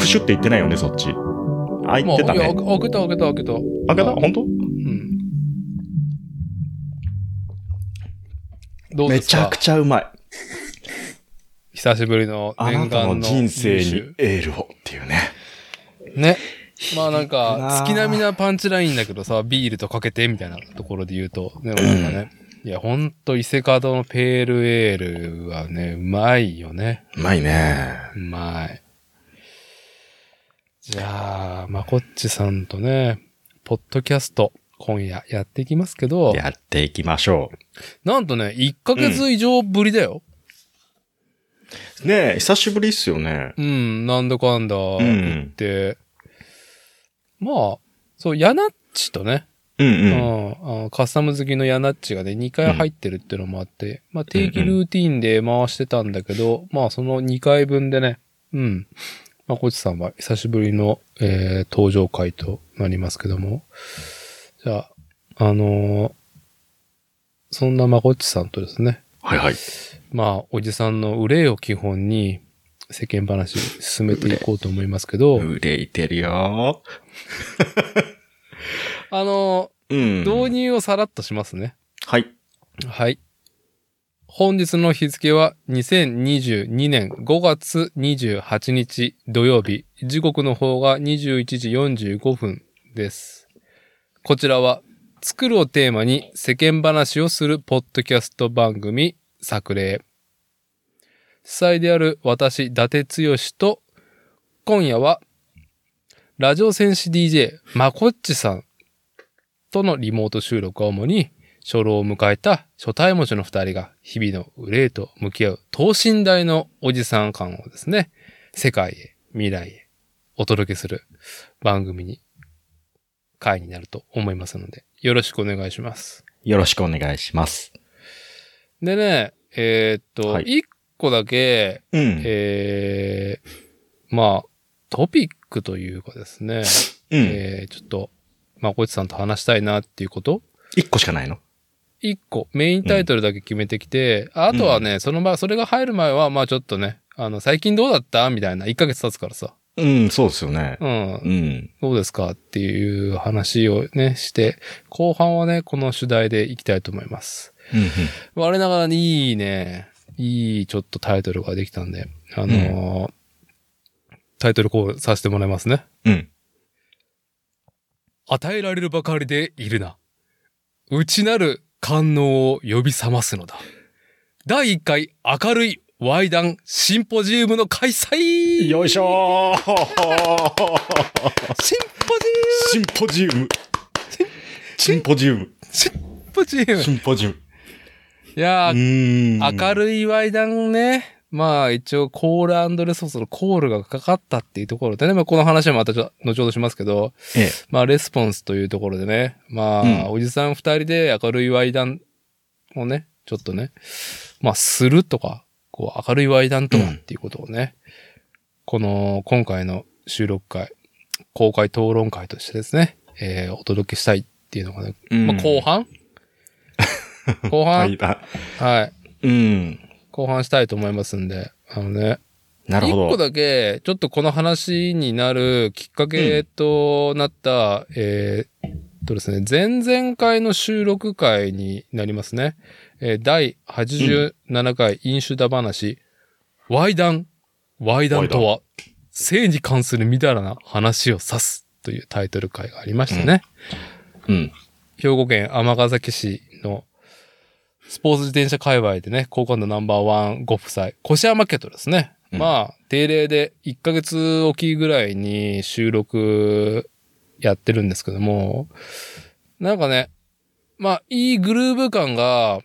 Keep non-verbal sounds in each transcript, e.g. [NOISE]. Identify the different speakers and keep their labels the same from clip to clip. Speaker 1: シュって言ってないよね、そっち。あ、言
Speaker 2: も
Speaker 1: っ
Speaker 2: う、
Speaker 1: てた
Speaker 2: いや
Speaker 1: ね。
Speaker 2: 送送った送った送った。
Speaker 1: あ、けた本当
Speaker 2: うん。どう
Speaker 1: め
Speaker 2: です
Speaker 1: ちゃ
Speaker 2: か
Speaker 1: くちゃうまい。
Speaker 2: 久しぶりの
Speaker 1: あな
Speaker 2: 念
Speaker 1: た
Speaker 2: 願の
Speaker 1: の人生に
Speaker 2: 入
Speaker 1: エールをっていうね。
Speaker 2: 手ね。まあなん
Speaker 1: 響くな
Speaker 2: か
Speaker 1: あ、
Speaker 2: 月並みなパンチラインだけどさ、ビールとかけてみたいなところで言うと、でもなんかね、いや、ほんと伊勢門のペールエールはね、うまいよね。
Speaker 1: うまいね。
Speaker 2: うまい。じゃあ、まこっちさんとね、ポッドキャスト、今夜やっていきますけど、
Speaker 1: やっていきましょ
Speaker 2: なんとね、1ヶ月以上ぶりだよ。
Speaker 1: う。ねえ、久しぶりっすよね。
Speaker 2: うん、なんだかんだ言って、まあ、そう、ヤナッチとね、
Speaker 1: うんう。
Speaker 2: うんんあカスタム好きのヤナッチがね、2回入ってるってのもあって、まあ定期ルーティンで回してたんだけど、まあその2回分でね、うん。まあ、こちさんは久しぶりの、えー登場回となりますけども。じゃあ、あのーそんなまこっちさんとですね、
Speaker 1: はいはい。
Speaker 2: まあ、おじさんの憂いを基本に世間話進めていこうと思いますけど、
Speaker 1: 憂いてるよ。
Speaker 2: あの、
Speaker 1: うん。
Speaker 2: 導入をさらっとしますね。
Speaker 1: はい。
Speaker 2: はい。本日の日付は2022年5月28日土曜日、時刻の方が21時45分です。こちらは、作るをテーマに世間話をするポッドキャスト番組、作例。主催である私、伊達剛と、今夜は、ラジオ戦士 DJ、まこっちさんとのリモート収録を主に、初老を迎えた初対持ちの二人が日々の憂いと向き合う等身大のおじさん感をですね、世界へ、未来へお届けする番組に、会になると思いますので、よろしくお願いします。
Speaker 1: よろしくお願いします。
Speaker 2: でね、えーっと、
Speaker 1: は
Speaker 2: 一、
Speaker 1: い
Speaker 2: 個だけ、
Speaker 1: うん。
Speaker 2: えー、まあ、トピックというかで
Speaker 1: [LAUGHS]
Speaker 2: すね、
Speaker 1: うん。
Speaker 2: えー、ちょっと、まあ、こいつさんと話したいなっていうこと
Speaker 1: 一個しかないの
Speaker 2: 一個、メインタイトルだけ決めてきて、あとはね、その場、それが入る前は、まあちょっとね、あの、最近どうだったみたいな、1ヶ月経つからさ、
Speaker 1: うん、そうですよね。
Speaker 2: うん、
Speaker 1: うん。
Speaker 2: どうですかっていう話をね、して、後半はね、この主題でいきたいと思います。我ながらにいいね、いいちょっとタイトルができたんで、あのータイトルこうさせてもらいますね。
Speaker 1: うん。うん。
Speaker 2: 与えられるばかりでいるな。内なる官能を呼び覚ますのだ。第1回明るいワイダンシンポジウムの開催
Speaker 1: よいしょー
Speaker 2: シンポジ
Speaker 1: シンポジウム。シンポジウム。
Speaker 2: ウムシンポジウム
Speaker 1: シンポジウム。
Speaker 2: いやー、明
Speaker 1: 明
Speaker 2: るいワイダンね。まあ一応コールレソースのコールがかかったっていうところでね、まあこの話はまたちょ後ほどしますけど、
Speaker 1: ええ
Speaker 2: まあ、レスポンスというところでね、まあ、
Speaker 1: うん
Speaker 2: おじさん二人で明るいワイダンをね、ちょっとね、まあ、するとか、こう、明るいワイダンとか
Speaker 1: うん
Speaker 2: っていうことをね、この、今回の収録会、公開討論会としてですね、えーお届けしたいっていうのがね、
Speaker 1: うん
Speaker 2: まあ、後
Speaker 1: [LAUGHS]
Speaker 2: 半後
Speaker 1: は
Speaker 2: 半
Speaker 1: い。あ
Speaker 2: はい。
Speaker 1: うん。
Speaker 2: 後半したいと思いますんで、あのね、
Speaker 1: なる
Speaker 2: 一個
Speaker 1: ほど。
Speaker 2: だけ、ちょっとこの話になるきっかけとなった、えーっとですね、前々回の収録回になりますね。えー第87回飲酒だ話、ワイダン、ワイダンとは、性に関するみだらな話を指すというタイトル回がありましたね。
Speaker 1: うん。
Speaker 2: 兵庫県尼崎市のスポーツ自転車界隈でね、好感度ナンバーワンご夫妻、越山家とですね、
Speaker 1: うん
Speaker 2: まあ、定例で1ヶ月おきぐらいに収録やってるんですけども、なんかね、まあ、いいグルーヴ感が、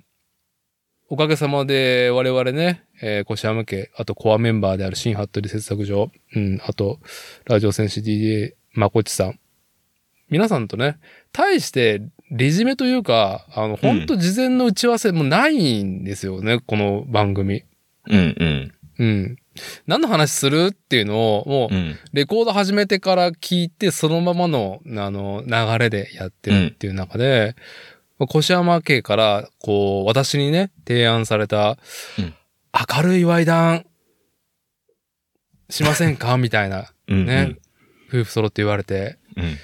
Speaker 2: おかげさまで我々ね、えー、越山家、あとコアメンバーである新服部製作所、うん、あと、ラジオ戦士 DJ まこっちさん。皆さんとね、対して、レジメというか、あの、ほんと事前の打ち合わせもないんですよね、この番組。
Speaker 1: うんうん。
Speaker 2: うん。何の話するっていうのを、も
Speaker 1: う
Speaker 2: う、
Speaker 1: ん。
Speaker 2: レコード始めてから聞いて、そのままの、あの、流れでやってるっていう中で、越山家から、こう、私にね、提案された、
Speaker 1: うん
Speaker 2: 明るいワイダン、しませんかみたいな
Speaker 1: うんうん。
Speaker 2: ね夫婦揃って言われて。
Speaker 1: うん。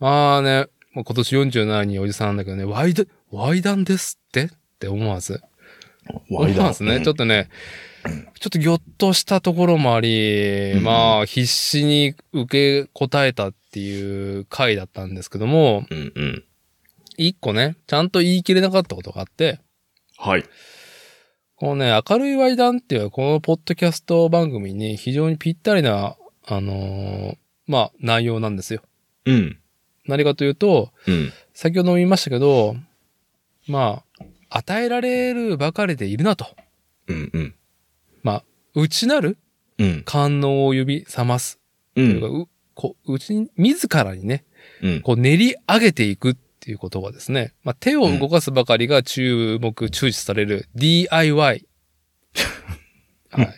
Speaker 2: まあね、もう今年47におじさんなんだけどね、ワイダ、ワイダンですってって思わず。思
Speaker 1: 割りだ
Speaker 2: わずね、ちょっとね、ちょっとぎょっとしたところもあり、
Speaker 1: うん
Speaker 2: まあ、必死に受け答えたっていう回だったんですけども、
Speaker 1: うんうん。
Speaker 2: 一個ね、ちゃんと言い切れなかったことがあって、
Speaker 1: はい。
Speaker 2: このね、明るいワイダンっていうこのポッドキャスト番組に非常にぴったりな、あのーまあ、内容なんですよ。
Speaker 1: うん。
Speaker 2: 何かというと、
Speaker 1: うん。
Speaker 2: 先ほども言いましたけど、まあ、与えられるばかりでいるなと。
Speaker 1: うんうん。
Speaker 2: 内なる
Speaker 1: うん。
Speaker 2: 観音を指覚ます。
Speaker 1: う
Speaker 2: というんか。うこううちに、自らにね、
Speaker 1: うん。
Speaker 2: こう練り上げていくっていうことがですね、まあ、手を動かすばかりが注目、注視される
Speaker 1: [LAUGHS]
Speaker 2: DIY。はい。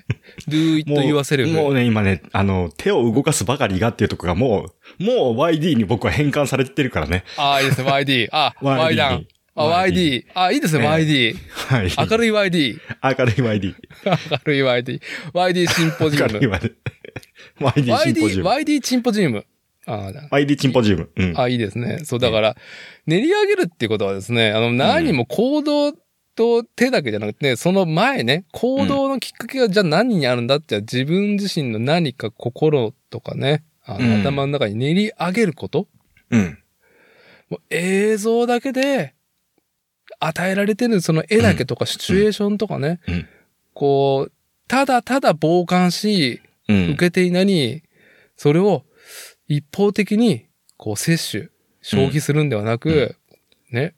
Speaker 2: do it
Speaker 1: もう
Speaker 2: yourself。
Speaker 1: もうね、今ね、あの、手を動かすばかりがっていうとこがもう、もう YD に僕は変換されてるからね。
Speaker 2: ああ、いいですね、YD。あ、Y ダ
Speaker 1: YD
Speaker 2: ン
Speaker 1: に。。
Speaker 2: あ、YD。あ、いいですね、YD。
Speaker 1: はい。
Speaker 2: 明る
Speaker 1: [LAUGHS]
Speaker 2: い YD。
Speaker 1: 明るい YD。
Speaker 2: 明るい YD。YD シンポジ
Speaker 1: 明
Speaker 2: ウ
Speaker 1: るい
Speaker 2: ム。
Speaker 1: YD。YD シンポジ
Speaker 2: YD、
Speaker 1: ウム。
Speaker 2: YD チンポジウム。ああ、
Speaker 1: YD チンポジウム。うん。
Speaker 2: あ、いいですね。そう、だから、練り上げるっていうことはですね、あの、何も行動と手だけじゃなくて、その前ね、行動のきっかけがじゃあ何にあるんだって、自分自身の何か心とかね、あの
Speaker 1: うん
Speaker 2: 頭の中に練り上げること、
Speaker 1: うん。
Speaker 2: もう映像だけで、与えられてるその絵だけとかシチュエーションとかね、
Speaker 1: うん
Speaker 2: こう、ただただ傍観し、
Speaker 1: うん。
Speaker 2: 受けていなに、それを一方的にこう摂取、消費するんではなく、ね。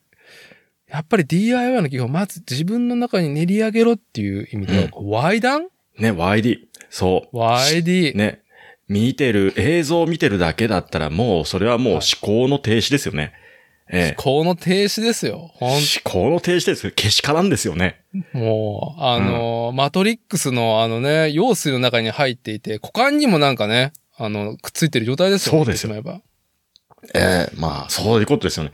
Speaker 2: やっぱり DIY の企業はまず自分の中に練り上げろっていう意味では、
Speaker 1: うん
Speaker 2: こうワイダン
Speaker 1: ね、YD。そう。
Speaker 2: ?YD。
Speaker 1: ね。見てる、映像を見てるだけだったらもう、それはもう思考の停止ですよね。ええ。
Speaker 2: この停止ですよ。ほ
Speaker 1: 思
Speaker 2: ん
Speaker 1: 考の停止ですよ。けしからんですよね。
Speaker 2: もう、あのー、マトリックスのあのね、用水の中に入っていて、股間にもなんかね、あの、くっついてる状態ですよ。
Speaker 1: そうですよ
Speaker 2: 言ってしまえば。
Speaker 1: ええまあ、そういうことですよね。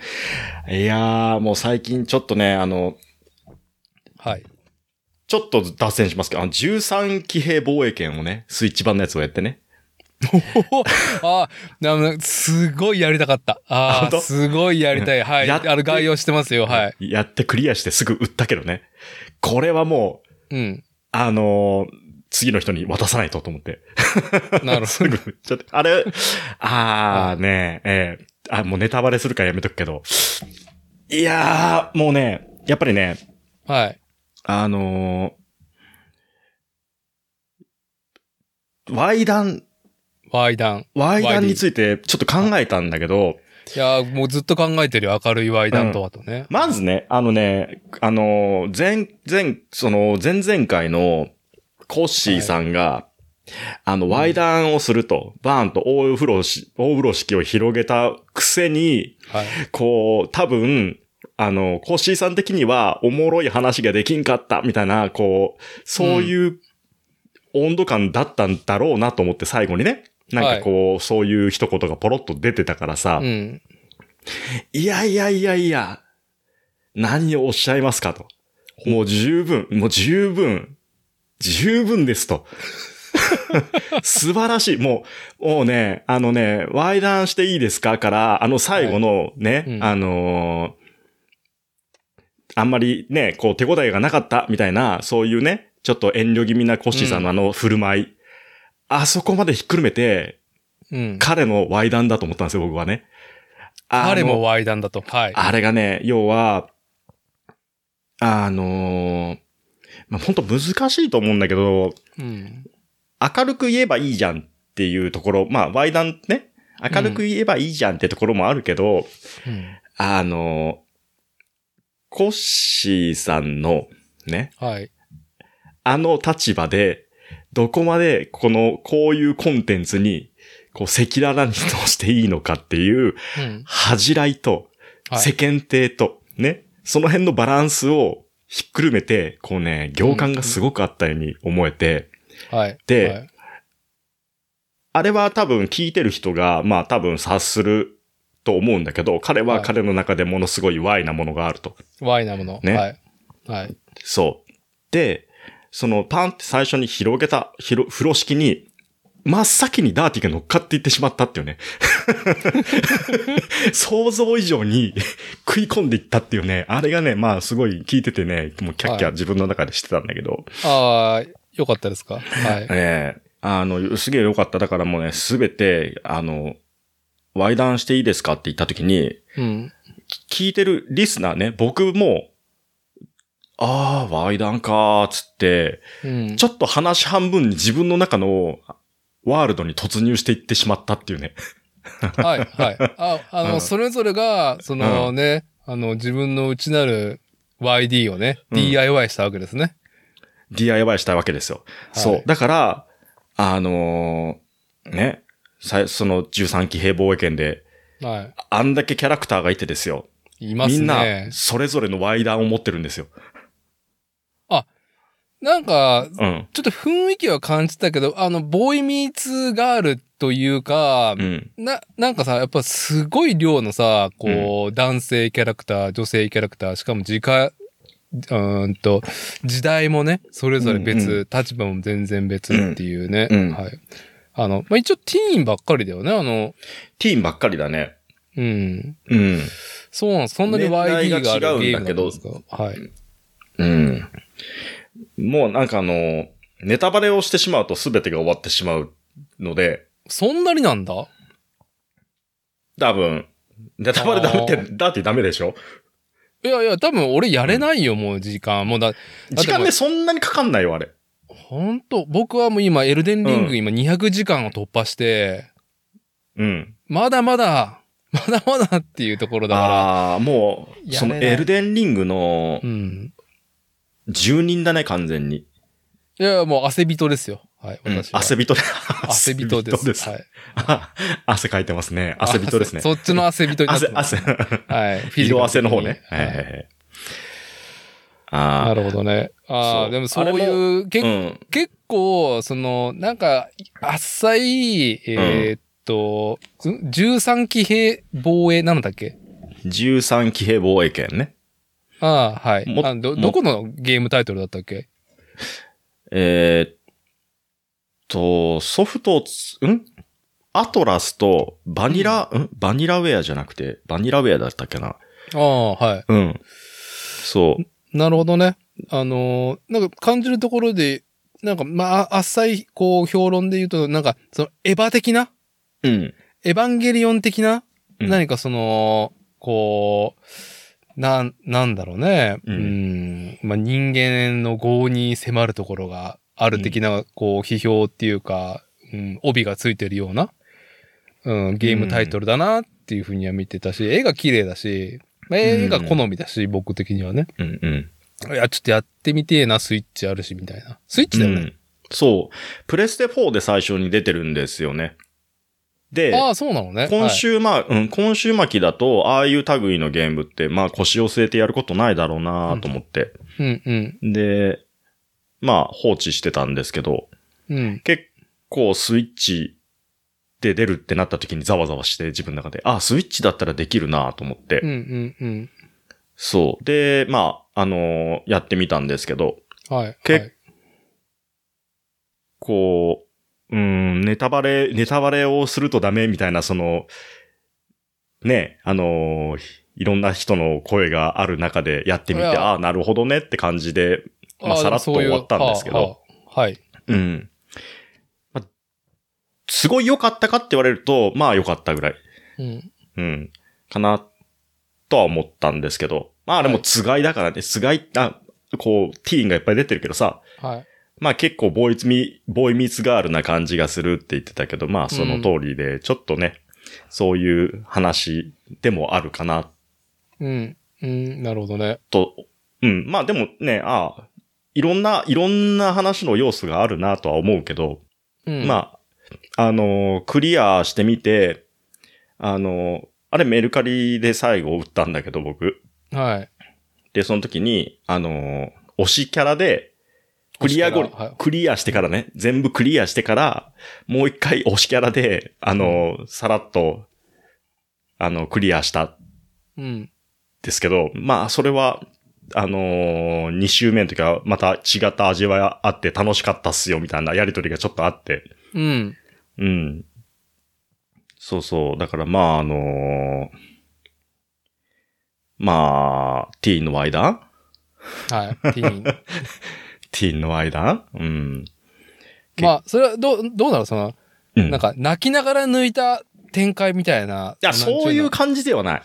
Speaker 1: いやー、もう最近ちょっとね、あの、
Speaker 2: はい。
Speaker 1: ちょっと脱線しますけど、あの、13騎兵防衛権をね、スイッチ版のやつをやってね。
Speaker 2: ああ、あの、すごいやりたかった。あ
Speaker 1: 本
Speaker 2: あ、
Speaker 1: 当
Speaker 2: すごいやりたい。はい。
Speaker 1: や
Speaker 2: あ
Speaker 1: って
Speaker 2: の、概要してますよ。はい。
Speaker 1: やってクリアしてすぐ売ったけどね。これはもう、
Speaker 2: うん。
Speaker 1: あのー次の人に渡さないとと思って。
Speaker 2: なる
Speaker 1: す
Speaker 2: ほ
Speaker 1: ぐ売っちゃって。あれ、あーねえ、ええあ、もうネタバレするからやめとくけど。いやー、もうね、やっぱりね、
Speaker 2: ど。 [LAUGHS] はい。
Speaker 1: あのー、ワイダン、
Speaker 2: ワイダン。
Speaker 1: ワイダンについてちょっと考えたんだけど、
Speaker 2: いやー、もうずっと考えてるよ。明るいワイダンとあとね。
Speaker 1: まずね、あのね、あのー、前、前、その、前々回のコッシーさんが、あの、ワイダンをすると、バーンと大風呂し、大風呂敷を広げたくせに、
Speaker 2: はい。
Speaker 1: こう、多分、あの、コッシーさん的には、おもろい話ができんかった、みたいな、こう、そういう温度感だったんだろうなと思って、最後にね。なんかこう、そういう一言がポロッと出てたからさ、
Speaker 2: うん。
Speaker 1: いやいやいやいや、何をおっしゃいますかと。もう十分、もう十分、十分です
Speaker 2: [LAUGHS]
Speaker 1: と。素晴らしい。もう、もうね、あのね、ワイダンしていいですかから、あの最後のね、
Speaker 2: うん
Speaker 1: あのーあんまりね、こう手応えがなかったみたいな、そういうね、ちょっと遠慮気味なコッシーさんのあの振る舞い。あそこまでひっくるめて、
Speaker 2: うん。
Speaker 1: 彼のワイダンだと思ったんですよ、僕はね。あの
Speaker 2: 彼もワイダンだと。はい。
Speaker 1: あれがね、要は、あのーまあ、本当難しいと思うんだけど、
Speaker 2: うん。
Speaker 1: 明るく言えばいいじゃんっていうところ、まあ、ワイダンね、明るく言えばいいじゃんってところもあるけど、
Speaker 2: うん
Speaker 1: あのーコッシーさんのね、
Speaker 2: はい。
Speaker 1: あの立場で、どこまでこの、こういうコンテンツに、こう、赤裸々にどうしていいのかっていう、
Speaker 2: うん。
Speaker 1: 恥じらいと、
Speaker 2: は
Speaker 1: 世
Speaker 2: い。
Speaker 1: 間体と、ね、その辺のバランスをひっくるめて、こうね、行間がすごくあったように思えて、
Speaker 2: はい。
Speaker 1: で
Speaker 2: はい、
Speaker 1: あれは多分聞いてる人が、まあ多分察すると思うんだけど、彼
Speaker 2: は
Speaker 1: はい彼の中でものすごい Y なものがあると。
Speaker 2: ワイなもの。
Speaker 1: ね
Speaker 2: はい。はい。
Speaker 1: そう。で、そのパンって最初に広げた、ひろ風呂敷に、真っ先にダーティが乗っかっていってしまったっていう
Speaker 2: [LAUGHS]
Speaker 1: ね。想像以上に食い込んでいったっていうね、あれがね、まあすごい聞いててね、もうキャッキャ
Speaker 2: はい
Speaker 1: 自分の中でしてたんだけど、
Speaker 2: ああ、よかったですかはい。
Speaker 1: ええあの、すげえ良かった。だからもうね、すべて、あの、ワイダンしていいですかって言った時に、
Speaker 2: うん。
Speaker 1: 聞いてるリスナーね、僕も、ああ、ワイダンかーっつって、
Speaker 2: うん。
Speaker 1: ちょっと話半分に自分の中のワールドに突入していってしまったっていう
Speaker 2: [LAUGHS]
Speaker 1: ね。
Speaker 2: はい、
Speaker 1: [LAUGHS]
Speaker 2: はい。あ、あの、
Speaker 1: うん
Speaker 2: それぞれが、その
Speaker 1: う
Speaker 2: ね、あの、自分の内なる YD をね、
Speaker 1: うん
Speaker 2: DIY したわけですね。
Speaker 1: DIY したわけですよ。
Speaker 2: はい
Speaker 1: そう。だから、あのーね、さその13期平防衛圏で、
Speaker 2: はい。
Speaker 1: あんだけキャラクターがいてですよ。
Speaker 2: いますね。
Speaker 1: みんな、それぞれのワイダーを持ってるんですよ。
Speaker 2: なんか、
Speaker 1: うん。
Speaker 2: ちょっと雰囲気は感じたけど、あの、ボーイミーツガールというか
Speaker 1: う、ん。
Speaker 2: な、なんかさ、やっぱすごい量のさ、こう、男性キャラクター、女性キャラクター、しかも時間、うーんと、時代もね、それぞれ別、
Speaker 1: うんう
Speaker 2: 立場も全然別っていうね。
Speaker 1: うんうん
Speaker 2: はい。あの、まあ、一応ティーンばっかりだよね、あの、
Speaker 1: ティーンばっかりだね。
Speaker 2: うん。
Speaker 1: うん。
Speaker 2: そうなんそんなに
Speaker 1: 年代
Speaker 2: YD があ
Speaker 1: が違
Speaker 2: る
Speaker 1: うんだ
Speaker 2: ゲームな
Speaker 1: け
Speaker 2: ん
Speaker 1: ど
Speaker 2: ですかはい。
Speaker 1: うん。もうなんかあの、ネタバレをしてしまうと全てが終わってしまうので、
Speaker 2: そんなになんだ
Speaker 1: 多分、ネタバレダメっ
Speaker 2: あ
Speaker 1: て、だってダメでしょ
Speaker 2: いやいや、多分俺やれないよ、もう時間。もうだ、
Speaker 1: 時間
Speaker 2: もう
Speaker 1: ね、そんなにかかんないよ、あれ。
Speaker 2: ほんと、僕はもう今、エルデンリン
Speaker 1: う
Speaker 2: グ
Speaker 1: ん
Speaker 2: 今200時間を突破して、
Speaker 1: うん。
Speaker 2: まだまだ、まだまだっていうところだか
Speaker 1: ああー、もう、
Speaker 2: や
Speaker 1: その
Speaker 2: めない
Speaker 1: エルデンリングの
Speaker 2: ら。うん。
Speaker 1: 住人だね、完全に。
Speaker 2: いや、もう汗人ですよ。はい、
Speaker 1: うん
Speaker 2: 私は。
Speaker 1: 汗人で。
Speaker 2: 汗人です。
Speaker 1: 汗人
Speaker 2: はい。
Speaker 1: あ汗かいてますね。汗人ですね。
Speaker 2: そっちの汗人になって
Speaker 1: 汗、
Speaker 2: ます。
Speaker 1: 汗。 [LAUGHS]
Speaker 2: はい。フィジカル的に
Speaker 1: 色汗の方ね。
Speaker 2: はい
Speaker 1: はいはいはい
Speaker 2: な
Speaker 1: あ
Speaker 2: るほどね。あ
Speaker 1: そ
Speaker 2: あ、
Speaker 1: う
Speaker 2: でもそういう、
Speaker 1: あ。
Speaker 2: け
Speaker 1: うん。
Speaker 2: 結構、その、なんか、浅い、えーっと、ん13騎兵防衛なんだっけ
Speaker 1: 13騎兵防衛圏ね。
Speaker 2: ああ、はい。
Speaker 1: も
Speaker 2: あど、
Speaker 1: も
Speaker 2: どこのゲームタイトルだったっけ
Speaker 1: えーっと、ソフトをつ、んアトラスとバニラ、んバニラウェアじゃなくて、バニラウェアだったっけな
Speaker 2: ああ、はい。
Speaker 1: うん。そう。
Speaker 2: なるほどね。あのーなんか感じるところで、なんか、まあ、あっさい、こう、評論で言うと、なんか、その、エヴァ的な
Speaker 1: うん。
Speaker 2: エヴァンゲリオン的な、
Speaker 1: うん
Speaker 2: 何かその、こう、なん、なんだろうね。う
Speaker 1: うん
Speaker 2: ん。まあ、人間の業に迫るところがある的な、こう、批評っていうか、うん、帯がついてるような、うん、ゲームタイトルだなっていうふうには見てたし、絵が綺麗だし、まあ絵が好みだし、僕的にはね。
Speaker 1: うんうん。
Speaker 2: いや、ちょっとやってみてえな、スイッチあるし、みたいな。スイッチだよね。
Speaker 1: そう。プレステ4で最初に出てるんですよね。で、
Speaker 2: ああ、そうなのね。
Speaker 1: 今週まあ、うん、今週巻きだと、ああいう類のゲームって、まあ腰を据えてやることないだろうなと思って。
Speaker 2: はい。うん
Speaker 1: で、まあ放置してたんですけど、
Speaker 2: うん。うん。
Speaker 1: 結構スイッチで出るってなった時にざわざわして自分の中で、あ、スイッチだったらできるなと思って。
Speaker 2: うんうんうん。
Speaker 1: そう。で、まあ、あのーやってみたんですけど、
Speaker 2: はい。
Speaker 1: 結こう、うーん、ネタバレ、ネタバレをするとダメみたいな、その、ね、あのーいろんな人の声がある中でやってみて、
Speaker 2: いや
Speaker 1: ああ、なるほどねって感じで、
Speaker 2: 構
Speaker 1: まあさらっと終わったんですけど。
Speaker 2: ああはい。
Speaker 1: うん。まあすごい良かったかって言われると、まあ良かったぐらい、
Speaker 2: うん。
Speaker 1: うん、かな、とは思ったんですけど、まあでも、
Speaker 2: はい
Speaker 1: つがいだからね、つがい、あ、こう、ティーンがいっぱい出てるけどさ、
Speaker 2: はい。
Speaker 1: まあ結構ボーイツミ、ボーイミーツガールな感じがするって言ってたけど、まあその通りで、ちょっとね、そういう話でもあるかな
Speaker 2: うん。うん。なるほどね。
Speaker 1: と、うん、まあでもね、ああ、いろんな、いろんな話の要素があるなとは思うけど、
Speaker 2: うん。あ。
Speaker 1: まあ、あのークリアしてみて、あのーあれメルカリで最後売ったんだけど、僕。
Speaker 2: はい。
Speaker 1: で、その時に、あのー推しキャラで、クリア後に
Speaker 2: 推しキャラはい
Speaker 1: クリアしてからね、全部クリアしてから、もう一回推しキャラで、あのーさらっと、あの、クリアしたん
Speaker 2: うん。
Speaker 1: ですけど、まあ、それは、あのー、2周目の時はまた違った味わいあって楽しかったっすよ、みたいなやりとりがちょっとあって、
Speaker 2: うん。
Speaker 1: うん。そうそう。だからまあ、あのーまあ、ティーンの間 [LAUGHS]
Speaker 2: はい。ティーン。
Speaker 1: ティーンの間うん。け
Speaker 2: まあ、それはどう、どうなのその、
Speaker 1: うん。
Speaker 2: なんか、泣きながら抜いた展開みたいな。
Speaker 1: いや、
Speaker 2: なんて
Speaker 1: そういう感じではない。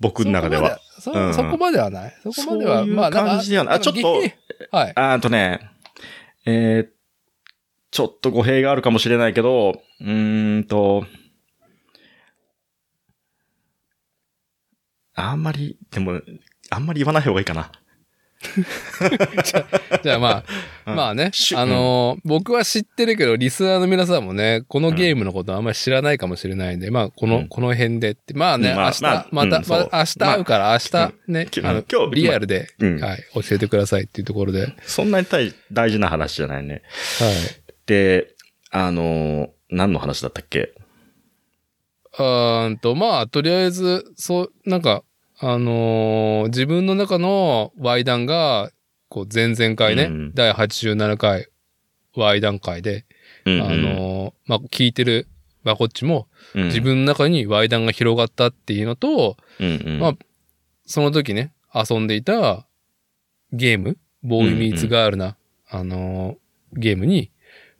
Speaker 1: 僕の中では。。
Speaker 2: そ
Speaker 1: うん
Speaker 2: そこまではない。そこまでは、
Speaker 1: そういう
Speaker 2: まあ、なんか
Speaker 1: 感じではないあちょっと
Speaker 2: なんか激はい。
Speaker 1: あーとね、えー、ちょっと語弊があるかもしれないけど、うーんと、あんまり、でも、あんまり言わない方がいいかな。
Speaker 2: じゃあまあ、
Speaker 1: うん
Speaker 2: まあね
Speaker 1: し、
Speaker 2: あのー僕は知ってるけど、リスナーの皆さんもね、このゲームのことはあんまり知らないかもしれないんで、まあ、この、
Speaker 1: うん
Speaker 2: この辺でって、まあね、
Speaker 1: うんまあ
Speaker 2: 明日、
Speaker 1: まあ
Speaker 2: また、
Speaker 1: うんそう
Speaker 2: また明日会うから、明日ね、
Speaker 1: き
Speaker 2: あの
Speaker 1: 今日
Speaker 2: リアルで、
Speaker 1: うん
Speaker 2: はい、教えてくださいっていうところで、はい。
Speaker 1: そんなに大大事な話じゃないね。で、あのー何の話だったっけ
Speaker 2: うーんと、まあ、とりあえず、そう、なんか、あのー自分の中の Y 談が、こう、前々回ね、
Speaker 1: うん
Speaker 2: 第87回 Y 談会で、
Speaker 1: うんうん
Speaker 2: あのーまあ、聞いてる、まこっちも、
Speaker 1: うん
Speaker 2: 自分の中に Y 談が広がったっていうのと、
Speaker 1: うんうん
Speaker 2: まあその時ね、遊んでいたゲーム、ボーイミーツガールな、あのーゲームに、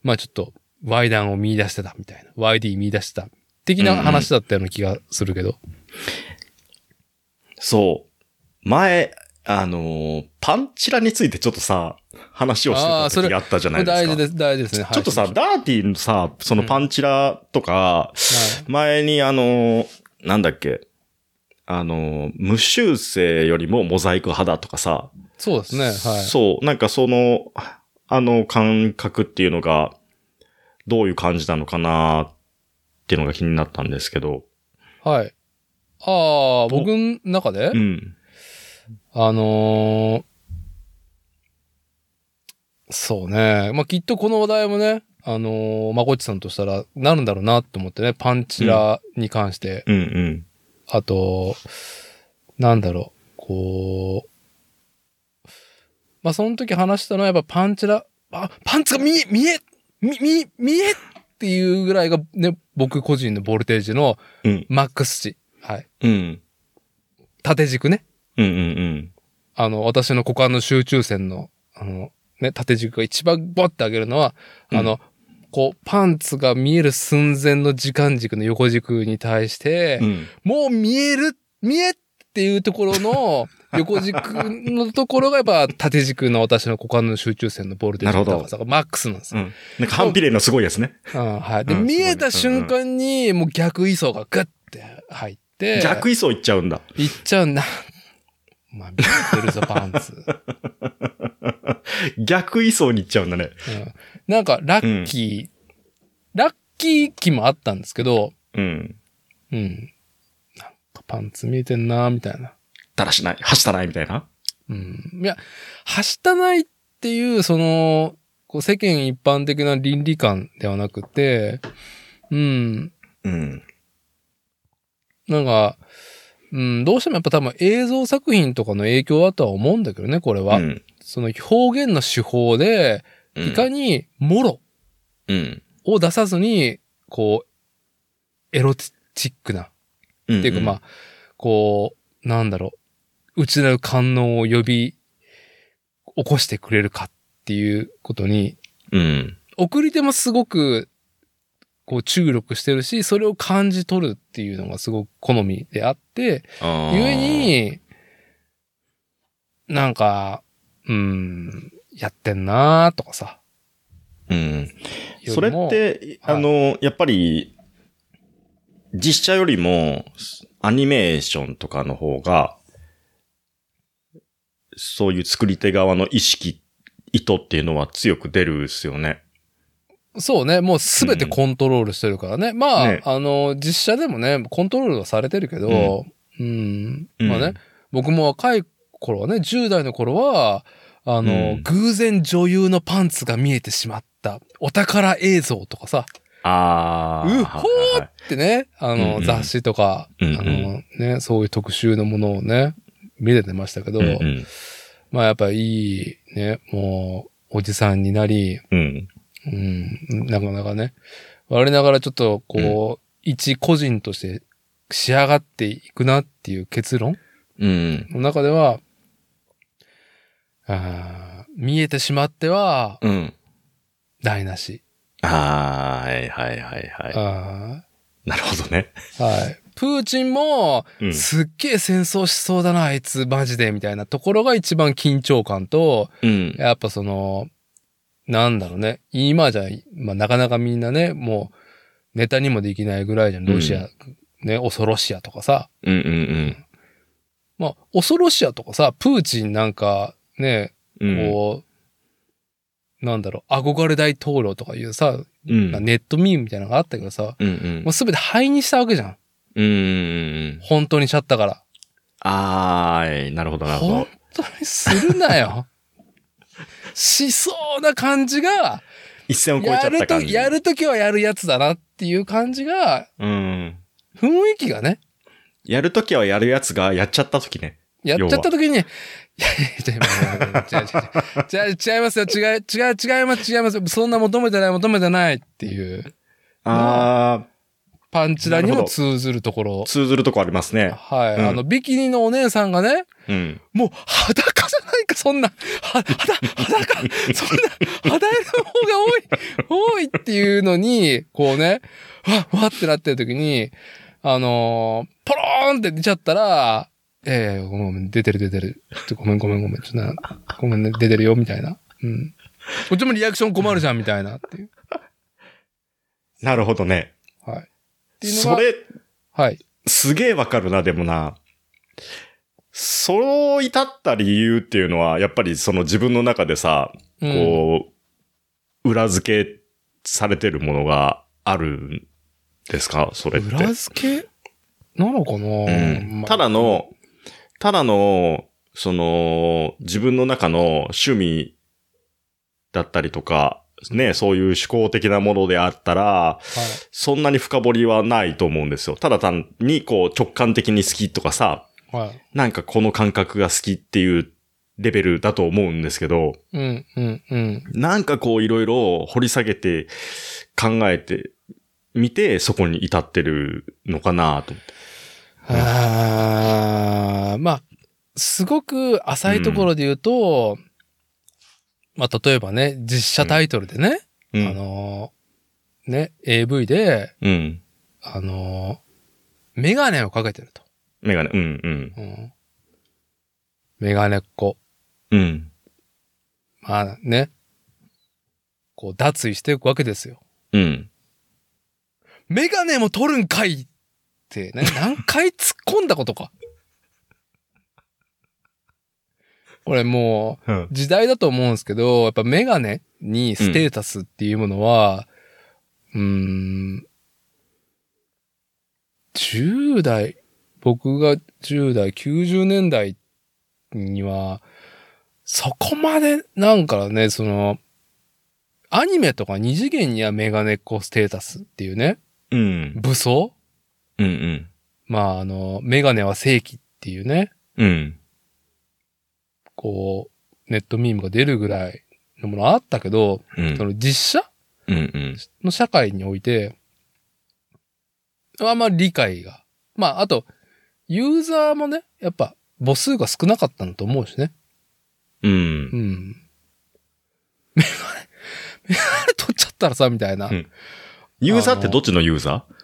Speaker 2: まあちょっと Y 談を見出してたみたいな、YD 見出してた、的な話だったような気がするけど。
Speaker 1: そう。前、あのーパンチラについてちょっとさ、話をして
Speaker 2: あ
Speaker 1: た
Speaker 2: ーそれ
Speaker 1: 時があったじゃないですか。
Speaker 2: 大事です、大事ですね。
Speaker 1: ちょっとさ、
Speaker 2: はい
Speaker 1: ダーティーのさ、そのパンチラとか、前にあの、なんだっけ、あの、無修正よりもモザイク派だとかさ、
Speaker 2: そうですね、はい。
Speaker 1: そう、なんかその、あの感覚っていうのが、どういう感じなのかなっていうのが気になったんですけど、
Speaker 2: はい。ああ、僕の中で、
Speaker 1: うん。
Speaker 2: あのーそうね。まあ、きっとこの話題もね、あのーまこっちさんとしたら、なるんだろうなと思ってね、パンチラに関して、
Speaker 1: うんうん。
Speaker 2: あと、なんだろう、こう、まあ、その時話したのはやっぱパンチラ、あ、パンツが見え、見え、見、見、見えっていうぐらいがね、僕個人のボルテージの
Speaker 1: うん。
Speaker 2: マックス値。はい。
Speaker 1: うん。
Speaker 2: 縦軸ね。
Speaker 1: うんうん
Speaker 2: あの、私の股間の集中線の、あの、ね、縦軸が一番ボッて上げるのは、
Speaker 1: うん
Speaker 2: あの、こう、パンツが見える寸前の時間軸の横軸に対して、
Speaker 1: うん。うん。
Speaker 2: もう見える、見えっていうとこ
Speaker 1: [LAUGHS]
Speaker 2: ろの、横軸のところがやっぱ縦軸の私の股間の集中線のボルテージの高さがマックスなんです
Speaker 1: う
Speaker 2: よ。
Speaker 1: ん。なんか反比例のすごいやつね。
Speaker 2: うん、はい。で、
Speaker 1: うん
Speaker 2: 見えた瞬間に、もう逆位相がグッて入って、
Speaker 1: 逆位相いっちゃうんだ。
Speaker 2: いっちゃうな。 [LAUGHS] お前見えてるぞ、パンツ。
Speaker 1: 逆位相にいっちゃうんだね。
Speaker 2: うんなんか、ラッキー、ラッキー期もあったんですけど、
Speaker 1: うん。
Speaker 2: うん。なんかパンツ見えてんな、みたいな。
Speaker 1: だらしない、はしたないみたいな。
Speaker 2: うん。いや、はしたないっていう、その、こう世間一般的な倫理観ではなくて、うん。
Speaker 1: うん。
Speaker 2: なんか、うん、どうしてもやっぱ多分映像作品とかの影響だとは思うんだけどね、これは。
Speaker 1: うん
Speaker 2: その表現の手法で、いかにもろ
Speaker 1: うん。
Speaker 2: を出さずに、こう、エロチック
Speaker 1: っ
Speaker 2: な、っていうかまあ、こう、なんだろう、内なる感能を呼び起こしてくれるかっていうことに、
Speaker 1: うん。
Speaker 2: 送り手もすごく、こう注力してるし、それを感じ取るっていうのがすごく好みであって、
Speaker 1: あー
Speaker 2: ゆえ、に、なんか、うん、やってんなーとかさ。
Speaker 1: うん。そ
Speaker 2: よ
Speaker 1: れ
Speaker 2: りも
Speaker 1: っ、て、
Speaker 2: はい
Speaker 1: あの、やっぱり、実写よりも、アニメーションとかの方が、そういう作り手側の意識、意図っていうのは強く出るですよね。
Speaker 2: そうね、もうすべてコントロールしてるからね。まあ、
Speaker 1: ね
Speaker 2: あの、実写でもね、コントロールはされてるけど、うん、
Speaker 1: うん
Speaker 2: まあね、僕も若い頃はね、10代の頃は、あの、
Speaker 1: うん
Speaker 2: 偶然女優のパンツが見えてしまった、お宝映像とかさ、
Speaker 1: ああ。
Speaker 2: う
Speaker 1: はい
Speaker 2: っほ
Speaker 1: はいはい
Speaker 2: ってね、あの、
Speaker 1: うんうん
Speaker 2: 雑誌とか、
Speaker 1: うんうん
Speaker 2: あの、ね、そういう特集のものをね、見れてましたけど、
Speaker 1: うんうん
Speaker 2: まあやっぱいい、ね、もう、おじさんになり、
Speaker 1: うん。
Speaker 2: うん、なかなかね、我ながらちょっと、こう、一個人として仕上がっていくなっていう結論
Speaker 1: うん。
Speaker 2: の中では、あー見えてしまっては、
Speaker 1: うん。
Speaker 2: 台無し。
Speaker 1: あーはいはいはいは
Speaker 2: あ
Speaker 1: い。なるほどね。
Speaker 2: ーはい。プーチンも、
Speaker 1: うん。
Speaker 2: すっげえ戦争しそうだな、あいつ、マジで、みたいなところが一番緊張感と、
Speaker 1: うん。
Speaker 2: やっぱその、なんだろうね。今じゃ、まあ、なかなかみんなね、もう、ネタにもできないぐらいじゃん。ロシア、
Speaker 1: う
Speaker 2: ね、恐ろしやとかさ。
Speaker 1: うんうん
Speaker 2: まあ、恐ろしやとかさ、プーチンなんか、ね、
Speaker 1: うん。うん。
Speaker 2: こう、なんだろう、憧れ大統領とかいうさ、
Speaker 1: うん。
Speaker 2: ネットミームみたいなのがあったけどさ、
Speaker 1: うんうん
Speaker 2: もう。すべて灰にしたわけじゃん。
Speaker 1: うんうん。
Speaker 2: 本当にしちゃったから。
Speaker 1: あーい。なるほどなるほ
Speaker 2: 本
Speaker 1: ど。
Speaker 2: 当にするな
Speaker 1: [LAUGHS]
Speaker 2: よ。しそうな感じが、
Speaker 1: 一線を越えちゃ
Speaker 2: や
Speaker 1: っ
Speaker 2: る
Speaker 1: た
Speaker 2: と、
Speaker 1: 感じ。
Speaker 2: やるときはやるやつだなっていう感じが、
Speaker 1: うん。
Speaker 2: 雰囲気がね、
Speaker 1: やるときはやるやつが、やっちゃったときね。
Speaker 2: やっちゃったときに、いやいやいや違う違う違う違う違う違いますよ、違う、違う、違います、違います。そんな求めてない、求めてないっていう、
Speaker 1: あ
Speaker 2: パンチラに
Speaker 1: なるほど
Speaker 2: も通ずるところ
Speaker 1: ー、。通ずるとこありますね。
Speaker 2: はい。
Speaker 1: うん
Speaker 2: あの、ビキニのお姉さんがね、
Speaker 1: うん。
Speaker 2: もう裸じゃないか、そんな。は、裸、裸、そんな、肌色の方が多い、多いっていうのに、こうね、わ、わってなってる時に、あのーポローンって出ちゃったら、ええごめんごめん、出てる出てる。ちょごめんごめんごめん、ちょっとな、ごめんね、出てるよ、みたいな。うん。こっちもリアクション困るじゃん、みたいな、っていう。
Speaker 1: なるほどね。
Speaker 2: はい。っていうのが
Speaker 1: それ、
Speaker 2: はい。
Speaker 1: すげえわかるな、でもな。そう至った理由っていうのは、やっぱりその自分の中でさ、
Speaker 2: うん
Speaker 1: こう、裏付けされてるものがあるんですかそれって。
Speaker 2: 裏付けなのかな、
Speaker 1: うん
Speaker 2: まあ
Speaker 1: ただ、の、ただの、その、自分の中の趣味だったりとか、ね、そういう思考的なものであったら、
Speaker 2: はい
Speaker 1: そんなに深掘りはないと思うんですよ。ただ単にこう直感的に好きとかさ、
Speaker 2: はい。
Speaker 1: なんかこの感覚が好きっていうレベルだと思うんですけど、
Speaker 2: うん、うん、うん。
Speaker 1: なんかこういろいろ掘り下げて考えてみてそこに至ってるのかなと思って。
Speaker 2: あーまあ、すごく浅いところで言うと、まあ、例えばね、実写タイトルでね、
Speaker 1: う
Speaker 2: あ
Speaker 1: ん。
Speaker 2: のー、ね、AV で、
Speaker 1: うん。
Speaker 2: あのー、メガネをかけてると。
Speaker 1: メガネ。うんうん。
Speaker 2: うん、メガネっ子。
Speaker 1: うん。
Speaker 2: まあね、こう、脱衣していくわけですよ。
Speaker 1: うん。
Speaker 2: メガネも取るんかいって
Speaker 1: [LAUGHS]
Speaker 2: ね、何回突っ込んだことか。これも
Speaker 1: う
Speaker 2: う、時代だと思うんですけど、やっぱメガネにステータスっていうものは、うーん、10代、僕が10代、90年代には、そこまで、なんかね、その、アニメとか二次元にはメガネっ子ステータスっていうね、
Speaker 1: ん。
Speaker 2: 武装
Speaker 1: うんうん。
Speaker 2: まあ、あの、メガネは正規っていうね、
Speaker 1: うん。
Speaker 2: こう、ネットミームが出るぐらいのものあったけど、
Speaker 1: うん
Speaker 2: そ。の実写
Speaker 1: うんうん。
Speaker 2: の社会において、あんまり理解が。まあ、あと、ユーザーもね、やっぱ母数が少なかったんだと思うしね。
Speaker 1: うん
Speaker 2: う。ん。 [LAUGHS] メガネ、メガネ取っちゃったらさ、みたいな。
Speaker 1: うんユーザーってどっちのユーザー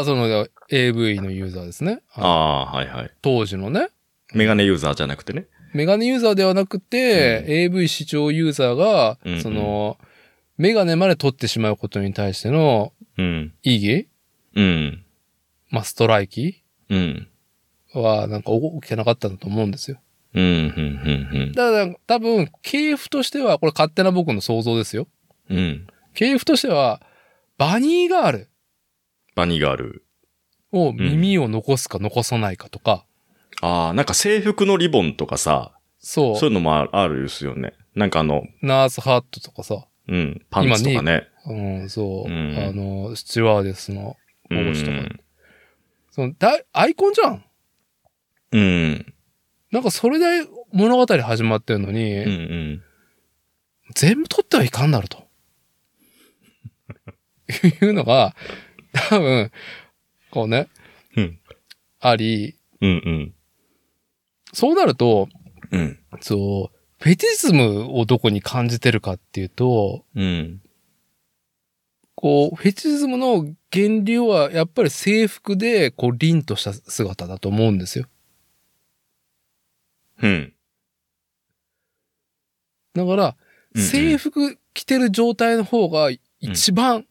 Speaker 2: あ、その AV のユーザーですね。
Speaker 1: ああー、はいはい。
Speaker 2: 当時のね。
Speaker 1: メガネユーザーじゃなくてね。
Speaker 2: メガネユーザーではなくて、
Speaker 1: うん
Speaker 2: AV 視聴ユーザーが、
Speaker 1: うんうん
Speaker 2: その、メガネまで取ってしまうことに対しての
Speaker 1: うん。
Speaker 2: 意義、
Speaker 1: うん。
Speaker 2: まあ、ストライキ
Speaker 1: うん。
Speaker 2: は、なんか起きてなかったんだと思うんですよ。
Speaker 1: うん、うん、
Speaker 2: だから、多分、系譜としては、これ勝手な僕の想像ですよ。
Speaker 1: うん。うん。
Speaker 2: 系譜としては、バニーガール
Speaker 1: バニーガール。
Speaker 2: を耳を残すか残さないかとか、
Speaker 1: ああ、なんか制服のリボンとかさ、
Speaker 2: そう、
Speaker 1: そういうのもああるですよね。なんかあの、
Speaker 2: ナースハットとかさ、
Speaker 1: うん、パンツとかね。
Speaker 2: うん、そう、
Speaker 1: うん
Speaker 2: あの、スチュワーデスの
Speaker 1: う
Speaker 2: 帽子とか。
Speaker 1: ん。
Speaker 2: そのだ、アイコンじゃん
Speaker 1: うん。
Speaker 2: なんかそれで物語始まってるのに、
Speaker 1: うん、うん。
Speaker 2: 全部取ってはいかんなると。 [LAUGHS] いうのが、多分、こうね、
Speaker 1: うん
Speaker 2: あり、
Speaker 1: うん
Speaker 2: そうなると、
Speaker 1: うん。うん。
Speaker 2: そう、フェティズムをどこに感じてるかっていうと、
Speaker 1: うん。
Speaker 2: こう、フェチズムの源流はやっぱり制服で、こう、凛とした姿だと思うんですよ。
Speaker 1: うん。
Speaker 2: だから、
Speaker 1: うん
Speaker 2: 制服着てる状態の方が一番、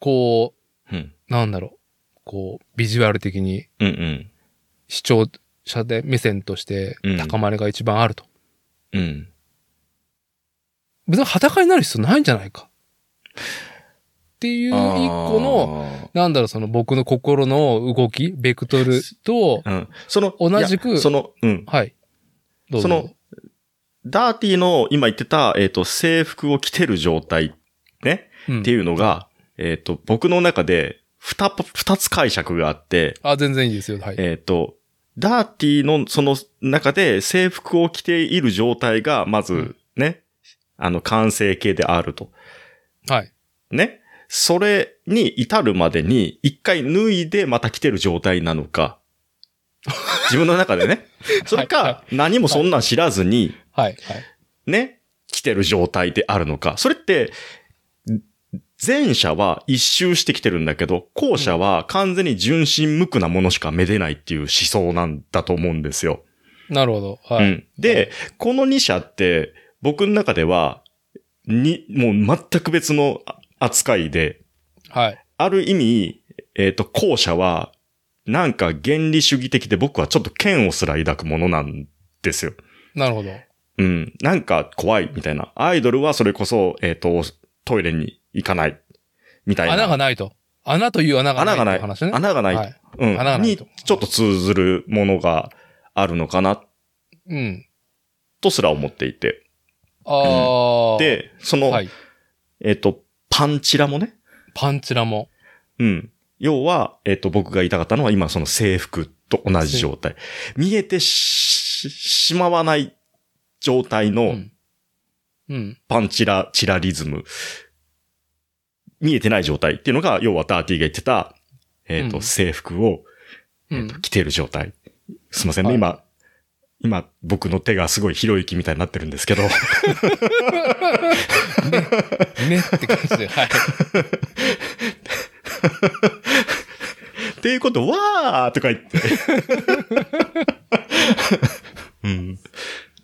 Speaker 2: こ
Speaker 1: うん。
Speaker 2: う、なんだろう、こう、ビジュアル的に
Speaker 1: うんうん。
Speaker 2: 視聴者で目線として
Speaker 1: うん
Speaker 2: 高まりが一番あると。
Speaker 1: うん。
Speaker 2: 別に裸になる必要ないんじゃないか。っていう一個の、
Speaker 1: の、
Speaker 2: なんだろう、その僕の心の動き、ベクトルと、
Speaker 1: うん。その、
Speaker 2: 同じく
Speaker 1: いやその、うん。
Speaker 2: はい。どうぞ
Speaker 1: その、ダーティーの今言ってた、えっ、と、制服を着てる状態、ね、
Speaker 2: うん
Speaker 1: っていうのが、えっ、と、僕の中で、二ぽ、二つ解釈があって、
Speaker 2: あ、全然いいですよ。はい。
Speaker 1: えっ、と、ダーティーのその中で制服を着ている状態が、まず、ね、あの、完成形であると。
Speaker 2: はい。
Speaker 1: ね。それに至るまでに、一回脱いでまた着てる状態なのか。自分の中でね。それか
Speaker 2: [LAUGHS] は、
Speaker 1: 何もそんなん知らずに、
Speaker 2: はい。はい。
Speaker 1: ね、来てる状態であるのか。それって、前者は一周してきてるんだけど、後者は完全に純真無垢なものしかめでないっていう思想なんだと思うんですよ。
Speaker 2: なるほど。はい。
Speaker 1: うん、で、この2社って、僕の中では、に、もう全く別の扱いで、
Speaker 2: はい。
Speaker 1: ある意味、えっ、と、後者は、なんか原理主義的で僕はちょっと剣をすら抱くものなんですよ。
Speaker 2: なるほど。
Speaker 1: うん、なんか怖いみたいな。アイドルはそれこそ、えっ、と、トイレに行かない。みたいな。
Speaker 2: 穴がないと。穴という穴がな
Speaker 1: 穴
Speaker 2: い
Speaker 1: が
Speaker 2: とい
Speaker 1: な
Speaker 2: う
Speaker 1: い。
Speaker 2: 話ね。
Speaker 1: 穴がない。
Speaker 2: はい。
Speaker 1: うん。
Speaker 2: 穴がない
Speaker 1: に、
Speaker 2: と
Speaker 1: ちょっと通ずるものがあるのかな、
Speaker 2: うん。
Speaker 1: とすら思っていて。
Speaker 2: ああ。、
Speaker 1: で、その、
Speaker 2: はい。
Speaker 1: えっ、と、パンチラもね。
Speaker 2: パンチラも。
Speaker 1: うん。要は、えっ、と、僕が言いたかったのは今その制服と同じ状態。見えてし、しまわない状態
Speaker 2: う
Speaker 1: の
Speaker 2: ん。うん。
Speaker 1: パンチラ、チラリズム、見えてない状態っていうのが、要はダーティーが言ってた、えっ、と、
Speaker 2: うん
Speaker 1: 制服を
Speaker 2: うん。
Speaker 1: 着てる状態。すいませんね、
Speaker 2: はい
Speaker 1: 今、今、僕の手がすごい広い息みたいになってるんです
Speaker 2: [LAUGHS]
Speaker 1: けど、
Speaker 2: ねって感じで。はい。
Speaker 1: っていうことは、とか言って。
Speaker 2: [LAUGHS]
Speaker 1: うん、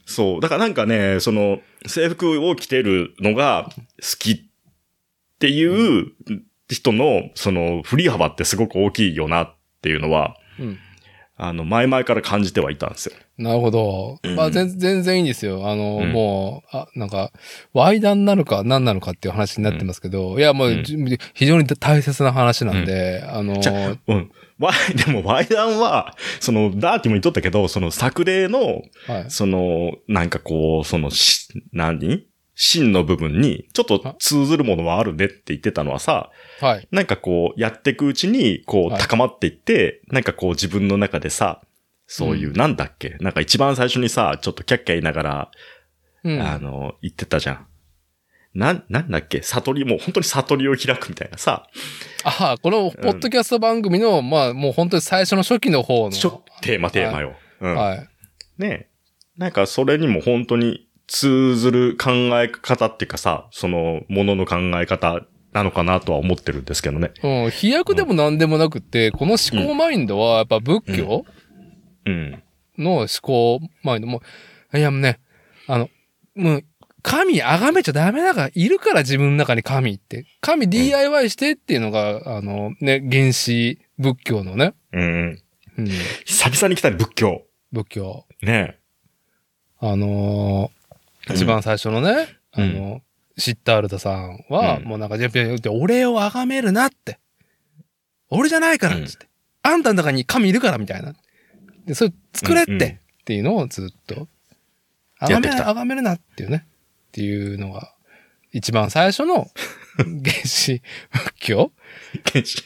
Speaker 1: そう。だからなんかね、その、制服を着てるのが好きっていう人の、その、振り幅ってすごく大きいよなっていうのは、
Speaker 2: うん。
Speaker 1: あの、前々から感じてはいたんですよ。
Speaker 2: なるほど。
Speaker 1: うん
Speaker 2: まあ、全全然いいんですよ。あの、
Speaker 1: うん
Speaker 2: もう、あ、なんか、ワイダンなのか何なのかっていう話になってますけど、いや、もう、
Speaker 1: うん
Speaker 2: じ非常に大切な話なんで、あの、
Speaker 1: じゃうん。ワイ、 [LAUGHS] でもワイダンは、その、ダーティも言っとったけど、その作例の、
Speaker 2: はい。
Speaker 1: その、なんかこう、その、し、何芯の部分に、ちょっと通ずるものはあるねって言ってたのはさ、
Speaker 2: はい。
Speaker 1: なんかこう、やっていくうちに、こ
Speaker 2: は
Speaker 1: う、
Speaker 2: い
Speaker 1: 高まっていって、なんかこう、自分の中でさ、そういう、
Speaker 2: うん
Speaker 1: なんだっけなんか一番最初にさ、ちょっとキャッキャ言いながら、
Speaker 2: うん。
Speaker 1: あの、言ってたじゃん。なん、なんだっけ悟り、もう本当に悟りを開くみたいなさ、
Speaker 2: あこのポッドキャスト番組の、まあ、もう本当に最初の初期の方の。
Speaker 1: ちょ、テーマ、テーマよ。うん。
Speaker 2: はい。
Speaker 1: ねえ。なんかそれにも本当に通ずる考え方っていうかさ、そのものの考え方なのかなとは思ってるんですけどね。
Speaker 2: うん。飛躍でも何でもなくて、この思考マインドは、やっぱ仏教
Speaker 1: うん。
Speaker 2: の思考マインドも、いや、もうね、あの、もう、神崇めちゃダメだから、いるから自分の中に神って。神 DIY してっていうのが、あの、ね、原始仏教のね、
Speaker 1: うん。
Speaker 2: うん、
Speaker 1: 久々に来たね、仏教。
Speaker 2: 仏教。
Speaker 1: ね
Speaker 2: あの
Speaker 1: う
Speaker 2: ー
Speaker 1: ん
Speaker 2: 一番最初のね、
Speaker 1: うん
Speaker 2: あの、シッタールタさんは、
Speaker 1: うん
Speaker 2: もうなんか、いやいやいや俺を崇めるなって。俺じゃないから
Speaker 1: うん
Speaker 2: っつって、あんたの中に神いるからみたいな。で、それ作れって、
Speaker 1: うんうん
Speaker 2: っていうのをずっと、
Speaker 1: や
Speaker 2: 崇
Speaker 1: って
Speaker 2: め
Speaker 1: きた
Speaker 2: 崇めるなっていうね。っていうのが、一番最初
Speaker 1: [LAUGHS]
Speaker 2: の原始仏教
Speaker 1: え。原始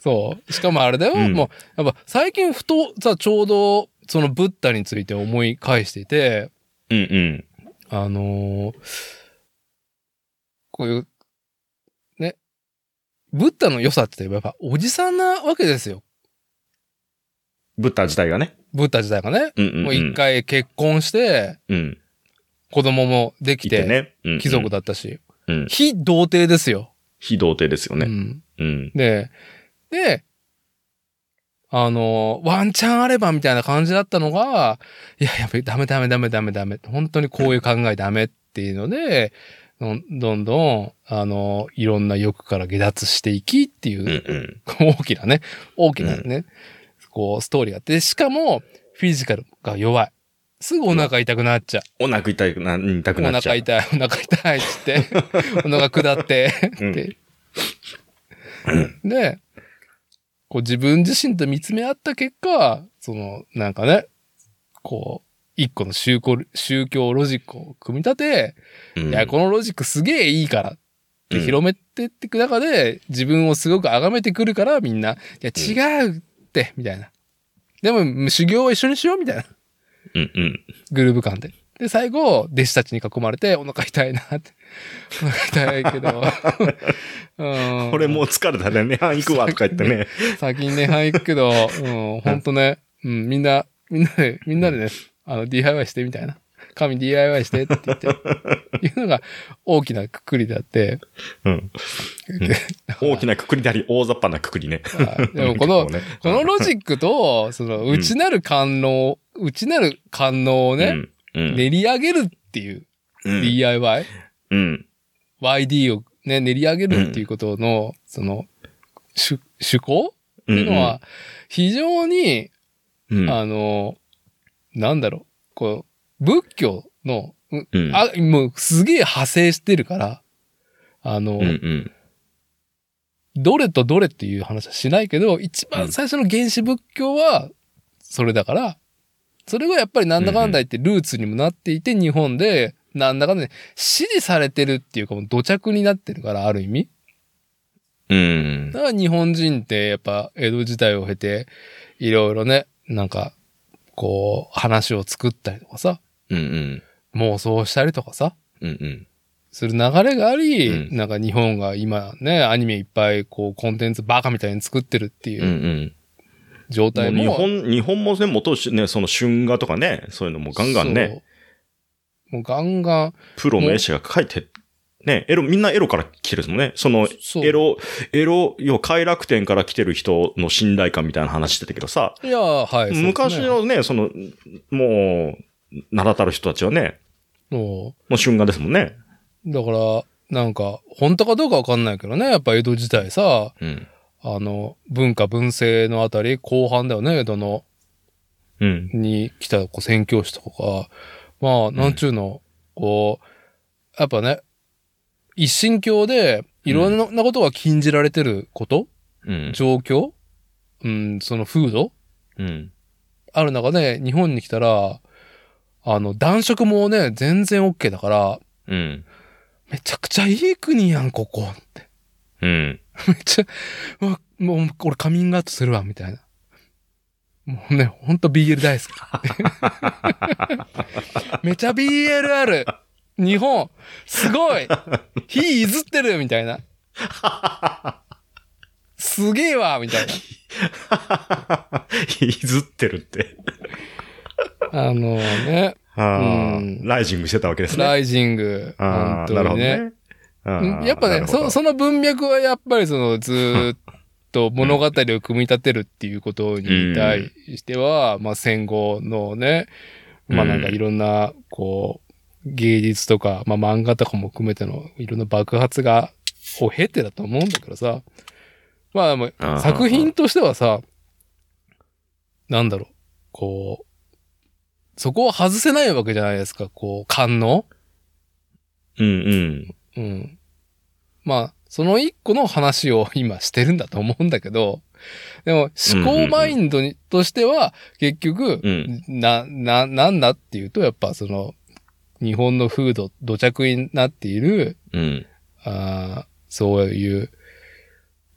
Speaker 2: そう。しかもあれだよ、
Speaker 1: うん
Speaker 2: もう、やっぱ最近ふと、さ、ちょうど、そのブッダについて思い返していて、
Speaker 1: [LAUGHS] うんうん。
Speaker 2: あのーこういう、ね、ブッダの良さって言えばやっぱおじさんなわけですよ。
Speaker 1: ブッダ自体がね。
Speaker 2: ブッダ自体がね。
Speaker 1: うんうん、うん。
Speaker 2: もう一。回結婚して、
Speaker 1: うん。
Speaker 2: 子供もでき
Speaker 1: 来
Speaker 2: て、
Speaker 1: てね。うん、うん
Speaker 2: 貴族。だったし、
Speaker 1: うん。
Speaker 2: 非童貞ですよ。
Speaker 1: 非童貞ですよ
Speaker 2: う
Speaker 1: ね。
Speaker 2: ん
Speaker 1: うん。
Speaker 2: で、で、あの、ワンチャンあればみたいな感じだったのが、いや、やっぱりダメダメダメダメダメ、本当にこういう考えダメっていうので、どんどんどん、あの、いろんな欲から下脱していきっていう
Speaker 1: うん。うん。
Speaker 2: 大きなね、大きなね、こう、ストーリーがあって、しかも、フィジカルが弱い。すぐお腹痛くなっちゃ
Speaker 1: お腹痛くな、痛
Speaker 2: う。
Speaker 1: く
Speaker 2: お
Speaker 1: なっちゃ
Speaker 2: 腹
Speaker 1: う。
Speaker 2: 痛い、お腹痛いっ
Speaker 1: [LAUGHS]
Speaker 2: つって、お腹下って、
Speaker 1: うん
Speaker 2: って。で、こう自分自身と見つめ合った結果、その、なんかね、こう、一個の宗教、宗教ロジックを組み立て、
Speaker 1: うん
Speaker 2: いや、このロジックすげえいいからって
Speaker 1: うん
Speaker 2: 広めてっていく中で、自分をすごく崇めてくるから、みんな、いや、違うって、みたいな。でも、修行を一緒にしよう、みたいな。
Speaker 1: うんうん。
Speaker 2: グルーヴ感で。で、最後、弟子たちに囲まれて、お腹痛いなって。お腹痛い
Speaker 1: [LAUGHS]
Speaker 2: けど。うん、
Speaker 1: これもう疲れたね。ね、 [LAUGHS] 行くわとか言ってね。
Speaker 2: [LAUGHS] 先にね、はい、行くけど、うん、ほんとね、うん、みんな、みんなで、みんなでね、あの、DIY してみたいな。神 DIY してって言って、いうのが大きなくくりであって、
Speaker 1: うん。大きなくくりであり、大雑把なくくりね。、
Speaker 2: あでもこ
Speaker 1: [LAUGHS]
Speaker 2: の
Speaker 1: 結
Speaker 2: こ
Speaker 1: 構ね、
Speaker 2: のロジックと、その、内なる感能、内なる感能をね、
Speaker 1: うん、うん。
Speaker 2: 練り上げるっていう、
Speaker 1: うん。
Speaker 2: DIY、
Speaker 1: うん。
Speaker 2: YD をね、練り上げるっていうことの、その、趣趣向っていうのは、非常に、
Speaker 1: うん、うん、
Speaker 2: あの、なんだろう、こう、仏教の、う
Speaker 1: うん、
Speaker 2: あ、もうすげえ派生してるから、あの、
Speaker 1: うん、うん。
Speaker 2: どれとどれっていう話はしないけど、一番最初の原始仏教は、それだから、それがやっぱりなんだかんだ言ってルーツにもなっていて、日本で、なんだかんだ、ね、支持されてるっていうか、もう土着になってるから、ある意味。
Speaker 1: うん。
Speaker 2: だから日本人ってやっぱ江戸時代を経ていろいろね、なんかこう話を作ったりとかさ、
Speaker 1: うん、うん。
Speaker 2: 妄想したりとかさ、
Speaker 1: うん、うん。
Speaker 2: する流れがあり、
Speaker 1: うん
Speaker 2: なんか日本が今ね、アニメいっぱいこうコンテンツバカみたいに作ってるってい
Speaker 1: うん、う。
Speaker 2: うん状態も。
Speaker 1: 日本、日本もね、元しね、その春画とかね、そういうのもガンガンね、
Speaker 2: そう。もうガンガン、
Speaker 1: プロの絵師が描いて、ね、エロ、みんなエロから来てるんですもんね。その、
Speaker 2: そう。
Speaker 1: エロ、エロ、要は快楽天から来てる人の信頼感みたいな話してたけどさ、
Speaker 2: いや、はい。
Speaker 1: 昔
Speaker 2: そう
Speaker 1: のね、その、もう、名だたる人たちはね、
Speaker 2: ですね。も
Speaker 1: もう春画ですもんね。
Speaker 2: うだから、なんか、本当かどうかわかんないけどね、やっぱ江戸時代さ、
Speaker 1: うん。
Speaker 2: あの、文化文政のあたり、後半だよね、江戸の、
Speaker 1: うん。
Speaker 2: に来たこう宣教師とかが、まあ、なんちゅうの、こう、やっぱね、一神教で、いろんなことが禁じられてること、
Speaker 1: うん。
Speaker 2: 状況、うん、その風土
Speaker 1: うん。
Speaker 2: ある中で、日本に来たら、あの、男色もね、全然 OK だから、
Speaker 1: うん。
Speaker 2: めちゃくちゃいい国やん、ここって。
Speaker 1: うん。 [LAUGHS]
Speaker 2: めっちゃ、うわもう、俺カミングアウトするわ、みたいな。もうね、ほんと BL 大好
Speaker 1: [LAUGHS]
Speaker 2: き。めちゃ BL ある。日本、すごい。火いずってる、みたいな。すげえわ、みたい
Speaker 1: いずってるって。
Speaker 2: な。あの
Speaker 1: [LAUGHS]
Speaker 2: ね、
Speaker 1: ああ
Speaker 2: うん
Speaker 1: ライジングしてたわけですね。
Speaker 2: ライジング。
Speaker 1: ああなる
Speaker 2: 本当
Speaker 1: ほ
Speaker 2: に
Speaker 1: ど
Speaker 2: ね。
Speaker 1: ね。ああ
Speaker 2: やっぱ
Speaker 1: な
Speaker 2: ね
Speaker 1: るほ
Speaker 2: そ、
Speaker 1: ど
Speaker 2: その文脈はやっぱりそのずーっと物語を組み立てるっていうことに対しては、まあ戦後のね、まあなんかいろんな、こう、芸術とか、まあ漫画とかも含めてのいろんな爆発が、を経てだと思うんだけどさ、まあでも
Speaker 1: あー
Speaker 2: 作品としてはさ、なんだろう、こう、そこを外せないわけじゃないですか、こう、感能
Speaker 1: うんうん。
Speaker 2: うん。まあ、その一個の話を今してるんだと思うんだけど、でも思考マインドに、としては、結局、
Speaker 1: うん
Speaker 2: な、な、なんだっていうと、やっぱその、日本の風土、土着になっている、
Speaker 1: うん。
Speaker 2: あーそういう、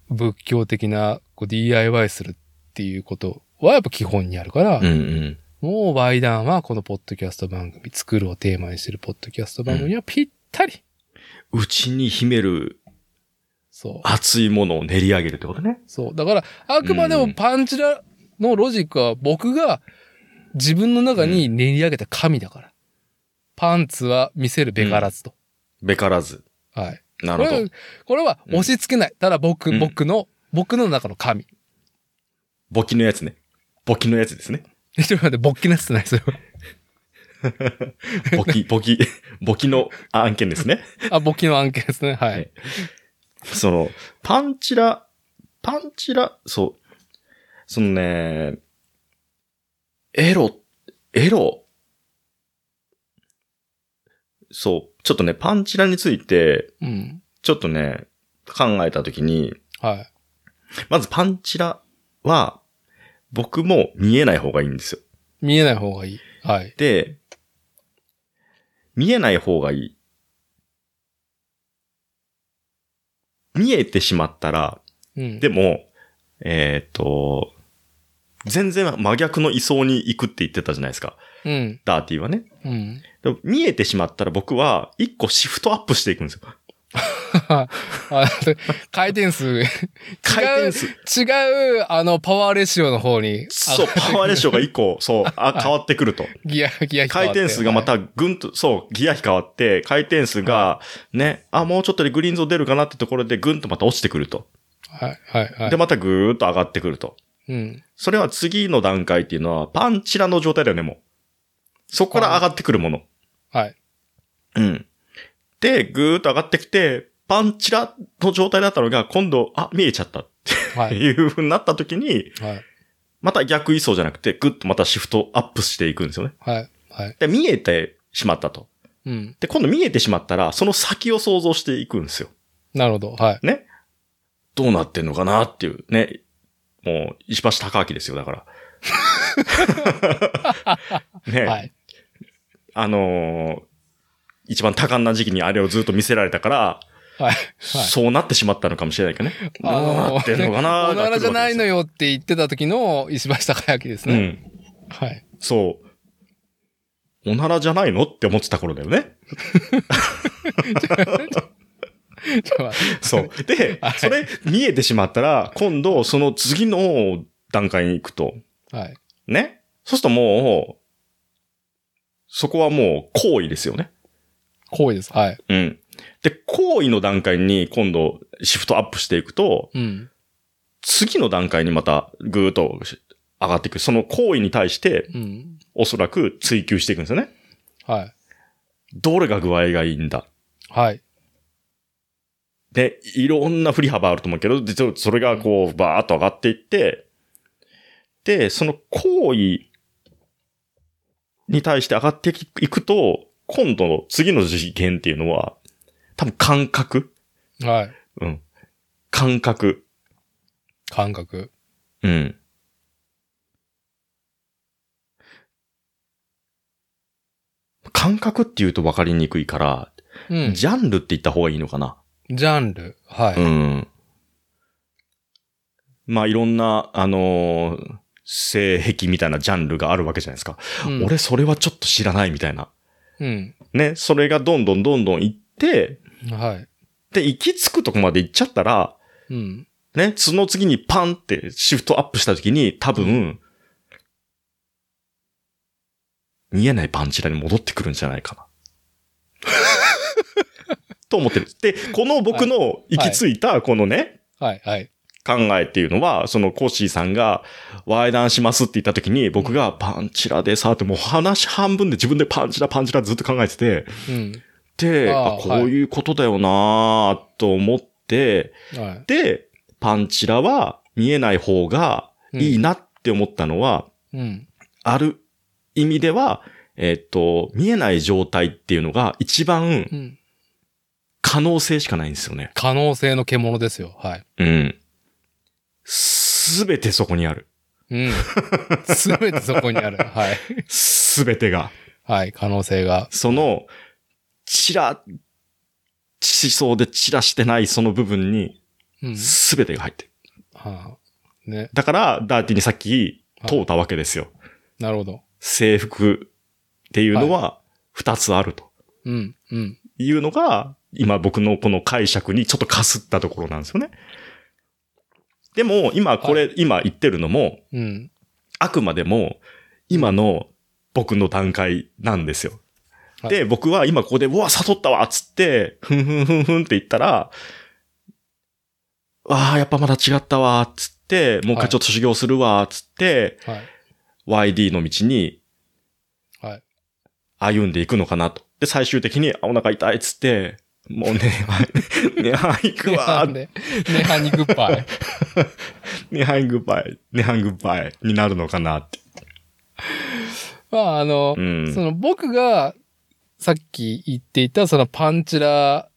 Speaker 2: 仏教的なこう DIY するっていうことはやっぱ基本にあるから、
Speaker 1: うんうん。
Speaker 2: もうワイダンはこのポッドキャスト番組、作るをテーマにしてるポッドキャスト番組にはぴったり。
Speaker 1: うちに秘める
Speaker 2: そう。
Speaker 1: 熱いものを練り上げるってことね。
Speaker 2: そう。だから、あくまで
Speaker 1: う
Speaker 2: も
Speaker 1: ん
Speaker 2: パンチラのロジックは僕が自分の中に練り上げた神だから。パンツは見せるべからずと。
Speaker 1: べからず。
Speaker 2: はい。
Speaker 1: な
Speaker 2: こ
Speaker 1: るほ
Speaker 2: れは
Speaker 1: ど。、
Speaker 2: これは押し付けない。ただ僕、
Speaker 1: うん
Speaker 2: 僕の、僕の中の神。
Speaker 1: 簿記のやつね。簿記のやつですね。
Speaker 2: ちょっと待って、勃起なってな
Speaker 1: [LAUGHS]
Speaker 2: い、それは。
Speaker 1: 簿記、簿記、簿記の案件ですね。
Speaker 2: あ、勃起の案件ですね。は
Speaker 1: はいい。 [LAUGHS] その、パンチラ、パンチラ、そう。そのね、エロ、エロ。そう。ちょっとね、パンチラについて、
Speaker 2: うん。
Speaker 1: ちょっとね、考えたときに、
Speaker 2: はい。
Speaker 1: まずパンチラは、僕も見えない方がいいんですよ。
Speaker 2: 見えない方がいい。はい。
Speaker 1: で、見えない方がいい。見えてしまったら、
Speaker 2: うん。
Speaker 1: でも、えーっ、と、全然真逆の位相に行くって言ってたじゃないですか。
Speaker 2: うん。
Speaker 1: ダーティーはね。
Speaker 2: うん。
Speaker 1: でも見えてしまったら僕は一個シフトアップしていくんですよ。
Speaker 2: あ回転数、違う、
Speaker 1: 回転数。
Speaker 2: 違う、あの、パワーレシオの方に、
Speaker 1: そう、パワーレシオが一個、そう、あ変わってくると。
Speaker 2: ギア、ギア引っ張っ
Speaker 1: 回
Speaker 2: て
Speaker 1: 転数がま、たぐんと、そう、ギア比変わって、回転数がね、あ、もうちょっとでグリーンゾーン出るかなってところでぐんとまた落ちてくると。
Speaker 2: はい、はい、はい。
Speaker 1: で、またぐーっと上がってくると。
Speaker 2: うん。
Speaker 1: それは次の段階っていうのはパンチラの状態だよね、もう。そこから上がってくるもの。
Speaker 2: はい。
Speaker 1: うん。で、ぐーっと上がってきて、パンチラの状態だったのが、今度、あ、見えちゃったっ
Speaker 2: は
Speaker 1: て
Speaker 2: い。
Speaker 1: いう風になった時に、
Speaker 2: はい。
Speaker 1: また逆位相じゃなくて、ぐっとまたシフトアップしていくんですよね。
Speaker 2: はい。はい。
Speaker 1: で、見えてしまったと。
Speaker 2: うん。
Speaker 1: で、今度見えてしまったら、その先を想像していくんですよ。
Speaker 2: なるほど。はい。
Speaker 1: ね。どうなってんのかなっていう、ね。もう、石橋貴明ですよ、だ
Speaker 2: [LAUGHS]
Speaker 1: から。ね。
Speaker 2: はい。
Speaker 1: あのー一番多感な時期にあれをずっと見せられたから、
Speaker 2: はい。はい。
Speaker 1: そうなってしまったのかもしれないけどね。どう
Speaker 2: あの
Speaker 1: なってんのかな
Speaker 2: おならじゃないの
Speaker 1: よ。
Speaker 2: よって言ってた時の石橋貴明です
Speaker 1: う
Speaker 2: ね。
Speaker 1: ん。
Speaker 2: はい。 [LAUGHS]
Speaker 1: そう。おならじゃないのって思ってた頃だよね。
Speaker 2: [LAUGHS] ちょっと待って
Speaker 1: そう。で
Speaker 2: はい、
Speaker 1: それ見えてしまったら、今度その次の段階に行くと、
Speaker 2: はい。
Speaker 1: ね。そうするともう、そこはもう行為ですよね。
Speaker 2: 行為です。はい。
Speaker 1: うん。で、行為の段階に今度シフトアップしていくと、
Speaker 2: うん。
Speaker 1: 次の段階にまたぐーっと上がっていく。その行為に対して、
Speaker 2: うん。
Speaker 1: おそらく追求していくんですよね。
Speaker 2: はい。
Speaker 1: どれが具合がいいんだ。
Speaker 2: はい。
Speaker 1: で、いろんな振り幅あると思うけど、実はそれがこう、バーっと上がっていって、で、その行為に対して上がっていくと、今度の次の次元っていうのは、多分感覚
Speaker 2: はい。
Speaker 1: うん。感覚。
Speaker 2: 感覚。
Speaker 1: うん。感覚って言うと分かりにくいから、
Speaker 2: うん。ジ
Speaker 1: ジャンルって言った方がいいのかな。
Speaker 2: ャンル。は
Speaker 1: う
Speaker 2: い。
Speaker 1: ん。まあ、いろんな、あのー性癖みたいなジャンルがあるわけじゃないですか。
Speaker 2: うん。
Speaker 1: 俺、それはちょっと知らないみたいな。
Speaker 2: うん。
Speaker 1: ね、それがどんどんどんどん行って、
Speaker 2: はい。
Speaker 1: で、行き着くとこまで行っちゃったら、
Speaker 2: うん。
Speaker 1: ね、その次にパンってシフトアップした時に、多分、見えないパンチラに戻ってくるんじゃないかな。と思ってる。で、この僕の行き着いた、このね、
Speaker 2: はい。はい。
Speaker 1: 考えっていうのは、そのコッシーさんが、ワイダンしますって言った時に、僕がパンチラでさ、ってもう話半分で自分でパンチラパンチラずっと考えてて、
Speaker 2: うん。
Speaker 1: で、
Speaker 2: ああ
Speaker 1: あこういうことだよなぁと思って、
Speaker 2: はい。
Speaker 1: で、パンチラは見えない方がいいなって思ったのは、
Speaker 2: うん。
Speaker 1: ある意味では、えっと、見えない状態っていうのが一番
Speaker 2: うん。
Speaker 1: 可能性しかないんですよね。
Speaker 2: 可能性の獣ですよ。はい。
Speaker 1: うん。すべてそこにある。
Speaker 2: うん。すべてそこにある。はい。
Speaker 1: すべてが。
Speaker 2: はい。可能性が。
Speaker 1: その、ちら、しそうで散らしてないその部分に、
Speaker 2: うん。
Speaker 1: すべてが入ってる。
Speaker 2: はあ、ね。
Speaker 1: だから、ダーティにさっき、
Speaker 2: はい
Speaker 1: 問うたわけですよ。
Speaker 2: なるほど。
Speaker 1: 制服っていうのは、二つあると
Speaker 2: うん。うん。
Speaker 1: いうのが、今僕のこの解釈にちょっとかすったところなんですよね。でも、今これ、今言ってるのも、
Speaker 2: うん。
Speaker 1: あくまでも、今の僕の段階なんですよ。
Speaker 2: はい
Speaker 1: で、僕は今ここで、うわ、悟ったわっつって、ふんふんふんふんって言ったら、わあ、やっぱまだ違ったわっつって、もう一回ちょっと修行するわっつって、
Speaker 2: はい。
Speaker 1: YD の道に
Speaker 2: はい。
Speaker 1: 歩んでいくのかなと。で、最終的に、あお腹痛いっつって、もうね、 [LAUGHS] ねは行く
Speaker 2: [LAUGHS]
Speaker 1: わーっ
Speaker 2: ねねはにグッバイ。
Speaker 1: ネハングバイ、ネハングバイになるのかなって。
Speaker 2: まあ、あの、
Speaker 1: うん
Speaker 2: その僕がさっき言っていたそのパンチラ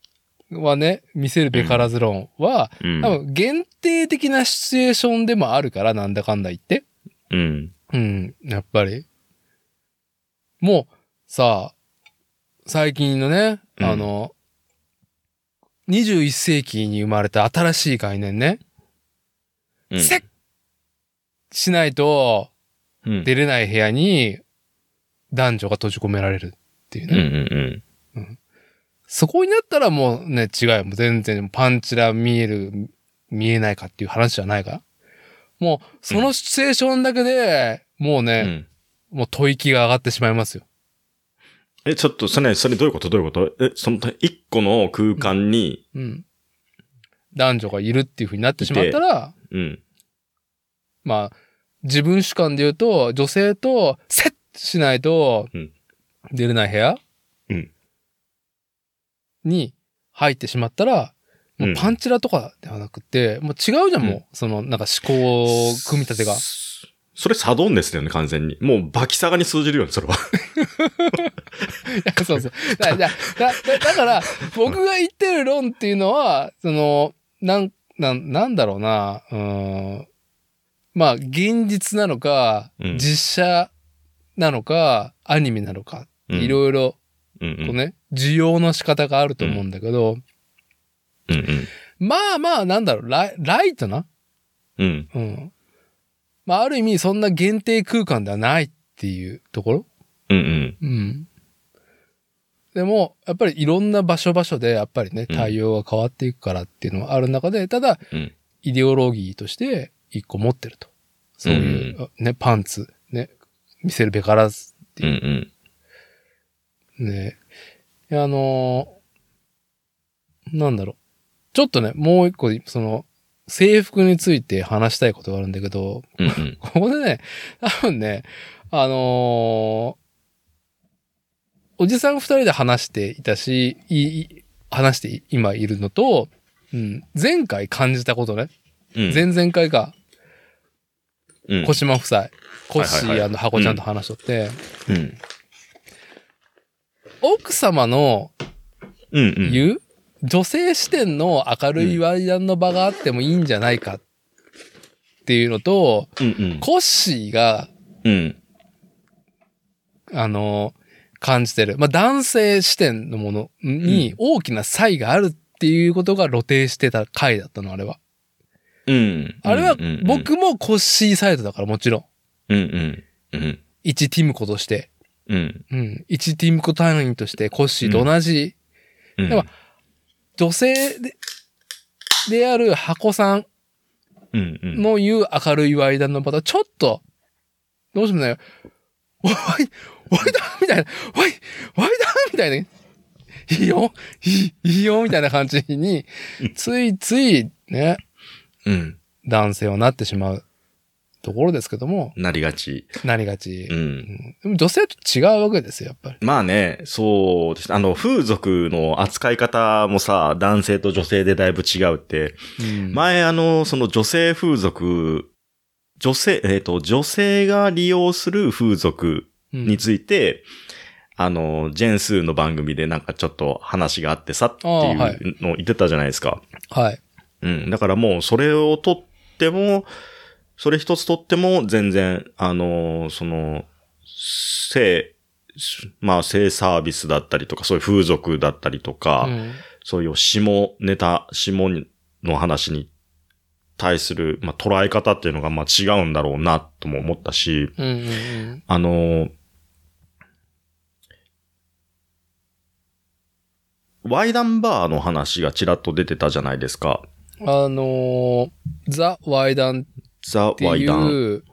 Speaker 2: はね、見せるべからず論は、
Speaker 1: うん
Speaker 2: 多。分限定的なシチュエーションでもあるから、なんだかんだ言って。
Speaker 1: うん。
Speaker 2: うん、やっぱり。もう、さあ、最近のね、
Speaker 1: うん
Speaker 2: あの、21世紀に生まれた新しい概念ね。
Speaker 1: うん
Speaker 2: せっしないと
Speaker 1: うん
Speaker 2: 出れない部屋に男女が閉じ込められるっていうね。
Speaker 1: うんうん。
Speaker 2: そこになったらもうね、違うよ。もう全然パンチラ見える、見えないかっていう話じゃないから。もう、そのシチュエーションだけで、もう
Speaker 1: う
Speaker 2: ね、
Speaker 1: ん
Speaker 2: もう吐息が上がってしまいますよ。
Speaker 1: え、ちょっと、それ、それどういうことどういうことえ、その、一個の空間に、
Speaker 2: うん。男女がいるっていう風になってしまったら、
Speaker 1: うん。
Speaker 2: まあ、自分主観で言うと、女性とセットしないと
Speaker 1: うん、
Speaker 2: 出れない部屋、
Speaker 1: うん
Speaker 2: に入ってしまったら、もううんパンチラとかではなくて、もう違うじゃん、
Speaker 1: うん
Speaker 2: もう。その、なんか思考、組み立てが。
Speaker 1: そそれサドンですよね、完全に。もう、バキサガに通じるよね、それは。
Speaker 2: [LAUGHS] そうそう。だだだだだから、僕が言ってる論っていうのは、その、なん、なん、なんだろうな、うーん。まあ、現実なのか、
Speaker 1: うん
Speaker 2: 実写なのか、アニメなのか、い
Speaker 1: い
Speaker 2: ろいろ、
Speaker 1: ろ。うん
Speaker 2: こ
Speaker 1: う。
Speaker 2: うんね、需要の仕方があると思うんだけど、
Speaker 1: うん
Speaker 2: まあまあ、なんだろう、ライライトな
Speaker 1: うん。うん。
Speaker 2: うん。まあ、ある意味、そんな限定空間ではないっていうところ
Speaker 1: うんうん。
Speaker 2: うん。でも、やっぱりいろんな場所場所で、やっぱりね、
Speaker 1: うん
Speaker 2: 対応が変わっていくからっていうのはある中で、ただ、
Speaker 1: うん
Speaker 2: イデオロギーとして一個持ってると。そういう、あね、パンツ、ね、見せるべからずって
Speaker 1: うんう
Speaker 2: い
Speaker 1: ん。
Speaker 2: う、ね。いやあのーなんだろう。ちょっとね、もう一個、その、制服について話したいことがあるんだけど、
Speaker 1: うんうん。
Speaker 2: ここでね、多分ね、あのーおじさん二人で話していたし、いい話してい今いるのと、うん、前回感じたことね。
Speaker 1: うん
Speaker 2: 前々回か、
Speaker 1: うん
Speaker 2: 小島夫妻、コッシ
Speaker 1: はいはいは
Speaker 2: ー
Speaker 1: い
Speaker 2: 箱ちゃんと話しとって、
Speaker 1: うん
Speaker 2: 奥様の
Speaker 1: うんうん。
Speaker 2: 言う、女性視点の明るい割り談の場があってもいいんじゃないかっていうのと、
Speaker 1: うんうん。
Speaker 2: コッシーが
Speaker 1: うん。
Speaker 2: あの、感じてる。まあ、男性視点のものに大きな差異があるっていうことが露呈してた回だったの、あれは。
Speaker 1: うん。
Speaker 2: あれは
Speaker 1: うんうんうん、
Speaker 2: 僕もコッシーサイドだから、もちろん。
Speaker 1: うんうん。うん。
Speaker 2: 一ティムコとして。
Speaker 1: うん。
Speaker 2: うん。一ティムコ隊員として、コッシーと同じ、
Speaker 1: うん。
Speaker 2: でも女性で、である箱さん
Speaker 1: うんうん。
Speaker 2: の言う明るいワイダンのパターン、ちょっと、どうしてもね、 [LAUGHS] おい、ワイダンみたいな、おい、ワイダンみたいな、いいよ、いい、いいよ、みたいな感じに、ついついね、
Speaker 1: うん。
Speaker 2: 男性はなってしまうところですけども、
Speaker 1: なりがち。
Speaker 2: なりがち
Speaker 1: う。ん。
Speaker 2: でも女性と違うわけですよ、やっぱり。
Speaker 1: まあね、そうです。あの、風俗の扱い方もさ、男性と女性でだいぶ違うって、
Speaker 2: うん
Speaker 1: 前あの、その女性風俗、女性、えっ、と、女性が利用する風俗
Speaker 2: うん
Speaker 1: について、あの、ジェンスーの番組でなんかちょっと話があってさってい
Speaker 2: あーはいう
Speaker 1: のを言ってたじゃないですか。
Speaker 2: はい。
Speaker 1: うん。だからもうそれをとっても、それ一つとっても全然、あのーその、性、まあ性サービスだったりとか、そういう風俗だったりとか、
Speaker 2: うん
Speaker 1: そういう下ネタ、下の話に対する、まあ捉え方っていうのがまあ違うんだろうなとも思ったし、
Speaker 2: うんうん
Speaker 1: あのーワイダンバーの話がちらっと出てたじゃないですか。
Speaker 2: あのーザ・ワイダン
Speaker 1: ザ
Speaker 2: っ・て
Speaker 1: ワイ
Speaker 2: い
Speaker 1: ダン。
Speaker 2: う、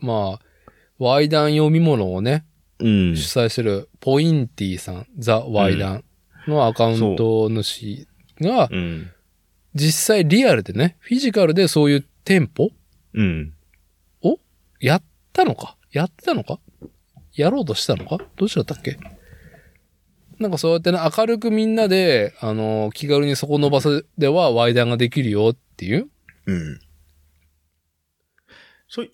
Speaker 2: まあ、ワイダン読み物をね、
Speaker 1: うん。
Speaker 2: 主催するポインティさん、ザ・ワイダンのアカウント主が、
Speaker 1: うん。
Speaker 2: 実際リアルでね、フィジカルでそういう店舗
Speaker 1: うん。
Speaker 2: やったのかやってたのかやろうとしたのかどうしだったっけなんかそうやってね、明るくみんなで、あのー気軽にそこの場所ではワイダンができるよっていう。
Speaker 1: うん。そうい、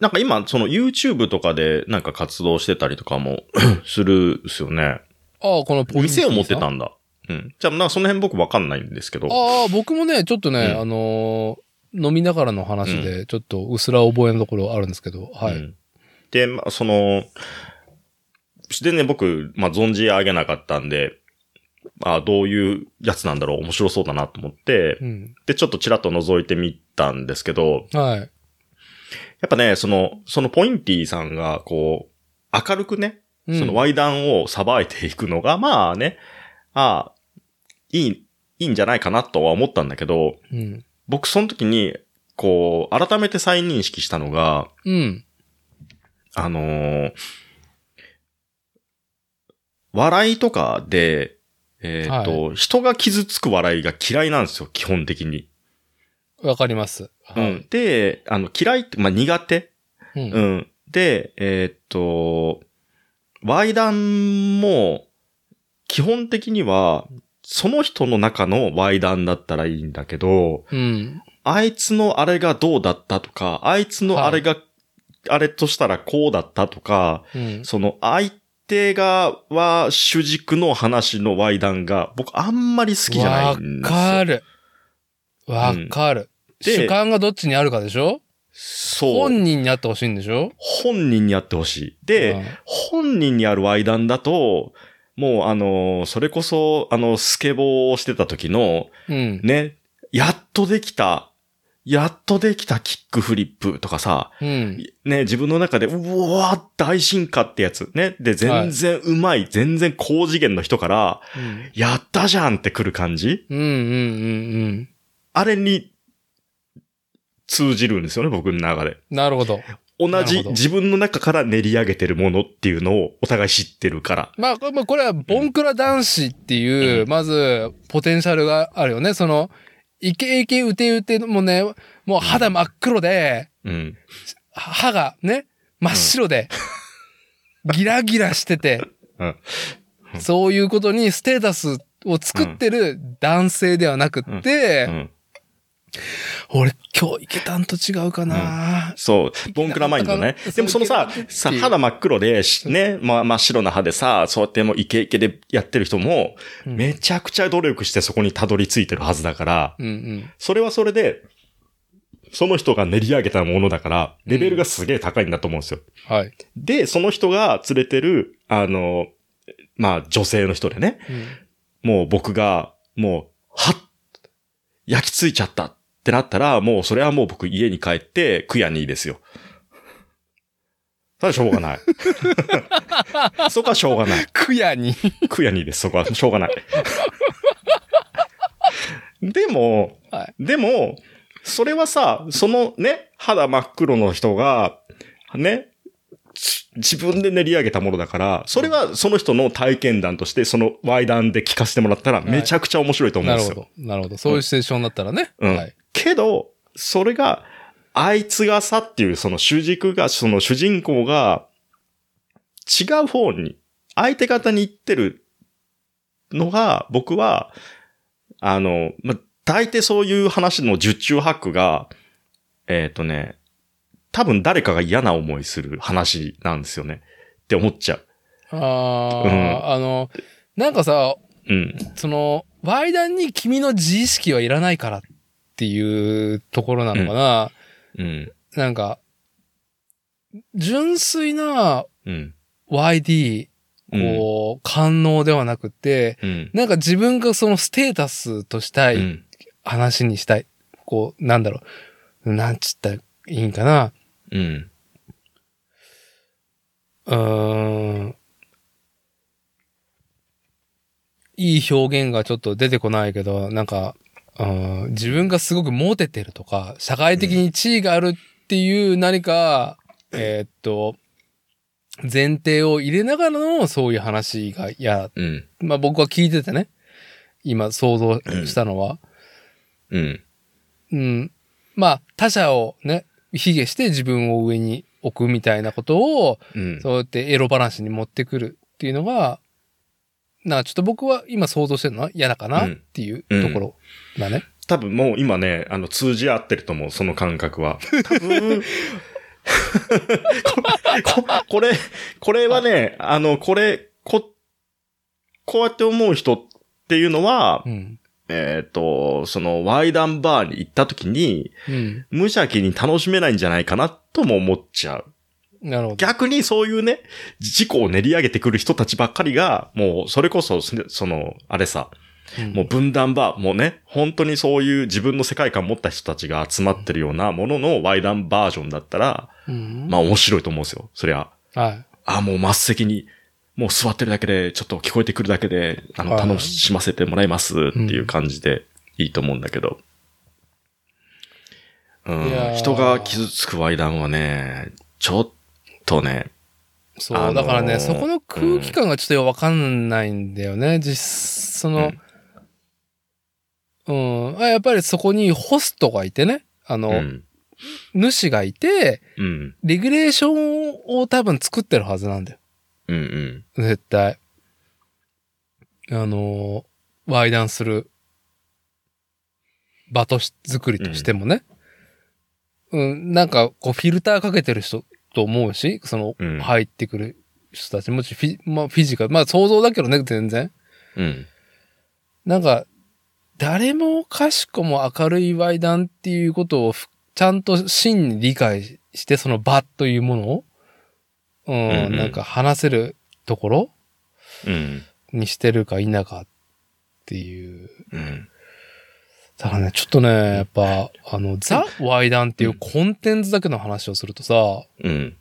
Speaker 1: なんか今、その YouTube とかでなんか活動してたりとかも [COUGHS] するっすよね。
Speaker 2: ああ、このポインティ
Speaker 1: 店を持って
Speaker 2: さん
Speaker 1: たんだ。うん。じゃあ、なんかその辺僕わかんないんですけど。
Speaker 2: ああ、僕もね、ちょっとね、
Speaker 1: うん
Speaker 2: あのー飲みながらの話で、ちょっとうすら覚えのところあるんですけど、はい。
Speaker 1: うんで、まあ、その、でね、僕、まあ、存じ上げなかったんで、ああどういうやつなんだろう面白そうだなと思って
Speaker 2: う、ん。
Speaker 1: で、ちょっとちらっと覗いてみたんですけど、
Speaker 2: はい。
Speaker 1: やっぱね、その、そのポインティさんが、こう、明るくね、
Speaker 2: うん
Speaker 1: そのワイダンをさばいていくのが、まあね、ああ、いい、いいんじゃないかなとは思ったんだけど、
Speaker 2: うん。
Speaker 1: 僕その時に、こう、改めて再認識したのが、
Speaker 2: うん。
Speaker 1: あのー笑いとかで、えーっと、人が傷つく笑いが嫌いなんですよ、基本的に。
Speaker 2: わかります。は
Speaker 1: う
Speaker 2: い
Speaker 1: ん。で、あの、嫌いって、まあ、苦手。う
Speaker 2: う。
Speaker 1: んん。で、えーっと、ワイダンも、基本的には、その人の中のワイダンだったらいいんだけど、
Speaker 2: うん。
Speaker 1: あいつのあれがどうだったとか、あいつのあれが、あれとしたらこうだったとか、
Speaker 2: うん。
Speaker 1: その相手が、は主軸の話のワイダンが、僕あんまり好きじゃない
Speaker 2: わ
Speaker 1: んですよ。
Speaker 2: かる。わかる。
Speaker 1: で
Speaker 2: 主観がどっちにあるかでしょ
Speaker 1: そう。
Speaker 2: 本人になってほしいんでしょ
Speaker 1: 本人にやってほしい。で、本人にあるワイダンだと、もうあの、それこそ、あの、スケボーをしてた時の、
Speaker 2: うんうん。
Speaker 1: ね、やっとできた、やっとできたキックフリップとかさ、
Speaker 2: うん。
Speaker 1: ね、自分の中で、うわー大進化ってやつ。ね。で、全然うまい、全然高次元の人から、
Speaker 2: うん。
Speaker 1: やったじゃんってくる感じ
Speaker 2: うん。うん。うん。
Speaker 1: あれに通じるんですよね、僕の中で。
Speaker 2: なるほど。
Speaker 1: 同
Speaker 2: なる
Speaker 1: じ
Speaker 2: ほど
Speaker 1: 自分の中から練り上げてるものっていうのをお互い知ってるから。
Speaker 2: まあ、これまあこれは、ボンクラ男子っていう、
Speaker 1: うん
Speaker 2: まず、ポテンシャルがあるよね。その、イケイケウテウテのもうね、もう肌真っ黒で、
Speaker 1: うん。
Speaker 2: 歯がね、真っ白で、ギラギラしてて、
Speaker 1: うん
Speaker 2: そういうことにステータスを作ってる男性ではなくって、
Speaker 1: うん。
Speaker 2: 俺今日イケタンと違うかな、
Speaker 1: そう。ボンクラマインドね
Speaker 2: なんか。
Speaker 1: でもそのさ
Speaker 2: そうい、う
Speaker 1: さ、肌真っ黒でし、ね、ま、真っ白な歯でさ、そうやってもうイケイケでやってる人も、
Speaker 2: うん
Speaker 1: めちゃくちゃ努力してそこにたどり着いてるはずだから、
Speaker 2: うん、うん
Speaker 1: それはそれで、その人が練り上げたものだから、レベルがすげえ高いんだと思うんですよ。
Speaker 2: はい。
Speaker 1: で、その人が連れてる、あの、まあ、女性の人でね、
Speaker 2: うん
Speaker 1: もう僕が、もう、はっ焼きついちゃったってなったら、もうそれはもう僕家に帰って、クヤにですよ。それはしょうがない。そこはしょうがない。
Speaker 2: クヤに。
Speaker 1: クヤにです、そこはしょうが
Speaker 2: [LAUGHS]
Speaker 1: ない。でも、
Speaker 2: はい
Speaker 1: でも、それはさ、そのね、肌真っ黒の人が、ね、つ自分で練り上げたものだから、それはその人の体験談として、そのワイダンで聞かせてもらったら
Speaker 2: はい
Speaker 1: めちゃくちゃ面白いと思う
Speaker 2: なんる
Speaker 1: で
Speaker 2: ほ
Speaker 1: すよ。
Speaker 2: ど。なるほど。そういうシチュエーションだったらね。
Speaker 1: うん
Speaker 2: はい。
Speaker 1: けど、それが、あいつがさっていう、その主軸が、その主人公が、違う方に、相手方に行ってるのが、僕は、あの、ま、大抵そういう話の十中八九が、えっ、とね、多分誰かが嫌な思いする話なんですよね。って思っちゃう。
Speaker 2: ああ、
Speaker 1: うん
Speaker 2: あの、なんかさ、
Speaker 1: うん。
Speaker 2: その、ワイダンに君の自意識はいらないからっていうところなのかな。
Speaker 1: うん。
Speaker 2: なんか、純粋な
Speaker 1: うん。
Speaker 2: YD、
Speaker 1: うん
Speaker 2: こう、官能ではなくて、
Speaker 1: うん。
Speaker 2: なんか自分がそのステータスとした
Speaker 1: う
Speaker 2: い
Speaker 1: ん。
Speaker 2: 話にしたい。こう、なんだろう。なんちったらいいんかな。
Speaker 1: うん。
Speaker 2: うーん。いい表現がちょっと出てこないけど、なんか、うん自分がすごくモテてるとか、社会的に地位があるっていう何か、えーっと、前提を入れながらのそういう話が嫌。
Speaker 1: うん。
Speaker 2: まあ僕は聞いててね、今想像したのは、
Speaker 1: うん。
Speaker 2: うん。まあ他者をね、卑下して自分を上に置くみたいなことを、
Speaker 1: うん。
Speaker 2: そうやってエロ話に持ってくるっていうのが、なんかちょっと僕は今想像してるのは嫌だかなっていうところだね。
Speaker 1: 多分もう今ね、あの、通じ合ってると思う、その感覚は。多分 [LAUGHS] こここれ、これはね、あの、これ、こ、こうやって思う人っていうのは、
Speaker 2: うん。
Speaker 1: えっ、と、その、ワイダンバーに行った時に、
Speaker 2: うん。
Speaker 1: 無邪気に楽しめないんじゃないかなとも思っちゃう。
Speaker 2: なるほど。
Speaker 1: 逆にそういうね、事故を練り上げてくる人たちばっかりが、もう、それこそ、そその、あれさ、
Speaker 2: うん
Speaker 1: もう分断バー、もうね、本当にそういう自分の世界観を持った人たちが集まってるようなもののワイダンバージョンだったら、
Speaker 2: うん。
Speaker 1: まあ面白いと思うんですよ。そりゃ、
Speaker 2: はい。
Speaker 1: あもう末席に、もう座ってるだけで、ちょっと聞こえてくるだけで、あの、
Speaker 2: はい
Speaker 1: 楽しませてもらいますっていう感じでいいと思うんだけど。うん
Speaker 2: いやー、
Speaker 1: 人が傷つくワイダンはね、ちょっとね、
Speaker 2: そう、
Speaker 1: あのー
Speaker 2: だからね、そこの空気感がちょっとわかんないんだよね。実、その、うん、あやっぱりそこにホストがいてね、あの、
Speaker 1: うん。
Speaker 2: 主がいて、
Speaker 1: うん。
Speaker 2: レギュレーションを多分作ってるはずなんだよ。
Speaker 1: うんうん。
Speaker 2: 絶対。あのー、ワイダンする場とし、作りとしてもね。うん、なんか、こう、フィルターかけてる人と思うし、その、
Speaker 1: うん
Speaker 2: 入ってくる人たちもち、フィ、まあ、フィジカル、まあ、想像だけどね、全然。
Speaker 1: うん。
Speaker 2: なんか、誰もかしこも明るいワイダンっていうことをふ、ちゃんと真に理解して、その場というものを、うん、
Speaker 1: んうん
Speaker 2: なんか話せるところ
Speaker 1: うん。
Speaker 2: にしてるか否かっていう。
Speaker 1: うん。
Speaker 2: だからね、ちょっとね、やっぱ、あの、ザ・ワイダンっていうコンテンツだけの話をするとさ、
Speaker 1: うん。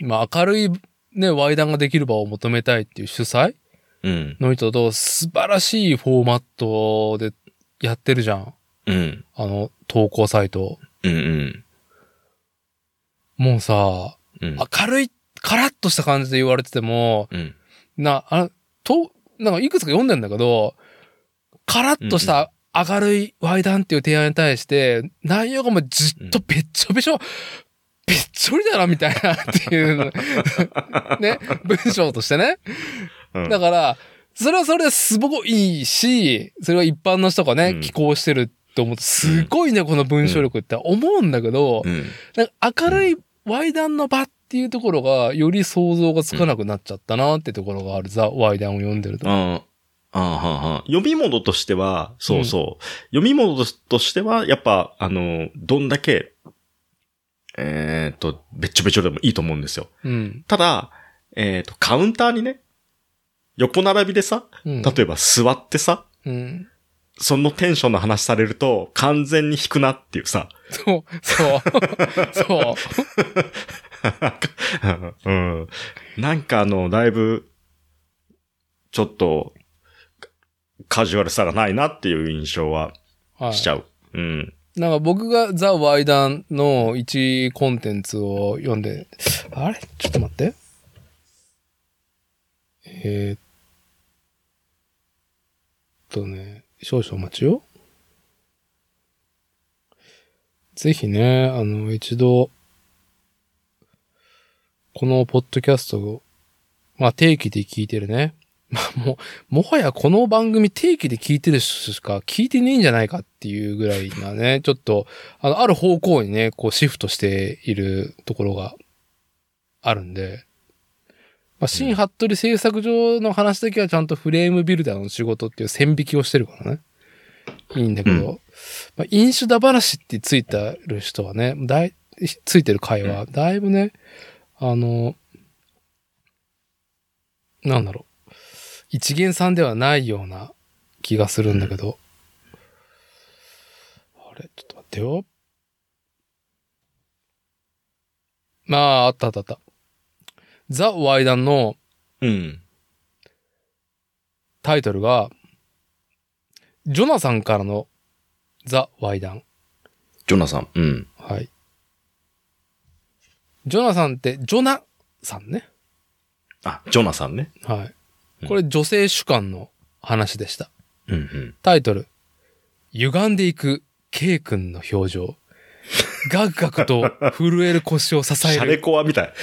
Speaker 2: 今明るいね、ワイダンができる場を求めたいっていう主催
Speaker 1: うん。
Speaker 2: の人と素晴らしいフォーマットでやってるじゃん。
Speaker 1: うん。
Speaker 2: あの、投稿サイト。
Speaker 1: うん。うん。
Speaker 2: もうさ、
Speaker 1: うん。
Speaker 2: 明るい、カラッとした感じで言われてても、
Speaker 1: うん。
Speaker 2: な、あの、と、なんかいくつか読んでんだけど、カラッとした明るいワイダンっていう提案に対して、内容がもうずっとべっちょべちょ、べっちょりだな、みたい
Speaker 1: [LAUGHS]
Speaker 2: なっていうの、ね、文章としてね。
Speaker 1: うん
Speaker 2: だから、それはそれですごくいいし、それは一般の人がね
Speaker 1: う、ん
Speaker 2: 寄稿してると思うと、すごいね、この文章力って思うんだけど
Speaker 1: う、ん。
Speaker 2: なんか明るいワイダンの場っていうところが、より想像がつかなくなっちゃったなってところがある、ザ・ワイダンを読んでると。
Speaker 1: ああ、ああ、はあはあ。読み物としては、そうそう。読み物としとしては、やっぱ、あの、どんだけ、えっ、と、べっちょべちょでもいいと思うんですよ。
Speaker 2: うん。
Speaker 1: ただ、えっ、と、カウンターにね、横並びでさ、
Speaker 2: うん
Speaker 1: 例えば座ってさ、
Speaker 2: うん。
Speaker 1: そのテンションの話されると、完全に引くなっていうさ、
Speaker 2: そう、
Speaker 1: [LAUGHS]
Speaker 2: そう、そ
Speaker 1: [LAUGHS]
Speaker 2: う。
Speaker 1: うん。なんかあの、だいぶ、ちょっと、カジュアルさがないなっていう印象は
Speaker 2: はい
Speaker 1: しちゃう。うん。
Speaker 2: なんか僕がザ・ワイダンの1コンテンツを読んで、あれちょっと待って。えー、っとね、少々お待ちよ。ぜひね、あの、一度、このポッドキャストを、まあ定期で聞いてるね。 [LAUGHS] まあもう、もはやこの番組定期で聞いてる人しか聞いてねえんじゃないかっていうぐらいなね、 [LAUGHS] ちょっと、あの、ある方向にね、こうシフトしているところがあるんで、まあ、新ハットリ製作所の話だけはちゃんとフレームビルダーの仕事っていう線引きをしてるからね。いいんだけど、まあ、飲酒だ話ってついてる人はね、だい、ついてる会話、だいぶね、あの、なんだろう。一元さんではないような気がするんだけど。あれ、ちょっと待ってよ。まあ、あったあったあった。ザ・ワイダンの
Speaker 1: うん。
Speaker 2: タイトルが、ジョナサンからのザ・ワイダン。
Speaker 1: ジョナさん。うん。
Speaker 2: はい。ジョナサンって、ジョナさんね。
Speaker 1: あ、ジョナさんね。
Speaker 2: はい。これ女性主観の話でした。
Speaker 1: うんうん。
Speaker 2: タイトル。歪んでいく K 君の
Speaker 1: [LAUGHS]
Speaker 2: 表情。ガクガクと震える腰を支
Speaker 1: シ
Speaker 2: え
Speaker 1: ャ
Speaker 2: る
Speaker 1: レ。コアみたい。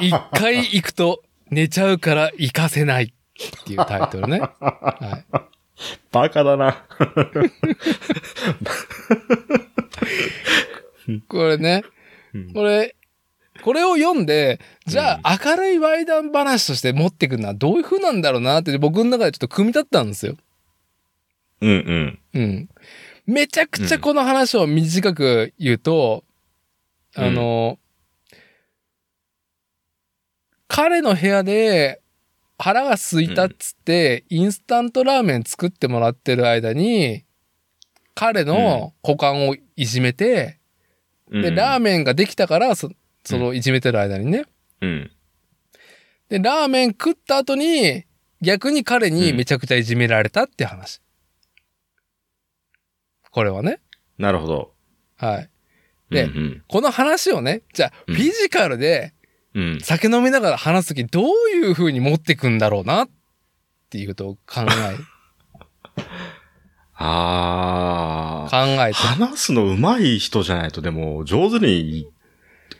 Speaker 2: 一回行くと寝ちゃうから行かせないっていうタイトルね。は
Speaker 1: バカだな。
Speaker 2: い、これね、
Speaker 1: うん
Speaker 2: これ、これを読んで、じゃあ明るいワイダン話として持ってくるのはどういう風なんだろうなって僕の中でちょっと組み立ったんですよ。
Speaker 1: うんうん。
Speaker 2: うん。めちゃくちゃこの話を短く言うと、
Speaker 1: うん
Speaker 2: あの、彼の部屋で腹が空いたっつって、インスタントラーメン作ってもらってる間に、彼の股間をいじめて、で、ラー
Speaker 1: メ
Speaker 2: メンができたから、そそのいじめてる間にね。
Speaker 1: ン。うん。
Speaker 2: で、ラーメン食った後に、逆に彼に
Speaker 1: うん
Speaker 2: めちゃくちゃいじめられたって話。これはね。
Speaker 1: なるほど。
Speaker 2: はい。で
Speaker 1: うん
Speaker 2: この話をね、じゃあ、
Speaker 1: う
Speaker 2: フ
Speaker 1: ん
Speaker 2: ィジカルで
Speaker 1: うん。うん。
Speaker 2: 酒飲みながら話すとき、どういう風に持ってくんだろうなっていうことを考
Speaker 1: [LAUGHS]
Speaker 2: え、
Speaker 1: あー。
Speaker 2: 考えて。
Speaker 1: 話すの上手い人じゃないと、でも、上手に、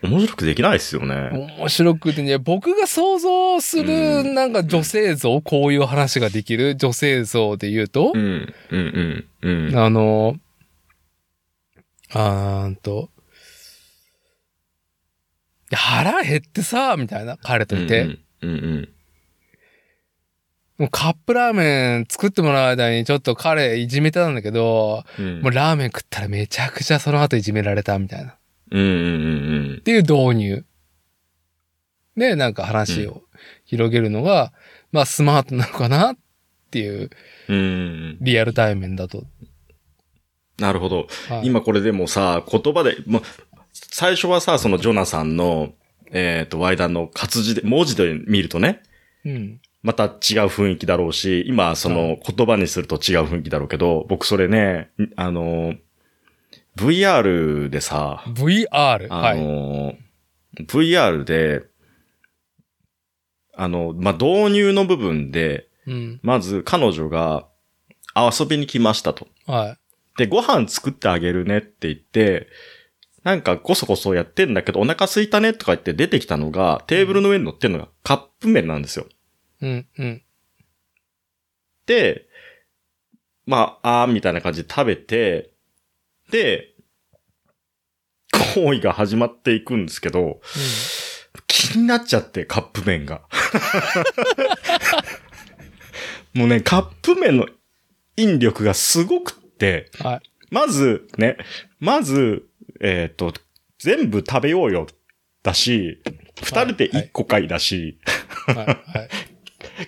Speaker 1: 面白くできないですよね。
Speaker 2: 面白くてね、僕が想像す
Speaker 1: う
Speaker 2: る、
Speaker 1: ん
Speaker 2: なんか女性像、こういう話ができる女性像で言うと
Speaker 1: う、ん。うんうん。うん。
Speaker 2: あの、あーんと、いや腹減ってさ、みたいな、彼といて。
Speaker 1: うんうん。
Speaker 2: もうカップラーメン作ってもらう間にちょっと彼いじめてたんだけど、
Speaker 1: うん
Speaker 2: もうラーメン食ったらめちゃくちゃその後いじめられたみたいな。っ
Speaker 1: うんうんうん
Speaker 2: ていう導入。で、なんか話を広げるのが、まあスマートなのかなっていう
Speaker 1: うん。うん。
Speaker 2: リアル対面だと。
Speaker 1: なるほど。
Speaker 2: はい、
Speaker 1: 今これでもさ、言葉で、もう最初はさ、そのジョナさんの、えっ、と、ワイダンの活字で、文字で見るとね、
Speaker 2: うん。
Speaker 1: また違う雰囲気だろうし、今、その言葉にすると違う雰囲気だろうけど、僕それね、んあの、VR でさ、
Speaker 2: VR。
Speaker 1: あ
Speaker 2: はい。
Speaker 1: の、VR で、あの、まあ、導入の部分で、
Speaker 2: うん。
Speaker 1: まず彼女が遊びに来ましたと。
Speaker 2: は
Speaker 1: で、ご飯作ってあげるねって言って、なんかこそこそやってんだけど、お腹空いたねとか言って出てきたのが、テーブルの上に乗ってるのがカップ麺なんですよ。
Speaker 2: い。うん。うん。
Speaker 1: で、まあ、あーみたいな感じで食べて、で、行為が始まっていくんですけど、気になっちゃって、カップ麺が。 [LAUGHS] もうね、カップ麺の引力がすごくって、
Speaker 2: うん。はい。
Speaker 1: まず、ね、まず、えっ、と、全部食べようよ、だし、
Speaker 2: は
Speaker 1: 二
Speaker 2: い
Speaker 1: 人で一個かいだし、
Speaker 2: はい。はい。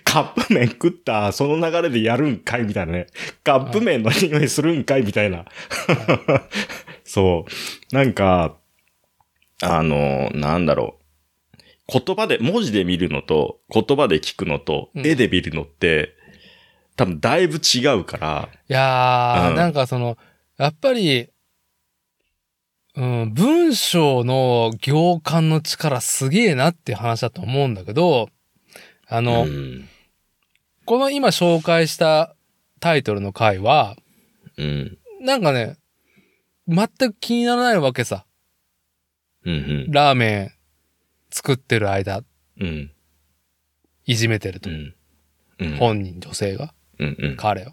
Speaker 1: カップ麺食った、その流れでやるんかい、みたいなね。カップ麺の匂いするんかい、みたいな。 [LAUGHS] そう。なんか、あの、なんだろう。言葉で、文字で見るのと、言葉で聞くのと、
Speaker 2: うん
Speaker 1: 絵で見るのって、多分だいぶ違うから、
Speaker 2: いやー、
Speaker 1: うん
Speaker 2: なんかその、やっぱり、うん、文章の行間の力すげえなっていう話だと思うんだけど、あの、
Speaker 1: うん。
Speaker 2: この今紹介したタイトルの回は、
Speaker 1: うん。
Speaker 2: なんかね、全く気にならないわけさ。
Speaker 1: うん。うん
Speaker 2: ラーメン作ってる間、
Speaker 1: うん。
Speaker 2: いじめてると。
Speaker 1: ん。うん
Speaker 2: 本人、女性が、
Speaker 1: うんうん。
Speaker 2: 彼を。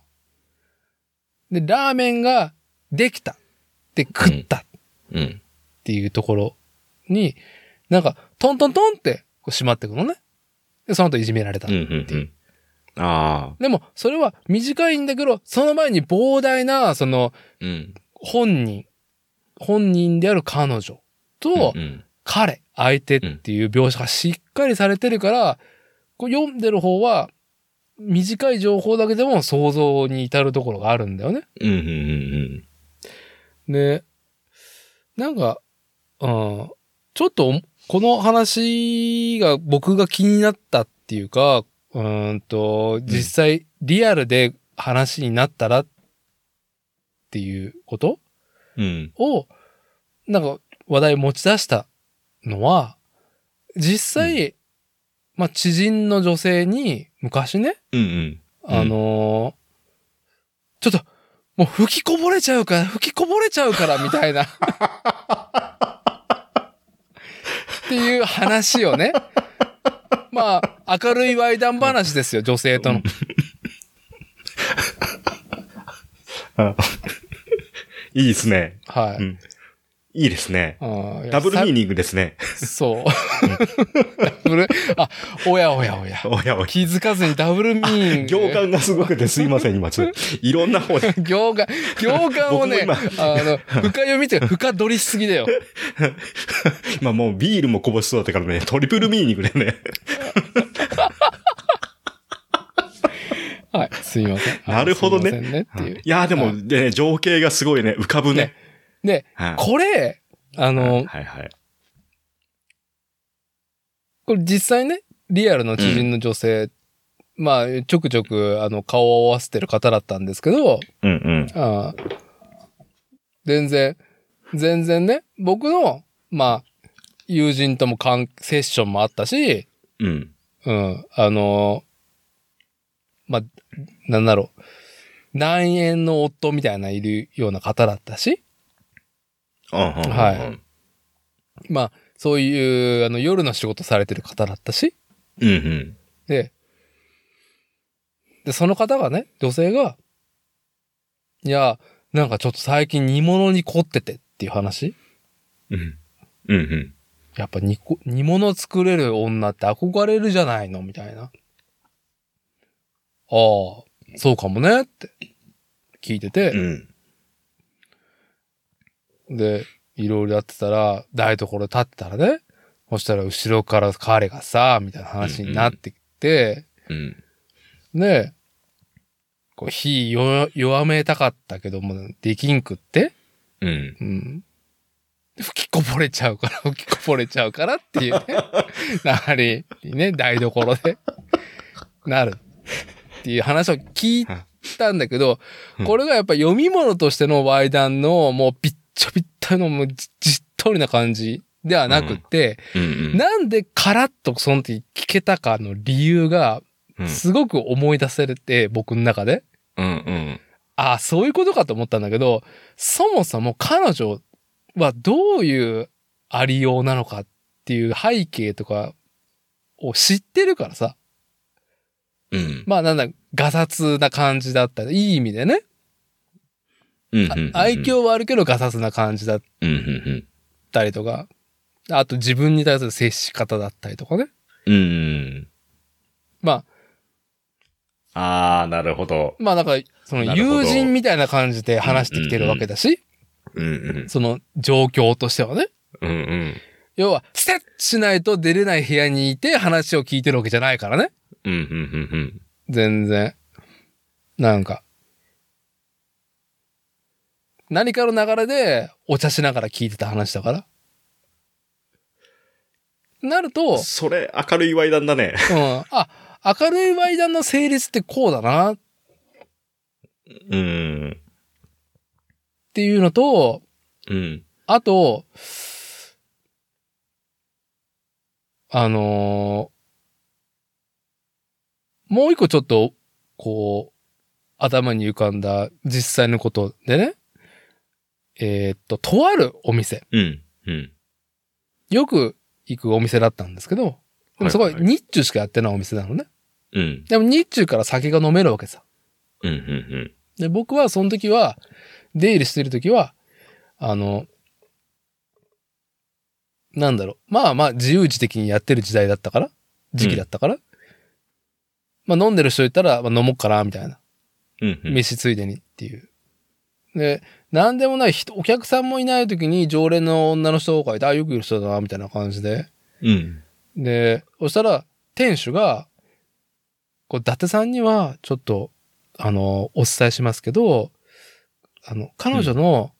Speaker 2: で、ラーメンができた。で、食った。
Speaker 1: うん。
Speaker 2: っていうところに、なんか、トントントンってこう閉まってくのね。で、その後いじめられた。
Speaker 1: うん。うん。ああ。
Speaker 2: でも、それは短いんだけど、その前に膨大な、その、
Speaker 1: うん。
Speaker 2: 本人、本人である彼女と、
Speaker 1: うん。
Speaker 2: 彼、相手っていう描写がしっかりされてるから、こう読んでる方は、短い情報だけでも想像に至るところがあるんだよね。
Speaker 1: うん。うん。
Speaker 2: ね。なんか、うん、ちょっとお、この話が僕が気になったっていうか、うーんと、実際、リアルで話になったらっていうこと
Speaker 1: うん。
Speaker 2: を、なんか話題持ち出したのは、実際、まあ、知人の女性に昔ね、
Speaker 1: うんうん。
Speaker 2: あのーちょっと、もう吹きこぼれちゃうから、吹きこぼれちゃうから、みたいな。っていう話をね。まあ、明るいワイダン話ですよ、女性との。
Speaker 1: あいいですね。
Speaker 2: は
Speaker 1: う
Speaker 2: い
Speaker 1: ん。いいですね。
Speaker 2: あー
Speaker 1: ダブルミー
Speaker 2: い
Speaker 1: ニングですね。
Speaker 2: やさそう。 [LAUGHS] ダブル、あ、おやおやおや。
Speaker 1: おやおや。
Speaker 2: 気づかずにダブルミーン。
Speaker 1: 行間がすごくてすいません、今。ち
Speaker 2: [LAUGHS]
Speaker 1: ょっといろんな方で。
Speaker 2: 行間、行間をね、あ
Speaker 1: 僕も
Speaker 2: の、深読みっていうか深取りしすぎだよ。
Speaker 1: 今もうビールもこぼしそうだったからね、トリプルミーニングでね。
Speaker 2: はい、すいません。
Speaker 1: なるほどね
Speaker 2: すいませんねっていう。
Speaker 1: いやーで
Speaker 2: は
Speaker 1: も、でね、情景がすごいね、浮かぶね
Speaker 2: ね。で、
Speaker 1: はい
Speaker 2: これ、あの、
Speaker 1: はいはい。
Speaker 2: これ実際ね、リアルの知人の女性、まあ、ちょくちょく、あの、顔を合わせてる方だったんですけど、
Speaker 1: うんうん。
Speaker 2: ああ全然、全然ね、僕の、まあ、友人とも関セッションもあったし、
Speaker 1: うん。
Speaker 2: うん、あの、まあ、なんだろう、南円の夫みたいないるような方だったし、は
Speaker 1: は
Speaker 2: まあ、そういう、あの、夜の仕事されてる方だったし、
Speaker 1: い。うんうん。
Speaker 2: で、で、その方がね、女性が、いや、なんかちょっと最近煮物に凝っててっていう話
Speaker 1: うん。うんうん。
Speaker 2: やっぱ煮こ煮物作れる女って憧れるじゃないのみたいな。ああ、そうかもねって聞いて
Speaker 1: う
Speaker 2: て、
Speaker 1: ん。
Speaker 2: で、いろいろやってたら、台所立ってたらね、そしたら後ろから彼がさ、みたいな話になってきて、
Speaker 1: うん。
Speaker 2: ねえ、こう火弱弱めたかったけども、できんくって、
Speaker 1: うん。
Speaker 2: うん。吹きこぼれちゃうから、吹きこぼれちゃうからって
Speaker 1: [LAUGHS]
Speaker 2: いうね、なはり、ね、台所で、なるっていう話を聞いたんだけど
Speaker 1: う、ん
Speaker 2: これがやっぱ読み物としてのワイダンの、もうびっちょびっとの、もうじじっとりな感じではなくて、
Speaker 1: うん。
Speaker 2: なんでカラッとその時聞けたかの理由が、
Speaker 1: うん
Speaker 2: すごく思い出されて、僕の中で。
Speaker 1: うんうん。
Speaker 2: ああ、そういうことかと思ったんだけど、そもそも彼女はどういうありようなのかっていう背景とかを知ってるからさ。
Speaker 1: うん。
Speaker 2: まあなんだ、ガサツな感じだった。いい意味でね。
Speaker 1: うん
Speaker 2: あ愛。嬌はあるけどガサツな感じだっ
Speaker 1: うんうん
Speaker 2: たりとか。あと自分に対する接し方だったりとかね。
Speaker 1: うん。うん。
Speaker 2: まあ、
Speaker 1: ああ、なるほど。
Speaker 2: まあなんか、その
Speaker 1: なるほど
Speaker 2: 友人みたいな感じで話してきてるわけだし、
Speaker 1: うんうん。
Speaker 2: その状況としてはね。
Speaker 1: うんうん。
Speaker 2: 要は、ステッしないと出れない部屋にいて話を聞いてるわけじゃないからね。
Speaker 1: うんうんうん
Speaker 2: 全然。なんか。何かの流れでお茶しながら聞いてた話だから。なると、う
Speaker 1: うんん。、それ、明るいワイダンだね。
Speaker 2: あ、明るいワイダンの成立ってこうだなっ
Speaker 1: うん。
Speaker 2: ていうのと、
Speaker 1: うん。
Speaker 2: あと、あのーもう一個ちょっと、こう、頭に浮かんだ実際のことでね、えーっと、とあるお店、
Speaker 1: うん。うん。
Speaker 2: よく行くお店だったんですけど、でもすごい
Speaker 1: はいはい
Speaker 2: 日中しかやってないお店なのね。
Speaker 1: うん。
Speaker 2: でも日中から酒が飲めるわけさ。
Speaker 1: うんうん
Speaker 2: で、僕はその時は、出入りしてる時は、あの、なんだろう。まあまあ自由自的にやってる時代だったから、時期だったから。まあ飲んでる人いたら、まあ、飲もうかな、みたいな。
Speaker 1: うん。うんうん。
Speaker 2: 飯ついでにっていう。で、なんでもない人、お客さんもいない時に常連の女の人がいて、あ、よくいる人だな、みたいな感じで。
Speaker 1: うん。
Speaker 2: で、そしたら、店主が、こう、伊達さんには、ちょっと、あの、お伝えしますけど、あの、彼女の、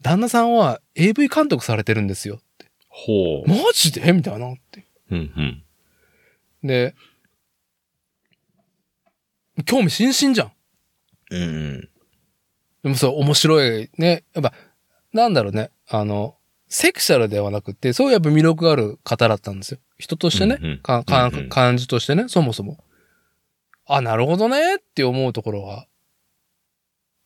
Speaker 2: 旦那さんは AV 監督されてるんですよ。
Speaker 1: ほう。
Speaker 2: マジでみたいなって。
Speaker 1: うんうん。
Speaker 2: で、興味津々じゃん。
Speaker 1: うんうん。
Speaker 2: でもそう、面白いね。やっぱ、なんだろうね。あの、セクシャルではなくて、そういうやっぱ魅力がある方だったんですよ。人としてね。
Speaker 1: うんうん
Speaker 2: かか
Speaker 1: うんうん
Speaker 2: 感じとしてね、そもそも。あ、なるほどねって思うところは、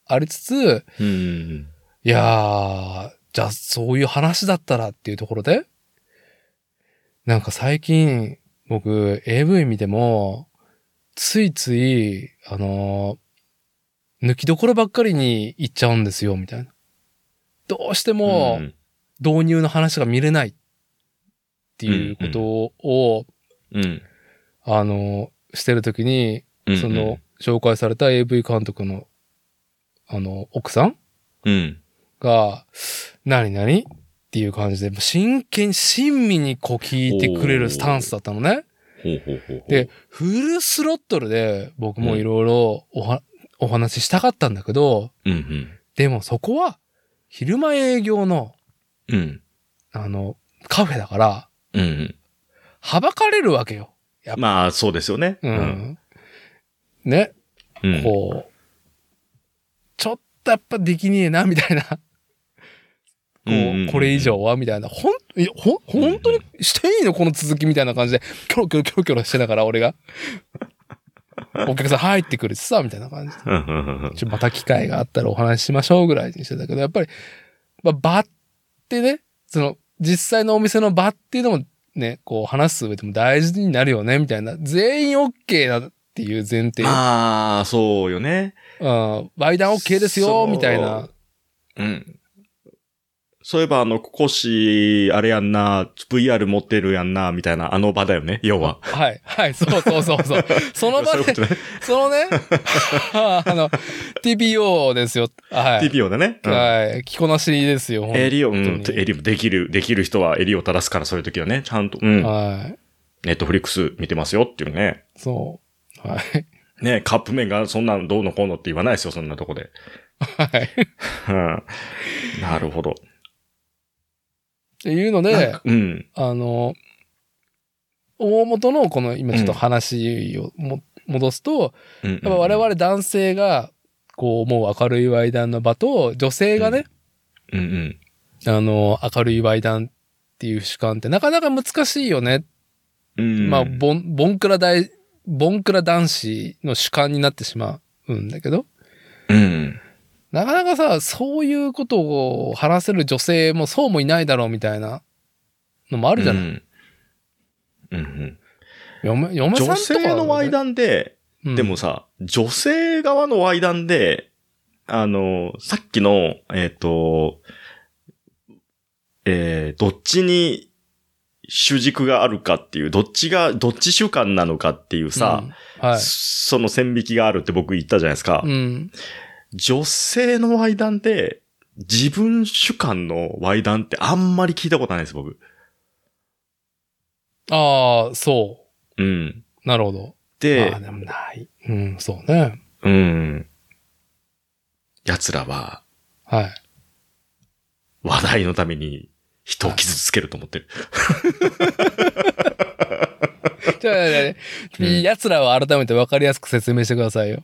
Speaker 2: ありつつ、
Speaker 1: うんうん
Speaker 2: いやー、じゃあそういう話だったらっていうところで、なんか最近、僕、AV 見ても、ついつい、あのー抜きどころばっかりに行っちゃうんですよ、みたいな。どうして
Speaker 1: うん。
Speaker 2: も
Speaker 1: うん、
Speaker 2: 導入の話が見れないっていうことを、
Speaker 1: うん。
Speaker 2: あのーしてるときに、
Speaker 1: うん
Speaker 2: その、、紹介された AV 監督の、あの、奥さん
Speaker 1: うん。
Speaker 2: が、何々っていう感じで、真剣、親身にこう聞いてくれるスタンスだったのね。
Speaker 1: ほうほうほうほう。
Speaker 2: で、フルスロットルで僕もいろいろおはお話ししたかったんだけど、
Speaker 1: うん
Speaker 2: でもそこは昼間営業の、
Speaker 1: うん。うん。
Speaker 2: あの、カフェだから、
Speaker 1: うんうん。
Speaker 2: はばかれるわけよ。
Speaker 1: まあ、そうですよね。
Speaker 2: うん。。ね、
Speaker 1: うん。
Speaker 2: こう、ちょっとやっぱできねえな、みたいな。こ
Speaker 1: うんうんうん
Speaker 2: う、これ以上はみたいな。ほん、いやほん、本当にしていいのこの続きみたいな感じで、キョロキョロキョロキョロしてながら俺が。 [LAUGHS] お客さん入ってくるしさ、みたいな感じで。
Speaker 1: うんうんうんうん
Speaker 2: ちょまた機会があったらお話ししましょうぐらいにしてたけど、やっぱり、まあ、場ってね、その、実際のお店の場っていうのもね、こう話す上でも大事になるよね、みたいな。全員 OK だっていう前提。
Speaker 1: まあ、そうよね。
Speaker 2: うん。ワイダン OK です
Speaker 1: そ
Speaker 2: よ、
Speaker 1: う
Speaker 2: みたいな。
Speaker 1: うん。そういえば、あの、コシ、あれやんな、VR 持ってるやんな、みたいな、あの場だよね、要
Speaker 2: [LAUGHS]
Speaker 1: は。
Speaker 2: はい、はい、そうそうそうそう。その場
Speaker 1: そういう
Speaker 2: で
Speaker 1: ことね。
Speaker 2: そのね、 [LAUGHS] あの、TPO ですよ。はい。
Speaker 1: TPO だね。うん
Speaker 2: はい。着こなしですよ、本当に
Speaker 1: 襟を、うん、襟もできる、できる人は襟を垂らすから、そういう時はね、ちゃんと、うん、
Speaker 2: は
Speaker 1: ネットフリックス見てますよっていうね。
Speaker 2: い。そう。はい。
Speaker 1: ね、カップ麺がそんなのどうのこうのって言わないですよ、そんなとこで。
Speaker 2: はい。っ
Speaker 1: うん。なるほど。
Speaker 2: ていうの
Speaker 1: なん
Speaker 2: で
Speaker 1: か、うん。
Speaker 2: あの、大元のこの今ちょっと話をも、戻すと、
Speaker 1: うん
Speaker 2: やっぱ我、々男性が、こう、もう明るいワイダンの場と、女性がね、
Speaker 1: うんうん。
Speaker 2: あの、明るいワイダンっていう主観ってなかなか難しいよね
Speaker 1: うん。
Speaker 2: まあ、ボン、ボンクラ大、ボンクラ男子の主観になってしまうんだけど、
Speaker 1: うん。
Speaker 2: なかなかさ、そういうことを話せる女性もそうもいないだろうみたいなのもあ
Speaker 1: あ
Speaker 2: るじゃない。
Speaker 1: うんうん。
Speaker 2: 嫁、嫁さんと
Speaker 1: 女
Speaker 2: か、
Speaker 1: 性のワイ
Speaker 2: ン、
Speaker 1: ダンで、
Speaker 2: うん
Speaker 1: でも、さ、女性側のワイダンで、あの、さっきの、えっ、と、えーどっちに主軸があるかっていう、どっちが、どっち主観なのかっていうさ、
Speaker 2: うん、はい。
Speaker 1: その線引きがあるって僕言ったじゃないですか。
Speaker 2: うん。
Speaker 1: 女性のワイダンで、自分主観のワイダンってあんまり聞いたことないです、僕。
Speaker 2: ああ、そ
Speaker 1: うん。
Speaker 2: う。なるほど。
Speaker 1: で、
Speaker 2: ああ、でもない。うん、そうね。
Speaker 1: うん。奴らは、
Speaker 2: はい。
Speaker 1: 話題のために人を傷つけると思ってる。
Speaker 2: じゃあ、じゃあじゃあ
Speaker 1: [LAUGHS] うん
Speaker 2: 奴らは改めて分かりやすく説明してくださいよ。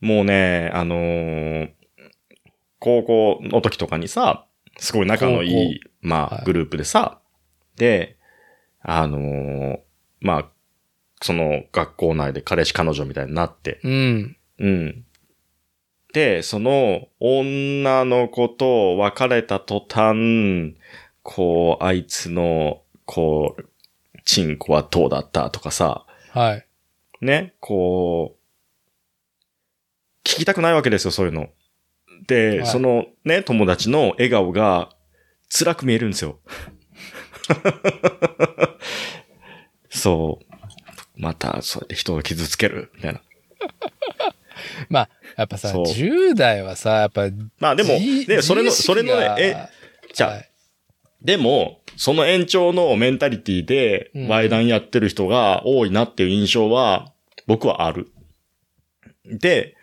Speaker 1: もうね、あのー高校の時とかにさ、すごい仲のいい、ま
Speaker 2: はい
Speaker 1: あ、グループでさ、で、あのーまあ、その学校内で彼氏彼女みたいになって、
Speaker 2: うん。
Speaker 1: うん。で、その女の子と別れた途端、こう、あいつの、こう、チンコはどうだったとかさ、
Speaker 2: はい。
Speaker 1: ね、こう、聞きたくないわけですよ、そういうの。で、
Speaker 2: はい
Speaker 1: そのね、友達の笑顔が辛く見えるんですよ。 [LAUGHS] そう。また、そうやって人を傷つける、みたいな。
Speaker 2: やっぱさ、
Speaker 1: そう
Speaker 2: 10代はさ、やっぱ、で
Speaker 1: まあでも、ね、それの、それのね、え、じゃあ、
Speaker 2: はい
Speaker 1: でも、その延長のメンタリティで
Speaker 2: うん、
Speaker 1: ワイダンやってる人が多いなっていう印象は、僕はある。で、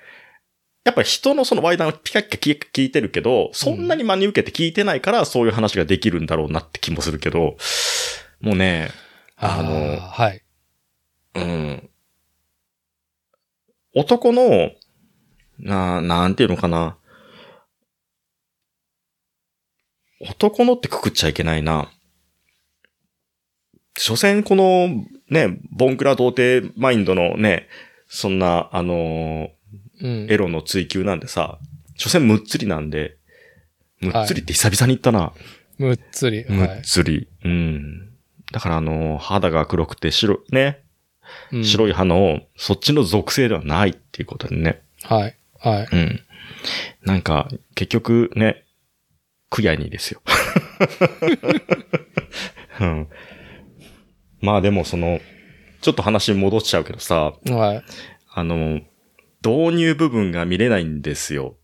Speaker 1: やっぱ人のそのワイダンをピカピカ聞いてるけど、そんなに真に受けて聞いてないから、そういう話ができるんだろうなって気もするけど、もうね、あの
Speaker 2: ーはい。
Speaker 1: うん。男の、な、なんていうのかな。男のってくくっちゃいけないな。所詮この、ね、ボンクラ童貞マインドのね、そんな、あのー
Speaker 2: うん。
Speaker 1: エロの追求なんでさ、所詮むっつりなんで、むっつりって久々に言ったな。
Speaker 2: むっつり。
Speaker 1: む
Speaker 2: は
Speaker 1: っつり。うん。だからあのー肌が黒くて白、ね、
Speaker 2: い。うん
Speaker 1: 白い花を、そっちの属性ではないっていうことでね。
Speaker 2: はい。はい。
Speaker 1: うん。なんか、結局ね、クヤニーですよ。 [LAUGHS] うん。まあでもその、ちょっと話戻っちゃうけどさ、
Speaker 2: はい。
Speaker 1: あの、導入部分が見れないんですよ。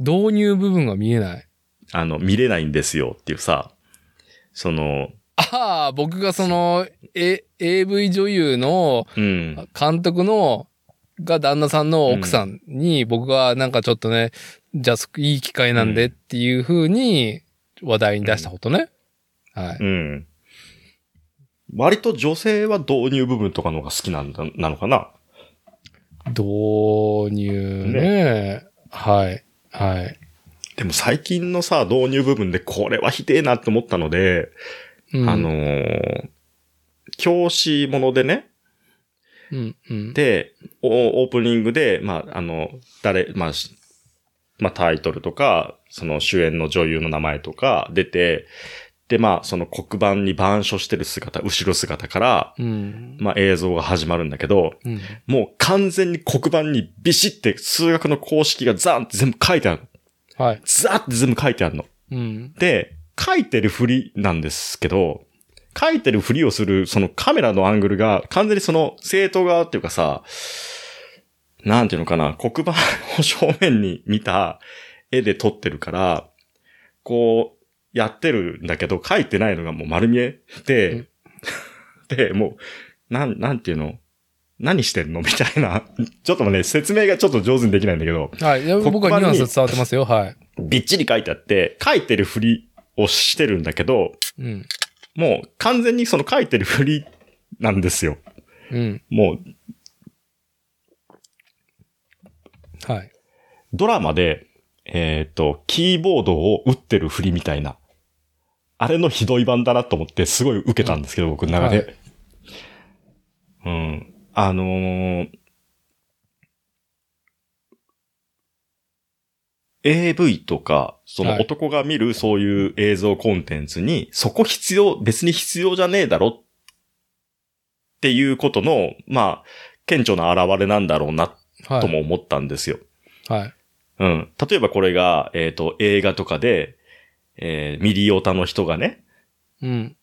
Speaker 2: 導入部分が見えない。
Speaker 1: あの、見れないんですよっていうさ、その、
Speaker 2: ああ、僕がその、A、AV 女優の
Speaker 1: うん。
Speaker 2: 監督の、が旦那さんの奥さんに、僕がなんかちょっとね、じゃあすいい機会なんでっていう風に話題に出したことね。はい。
Speaker 1: うん。割と女性は導入部分とかの方が好きなんだ、なのかな
Speaker 2: 導入ね。はい。はい。
Speaker 1: でも最近のさ、導入部分でこれはひでえなって思ったので、
Speaker 2: うん
Speaker 1: あの、ー教師ものでね、
Speaker 2: うん、うん。
Speaker 1: で、おオープニングで、まあ、あの、誰、まあ、しまあ、タイトルとか、その主演の女優の名前とか出て、で、まあ、その黒板に板書してる姿、後ろ姿から、
Speaker 2: うん。
Speaker 1: まあ、映像が始まるんだけど、
Speaker 2: うん。
Speaker 1: もう完全に黒板にビシって数学の公式がザーンって全部書いてあるの。
Speaker 2: はい。
Speaker 1: ザーって全部書いてあるの。
Speaker 2: うん。
Speaker 1: で、書いてるふりなんですけど、書いてるふりをする、そのカメラのアングルが、完全にその正当側っていうかさ、なんていうのかな、黒板を正面に見た絵で撮ってるから、こう、やってるんだけど、書いてないのがもう丸見えで、で、もう、なん、なんていうの何してんのみたいな。ちょっとね、説明がちょっと上手にできないんだけど、
Speaker 2: はい。いや僕はニュアンス伝わってますよ。はい。
Speaker 1: びっちり書いてあって、書いてるふりをしてるんだけど、
Speaker 2: うん。
Speaker 1: もう完全にその書いてる振りなんですよ。
Speaker 2: うん。
Speaker 1: もう
Speaker 2: はい。
Speaker 1: ドラマで、えっ、と、キーボードを打ってる振りみたいな。あれのひどい版だなと思ってすごい受けたんですけど、僕の中で。
Speaker 2: は
Speaker 1: うん。あのー AV とか、その
Speaker 2: はい
Speaker 1: 男が見るそういう映像コンテンツに、そこ必要、別に必要じゃねえだろっていうことの、まあ、顕著な現れなんだろうな
Speaker 2: はい。
Speaker 1: とも思ったんですよ。
Speaker 2: はい。
Speaker 1: うん。例えばこれが、えっ、と、映画とかで、えーミリオタの人がね、
Speaker 2: うん。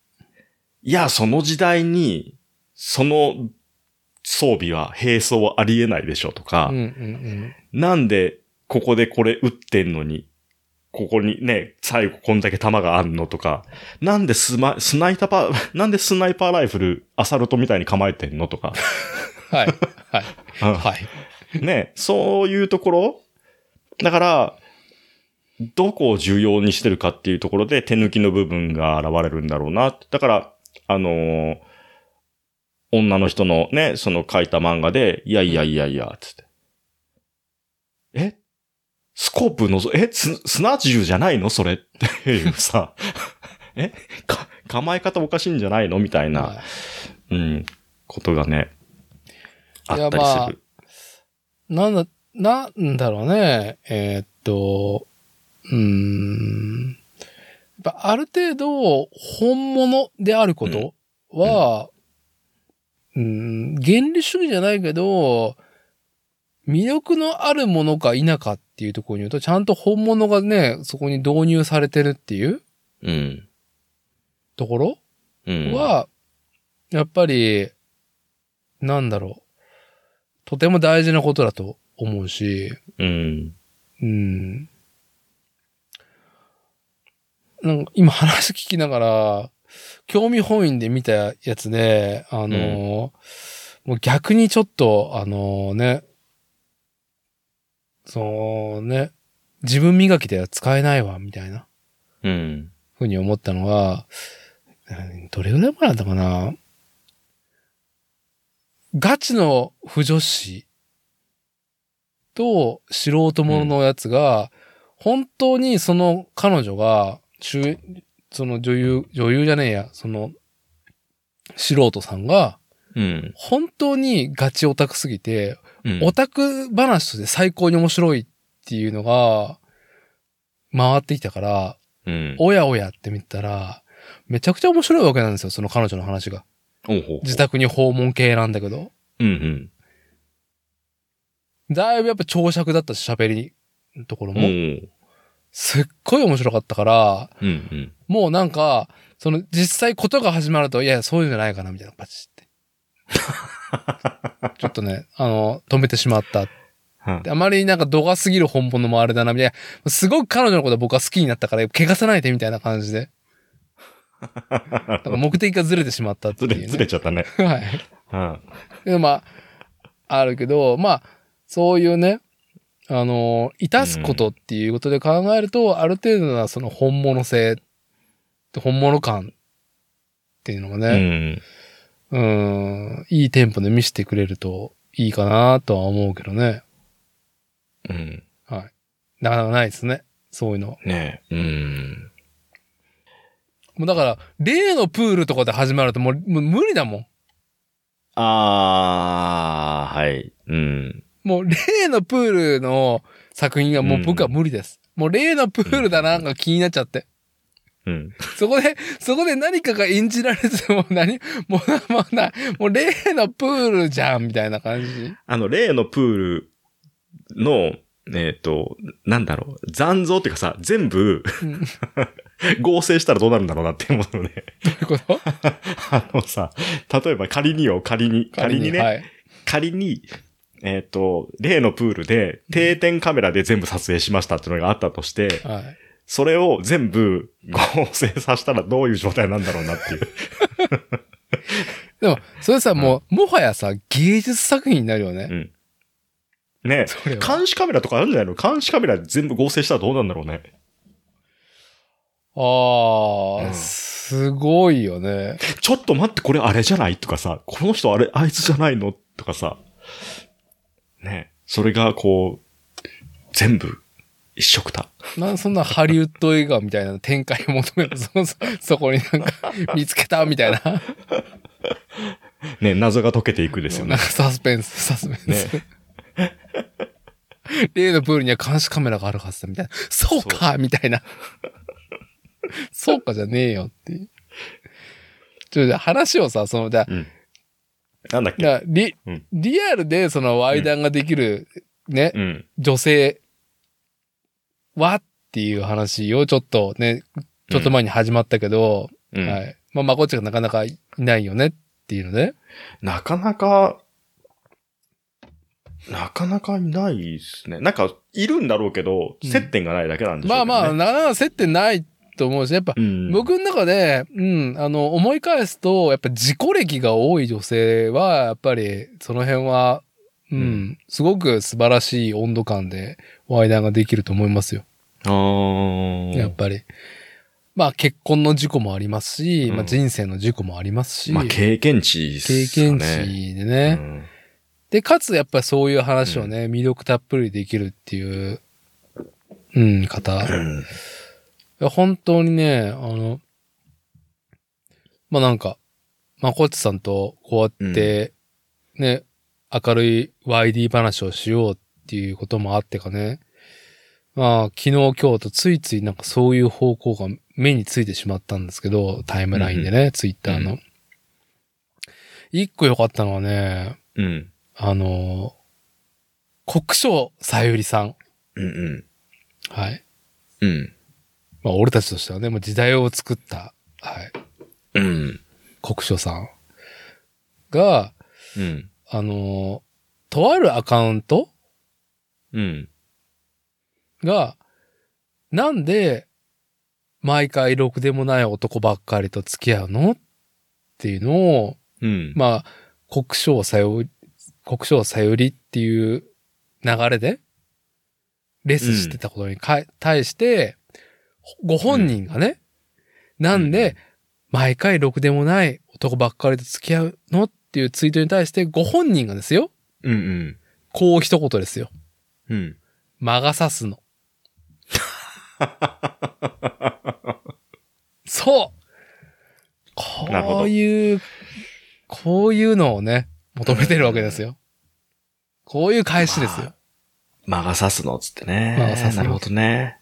Speaker 1: いや、その時代に、その装備は並走はありえないでしょとか
Speaker 2: うん。う、ん。
Speaker 1: なんでここでこれ撃ってんのに、ここにね、最後こんだけ弾があんのとか、なんでスマ、スナイタパ [LAUGHS] ー、なんでスナイパーライフルアサルトみたいに構えてんのとか、
Speaker 2: はい。 [LAUGHS] はい。
Speaker 1: うん
Speaker 2: はい。
Speaker 1: ね、そういうところだから、どこを重要にしてるかっていうところで手抜きの部分が現れるんだろうな。だから、あのー女の人のね、その書いた漫画で、いやいやいやいや、つって。えスコープのぞ、えす砂銃じゃないのそれっていうさ。 [LAUGHS] えか、構え方おかしいんじゃないのみたいな、
Speaker 2: はい
Speaker 1: うん、ことがね、あ
Speaker 2: い
Speaker 1: っ
Speaker 2: や
Speaker 1: たり
Speaker 2: ますあ
Speaker 1: る。
Speaker 2: なんだ、なんだろうね。えーっと、うーん。やっぱある程度、本物であることは、うーん、原理主義じゃないけど、魅力のあるものか否かっていうところに言うと、ちゃんと本物がね、そこに導入されてるっていう
Speaker 1: うん。
Speaker 2: ところ
Speaker 1: うん、
Speaker 2: は、やっぱり、なんだろう。とても大事なことだと思うし、
Speaker 1: うん。
Speaker 2: うん。なんか今話聞きながら、興味本位で見たやつで、あのーもう逆にちょっと、あのーね、そのね、自分磨きでは使えないわ、みたいな。
Speaker 1: うん。
Speaker 2: ふうに思ったのは、うんどれぐらい前だったかなガチの不女子と素人者のやつが、本当にその彼女が、主演その女優、女優じゃねえや、その、素人さんが、
Speaker 1: うん。
Speaker 2: 本当にガチオタクすぎて、
Speaker 1: うん
Speaker 2: オタク話として最高に面白いっていうのが、回ってきたから、
Speaker 1: うん。
Speaker 2: おやおやって見てたら、めちゃくちゃ面白いわけなんですよ、その彼女の話が。
Speaker 1: おうほう
Speaker 2: 自宅に訪問系なんだけど。
Speaker 1: うん
Speaker 2: だいぶやっぱ長尺だったし、喋りのところ
Speaker 1: うん。お
Speaker 2: も。
Speaker 1: う
Speaker 2: すっごい面白かったから、
Speaker 1: うんうん。
Speaker 2: もうなんか、その実際ことが始まると、いや、そういうんじゃないかな、みたいな、パ
Speaker 1: [LAUGHS]
Speaker 2: チって。ちょっとね、あの、止めてしまった
Speaker 1: は
Speaker 2: であまりなんか度が過ぎる本物もあれだな、みたいな。すごく彼女のことは僕は好きになったから、汚さないでみたいな感
Speaker 1: [LAUGHS]
Speaker 2: じで。なんか目的がずれてしまったってい
Speaker 1: ず
Speaker 2: う、ね。
Speaker 1: れ、ずれちゃったね。
Speaker 2: [LAUGHS] はい。
Speaker 1: は
Speaker 2: で、まあ、あるけど、まあ、そういうね、あの、いたすことっていうことで考えると、ある程度なその本物性、本物感っていうのが
Speaker 1: い。う
Speaker 2: ね、
Speaker 1: ん。
Speaker 2: うん、いいテンポで見せてくれるといいかなとは思うけどね。
Speaker 1: うん。
Speaker 2: なかなかないですね。そういうの。
Speaker 1: ねえ。うん。
Speaker 2: もうだから、例のプールとかで始まるともうもう無理だもん。
Speaker 1: あー、はい。うん。
Speaker 2: もう例のプールの作品がもう僕は無理です。もう例のプールだななんか気になっちゃって。
Speaker 1: うん。
Speaker 2: そこで、そこで何かが演じられてもう何もうな、もうな、もう例のプールじゃんみたいな感
Speaker 1: [LAUGHS]
Speaker 2: じ。
Speaker 1: あの、例のプールの、えっ、と、なんだろう、残像っていうかさ、全部
Speaker 2: うんど
Speaker 1: 合成したらどうなるんだろうなって思うのね。
Speaker 2: ういうこと
Speaker 1: あのさ、例えば仮によ、仮に、仮にね、
Speaker 2: はい。
Speaker 1: 仮に、えっ、と、例のプールで定点カメラで全部撮影しましたっていうのがあったとして、
Speaker 2: はい。
Speaker 1: それを全部合成させたらどういう状態なんだろうなっていう。
Speaker 2: [LAUGHS] でも、それさ、もう、もはやさ、芸術作品になるよね。
Speaker 1: ね
Speaker 2: それは
Speaker 1: 監視カメラとかあるんじゃないの監視カメラ全部合成したらどうなんだろうね。
Speaker 2: ああ、
Speaker 1: うん
Speaker 2: すごいよね。
Speaker 1: ちょっと待って、これあれじゃないとかさ、この人あれ、あいつじゃないのとかさ、ねそれがこう、全部、一色た。
Speaker 2: なんそんなハリウッド映画みたいな展開を求めるそそそこになんか見つけたみ
Speaker 1: [LAUGHS]
Speaker 2: たいな。
Speaker 1: ね謎が解けていくですよね
Speaker 2: な [LAUGHS] ん。かサスペンス、サスペン
Speaker 1: ね
Speaker 2: ス。例のプールには監視カメラがあるはずだみたいな。そうかみた
Speaker 1: [LAUGHS]
Speaker 2: いな。そうかじゃねえよっていう。ちょ、じゃあ話をさ、その、じゃあ
Speaker 1: うん。なんだっけ
Speaker 2: だからリ
Speaker 1: うん
Speaker 2: リアルでそのワイダンができる、ね、
Speaker 1: うん。
Speaker 2: 女性はっていう話をちょっとね、ちょっと前に始まったけど、
Speaker 1: うん
Speaker 2: はい。まあ、まこっちがなかなかいないよねっていうので、
Speaker 1: なかなか、なかなかいないですね。なんか、いるんだろうけど、
Speaker 2: うん
Speaker 1: 接点がないだけなんでしょう
Speaker 2: まあ
Speaker 1: けど、ね。
Speaker 2: まあ、なかなか接点ないと思うし、やっぱ、
Speaker 1: うん、
Speaker 2: 僕の中で、うん、あの、思い返すと、やっぱ自己歴が多い女性は、やっぱり、その辺は、うん、
Speaker 1: うん
Speaker 2: すごく素晴らしい温度感で、ワイダーができると思いますよ。
Speaker 1: あー
Speaker 2: やっぱり。まあ、結婚の事故もありますし、
Speaker 1: うん
Speaker 2: まあ、人生の事故もありますし、
Speaker 1: まあ、経験値です
Speaker 2: 経
Speaker 1: か
Speaker 2: 験
Speaker 1: ね。
Speaker 2: 値で
Speaker 1: う
Speaker 2: ね、
Speaker 1: ん
Speaker 2: で、かつやっぱりそういう話をね、魅力たっぷりできるっていう、うん、方。
Speaker 1: うん
Speaker 2: 本当にね、あの、まあ、なんか、まあ、こっちさんとこうやって、ね、明るい YD 話をしようっていうこともあってかね、まあ、昨日今日とついついなんかそういう方向が目についてしまったんですけど、タイムラインでね、ツイッター
Speaker 1: う
Speaker 2: の。一個良かったのはね、
Speaker 1: うん。
Speaker 2: あのー、国章さゆりさん。
Speaker 1: うんうん。
Speaker 2: はい。
Speaker 1: うん。
Speaker 2: まあ、俺たちとしてはね、もう時代を作った、はい。
Speaker 1: うん。
Speaker 2: 国章さんが、
Speaker 1: うん。
Speaker 2: あのー、とあるアカウント
Speaker 1: うん。
Speaker 2: が、なんで、毎回ろくでもない男ばっかりと付き合うのっていうのを、
Speaker 1: うん。
Speaker 2: まあ、国章さより、国章さよりっていう流れで、レスしてたことにか、対して、ご本人がね、なん
Speaker 1: うん
Speaker 2: で、毎回ろくでもない男ばっかりと付き合うのってっていうツイートに対してご本人がですよ、
Speaker 1: うんうん。
Speaker 2: こう一言ですよ。
Speaker 1: うん。
Speaker 2: 魔が差すの。そう
Speaker 1: なるほど
Speaker 2: こういう、こういうのをね、求めてるわけですよ。こういう返しですよ。
Speaker 1: 魔が差すのっつってね。
Speaker 2: 魔が差すの
Speaker 1: なるほどね。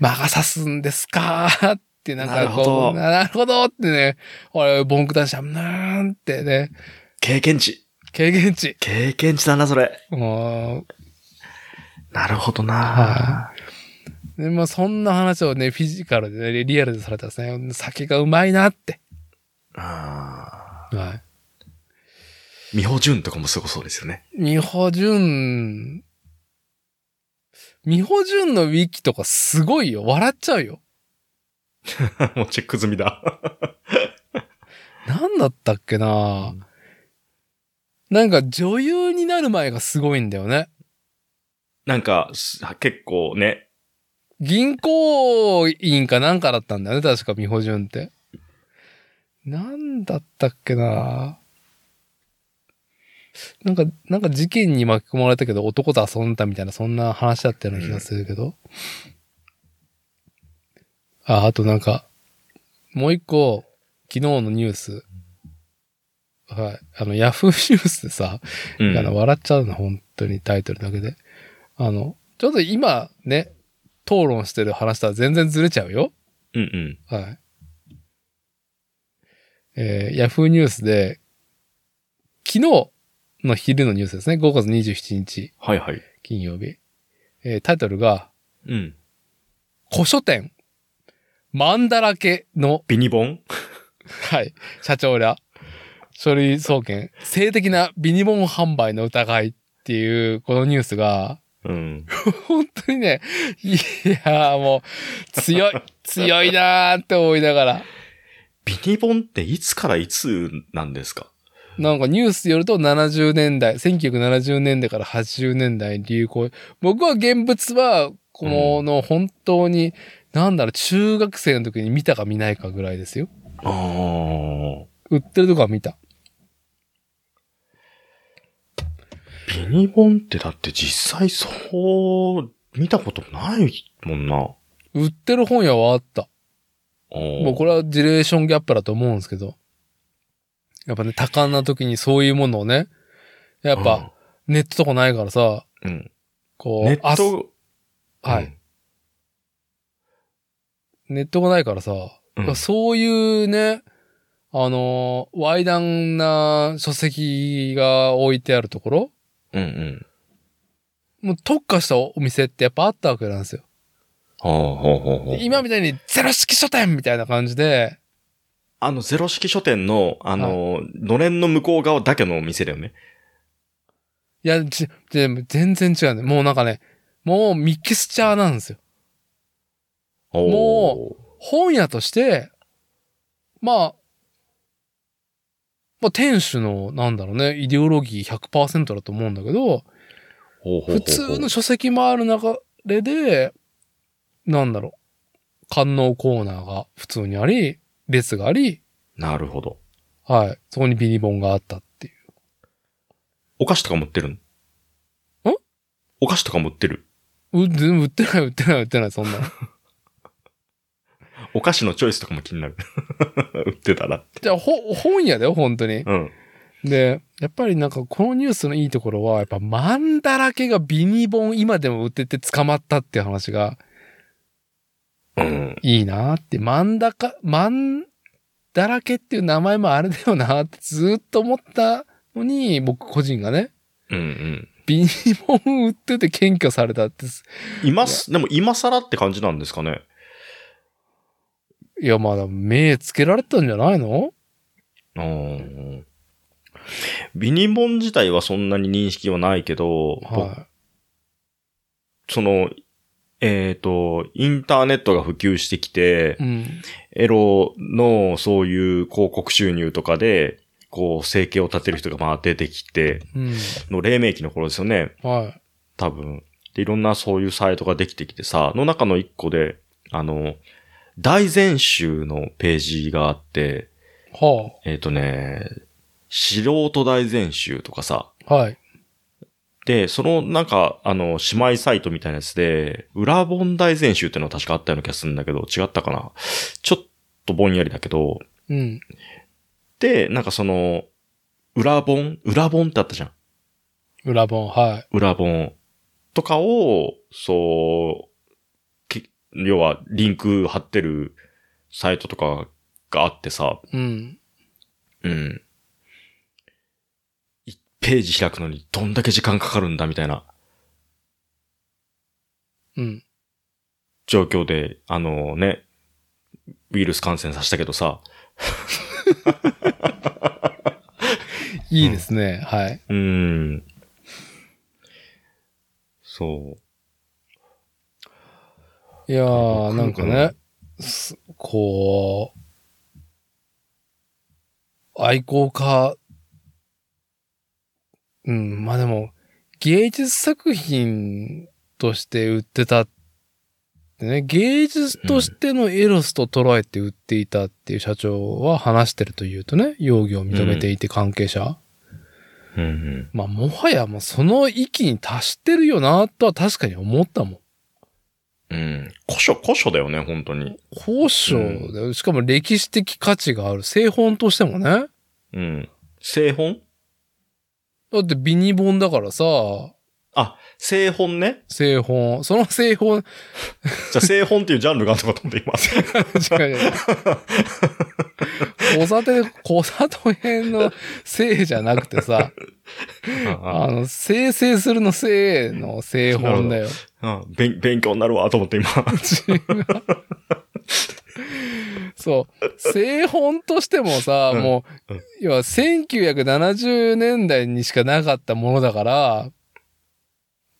Speaker 2: 魔が差すんですかーって、なん
Speaker 1: なる
Speaker 2: か
Speaker 1: ほ
Speaker 2: こ
Speaker 1: ど
Speaker 2: う、ななるほどってね、俺、文句出したなんってね、
Speaker 1: 経験値。
Speaker 2: 経験値。
Speaker 1: 経験値だな、それ。
Speaker 2: もう、
Speaker 1: なるほど
Speaker 2: は
Speaker 1: な。
Speaker 2: で、まあ、そんな話をね、フィジカルでね、リアルでされたんですね。酒がうまいなって。
Speaker 1: あ
Speaker 2: は
Speaker 1: ー美穂純とかもすごそうですよね。
Speaker 2: い。美穂純、美穂純のウィキとかすごいよ。笑っちゃうよ。
Speaker 1: もうチェック済みだ。
Speaker 2: なんだったっけななんか女優になる前がすごいんだよね。
Speaker 1: [LAUGHS] なんか、す結構ね、
Speaker 2: 銀行員かなんかだったんだよね。確か美穂純って。なんだったっけななんか、なんか事件に巻き込まれたけど男と遊んだみたいなそんな話だったような気がするけど。あ、あとなんか、もう一個、昨日のニュース。はい。あの、ヤフーニュースでさ、
Speaker 1: うん
Speaker 2: あの、笑っちゃうの、本当にタイトルだけで。あの、ちょっと今ね、討論してる話とは全然ずれちゃうよ。
Speaker 1: うんうん。
Speaker 2: はい。えー、ヤフーニュースで、昨日の昼のニュースですね。5月27日、
Speaker 1: はいはい。
Speaker 2: 金曜日。えータイトルが、
Speaker 1: うん。
Speaker 2: 古書店、マンだらけの、
Speaker 1: ビニボン
Speaker 2: はい、社長ら、書類送検、性的なビニボン販売の疑いっていう、このニュースが、
Speaker 1: うん。
Speaker 2: 本当にね、いやーもう、
Speaker 1: [LAUGHS]
Speaker 2: 強い、強いなーって思いながら。
Speaker 1: ビニボンっていつからいつなんですか
Speaker 2: なんかニュースによると70年代、1970年代から80年代に流行。僕は現物は、このの本当に、なんだろう、中学生の時に見たか見ないかぐらいですよ。
Speaker 1: ああ。
Speaker 2: 売ってるとこは見た。
Speaker 1: ビニボンってだって実際そう、見たことないもんな。
Speaker 2: 売ってる本屋はあった。も
Speaker 1: も
Speaker 2: うこれはジェネレーションギャップだと思うんですけど。やっぱね、多感な時にそういうものをね、やっぱ、、ネットとかないからさ、
Speaker 1: うんうん。
Speaker 2: こう、
Speaker 1: ネット、
Speaker 2: あはい。。ネットがないからさ、
Speaker 1: うん
Speaker 2: そういうね、あのー、ワイダンな書籍が置いてあるところ、
Speaker 1: うんうん。
Speaker 2: もう特化したお店ってやっぱあったわけなんですよ。
Speaker 1: はあはあはあはあ
Speaker 2: で今みたいにゼロ式書店みたいな感じで、
Speaker 1: あの、ゼロ式書店の、あの、のれんの向こう側だけのお店だよね。
Speaker 2: いや、ちでも全然違うんだよ。もうなんかね、もうミキスチャーなんですよ。も本屋として、まあ、まあ店主の、なんだろうね、イデオロギー100%だと思うんだけど、
Speaker 1: うほうほうほう、
Speaker 2: 普通の書籍もある流れで、なんだろう、観音コーナーが普通にあり、列があり、
Speaker 1: なるほど。
Speaker 2: はい、そこにビニボンがあったっていう。
Speaker 1: お菓子とか持ってるのんお菓子とか持ってる
Speaker 2: う、全然売ってない、売ってない、売ってない、そ
Speaker 1: [LAUGHS]
Speaker 2: んなの。
Speaker 1: お菓子のチョイスとかも気になる。 [LAUGHS] 売ってたら。
Speaker 2: じゃあ、ほ、本屋だよ、本当に。
Speaker 1: うん。
Speaker 2: で、やっぱりなんか、このニュースのいいところは、やっぱ、マンだらけがビニボン今でも売ってて捕まったっていう話が、
Speaker 1: うん。
Speaker 2: いいなって、マンだか、マンだらけっていう名前もあれだよなってずーっと思ったのに、僕個人がね、
Speaker 1: うんうん。
Speaker 2: ビニモン売ってて検挙されたってす。
Speaker 1: 今す、でも今更って感じなんですかね。
Speaker 2: いや、まだ目つけられたんじゃないの
Speaker 1: うん。ビニボン自体はそんなに認識はないけど、僕
Speaker 2: は
Speaker 1: その、えっ、と、インターネットが普及してきて
Speaker 2: い。う、ん。
Speaker 1: エロのそういう広告収入とかで、こう、生計を立てる人がまあ出てきて、
Speaker 2: うん。
Speaker 1: の黎明期の頃ですよね、
Speaker 2: はい。
Speaker 1: 多分。で、いろんなそういうサイトができてきてさ、の中の一個で、あの、大全集のページがあって、
Speaker 2: は
Speaker 1: えっ、とね、素人大全集とかさ、
Speaker 2: はい。
Speaker 1: で、そのなんか、あの、姉妹サイトみたいなやつで、裏本大全集っていうのは確かあったような気がするんだけど、違ったかなちょっとぼんやりだけど、
Speaker 2: うん。
Speaker 1: で、なんかその、裏本裏本ってあったじゃん。
Speaker 2: 裏本、はい。
Speaker 1: 裏本とかを、そう、け要はリンク貼ってるサイトとかがあってさ、
Speaker 2: うん。
Speaker 1: うん。1ページ開くのにどんだけ時間かかるんだみたいな
Speaker 2: うん。
Speaker 1: 状況で、あのね、ウイルス感染させたけどさ、
Speaker 2: いいですね。はい。
Speaker 1: うん。そう。
Speaker 2: いやー、な
Speaker 1: なん
Speaker 2: ん
Speaker 1: か
Speaker 2: か
Speaker 1: ね
Speaker 2: ね、すこう、愛好家、うん、まあでも、芸術作品として売ってたってね、芸術としてのエロスと捉えて売っていたっていう社長は話してるというとね、容疑を認めていて関係者。
Speaker 1: うんうん。
Speaker 2: まあもはやもうその域に達してるよなとは確かに思ったもん。
Speaker 1: うん。古書、古書だよね、本当に。
Speaker 2: 高尚だよ。しかも歴史的価値がある。製本としてもね。
Speaker 1: うん。製本
Speaker 2: だってビニ本だからさ、
Speaker 1: あ、製本ね。
Speaker 2: 製本。その製本、
Speaker 1: じゃあ製本っていうジャンルがあるのかと思って今。
Speaker 2: 違う違う。交差点、交差点のせいじゃなくてさ、あの、生成するのせいの製本だよ。
Speaker 1: うん勉勉強になるわと思って今。
Speaker 2: そう。製本としてもさ、
Speaker 1: うん
Speaker 2: もう
Speaker 1: うん、
Speaker 2: 要は1970年代にしかなかったものだから、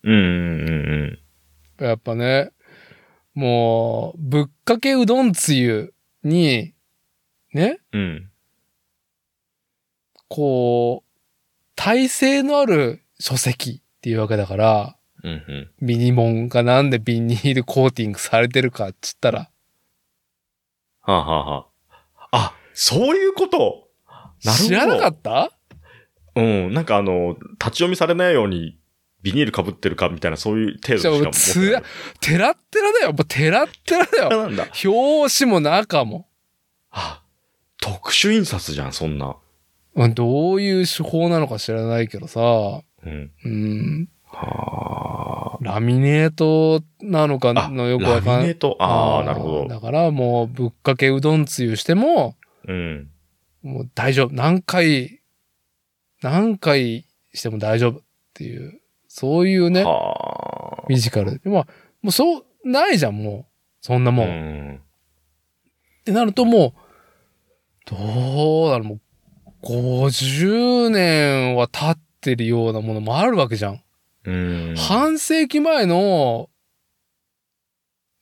Speaker 1: うんうんうん
Speaker 2: やっぱね、もう、ぶっかけうどんつゆに、ね、
Speaker 1: うん。うん。
Speaker 2: こう、体制のある書籍っていうわけだから、
Speaker 1: うんうん。
Speaker 2: ミニモンがなんでビニールコーティングされてるかっつったら、
Speaker 1: はあ、はあはあ、あ、そういうことなるほど
Speaker 2: 知らなかった
Speaker 1: うん。なんかあの、立ち読みされないようにビニール被ってるかみたいなそういう程度しか
Speaker 2: じゃあ
Speaker 1: 僕
Speaker 2: テラッテラだよ。もうテラッテラだ
Speaker 1: は
Speaker 2: よ。
Speaker 1: なんだ。
Speaker 2: 表紙も中も。
Speaker 1: あ、特殊印刷じゃん、そんな。
Speaker 2: うんどういう手法なのか知らないけどさ、
Speaker 1: うん。
Speaker 2: うん、
Speaker 1: はあ。
Speaker 2: ラミネートなのか
Speaker 1: あ、
Speaker 2: のよく
Speaker 1: ラ
Speaker 2: わかん
Speaker 1: ミ
Speaker 2: な
Speaker 1: ネ
Speaker 2: い
Speaker 1: ー。ト。ああ、なるほど。
Speaker 2: だからもう、ぶっかけうどんつゆしても、
Speaker 1: うん。
Speaker 2: もう大丈夫。何回、何回しても大丈夫っていう、そういうね、
Speaker 1: はあ。
Speaker 2: フィジカル。まあ、もうそう、ないじゃん、もう。そんなもん。っ
Speaker 1: ん。
Speaker 2: てなるともう、どうだろう、もう、50年は経ってるようなものもあるわけじゃん。
Speaker 1: うん。
Speaker 2: 半世紀前の、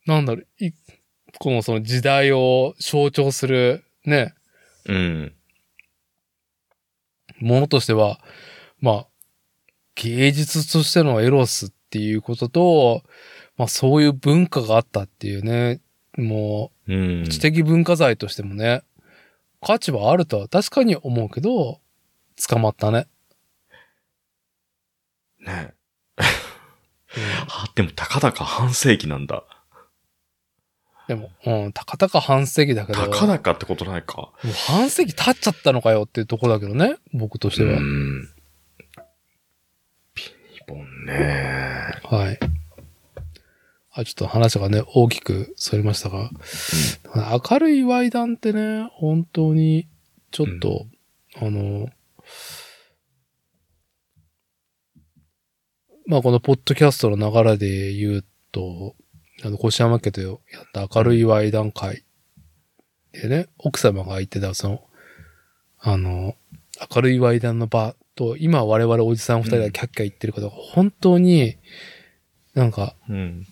Speaker 2: なんだろう、一個のその時代を象徴するね、
Speaker 1: うん。
Speaker 2: ものとしては、まあ、芸術としてのエロスっていうことと、まあそういう文化があったっていうね、も
Speaker 1: うん
Speaker 2: う。知的文化財としてもね、価値はあるとは確かに思うけど、捕まったね。
Speaker 1: ね。
Speaker 2: うん
Speaker 1: あ、でも、たかだか半世紀なんだ。
Speaker 2: でも、うん、たかたか半世紀だけど、
Speaker 1: た
Speaker 2: も
Speaker 1: かだかってことないか。
Speaker 2: う半世紀経っちゃったのかよっていうとこだけどね、僕としては。
Speaker 1: ん。ピニボンね。
Speaker 2: はい。あ、ちょっと話がね、大きくそれましたが、明るいワイダンってね、本当に、ちょっと、あの、まあ、このポッドキャストの流れで言うと、あの、越山家とやった明るいワイダン会でね、奥様が言ってた、その、あの、明るいワイダンの場と、今我々おじさん二人がキャッキャ言ってることが、本当に、なんか、
Speaker 1: うん。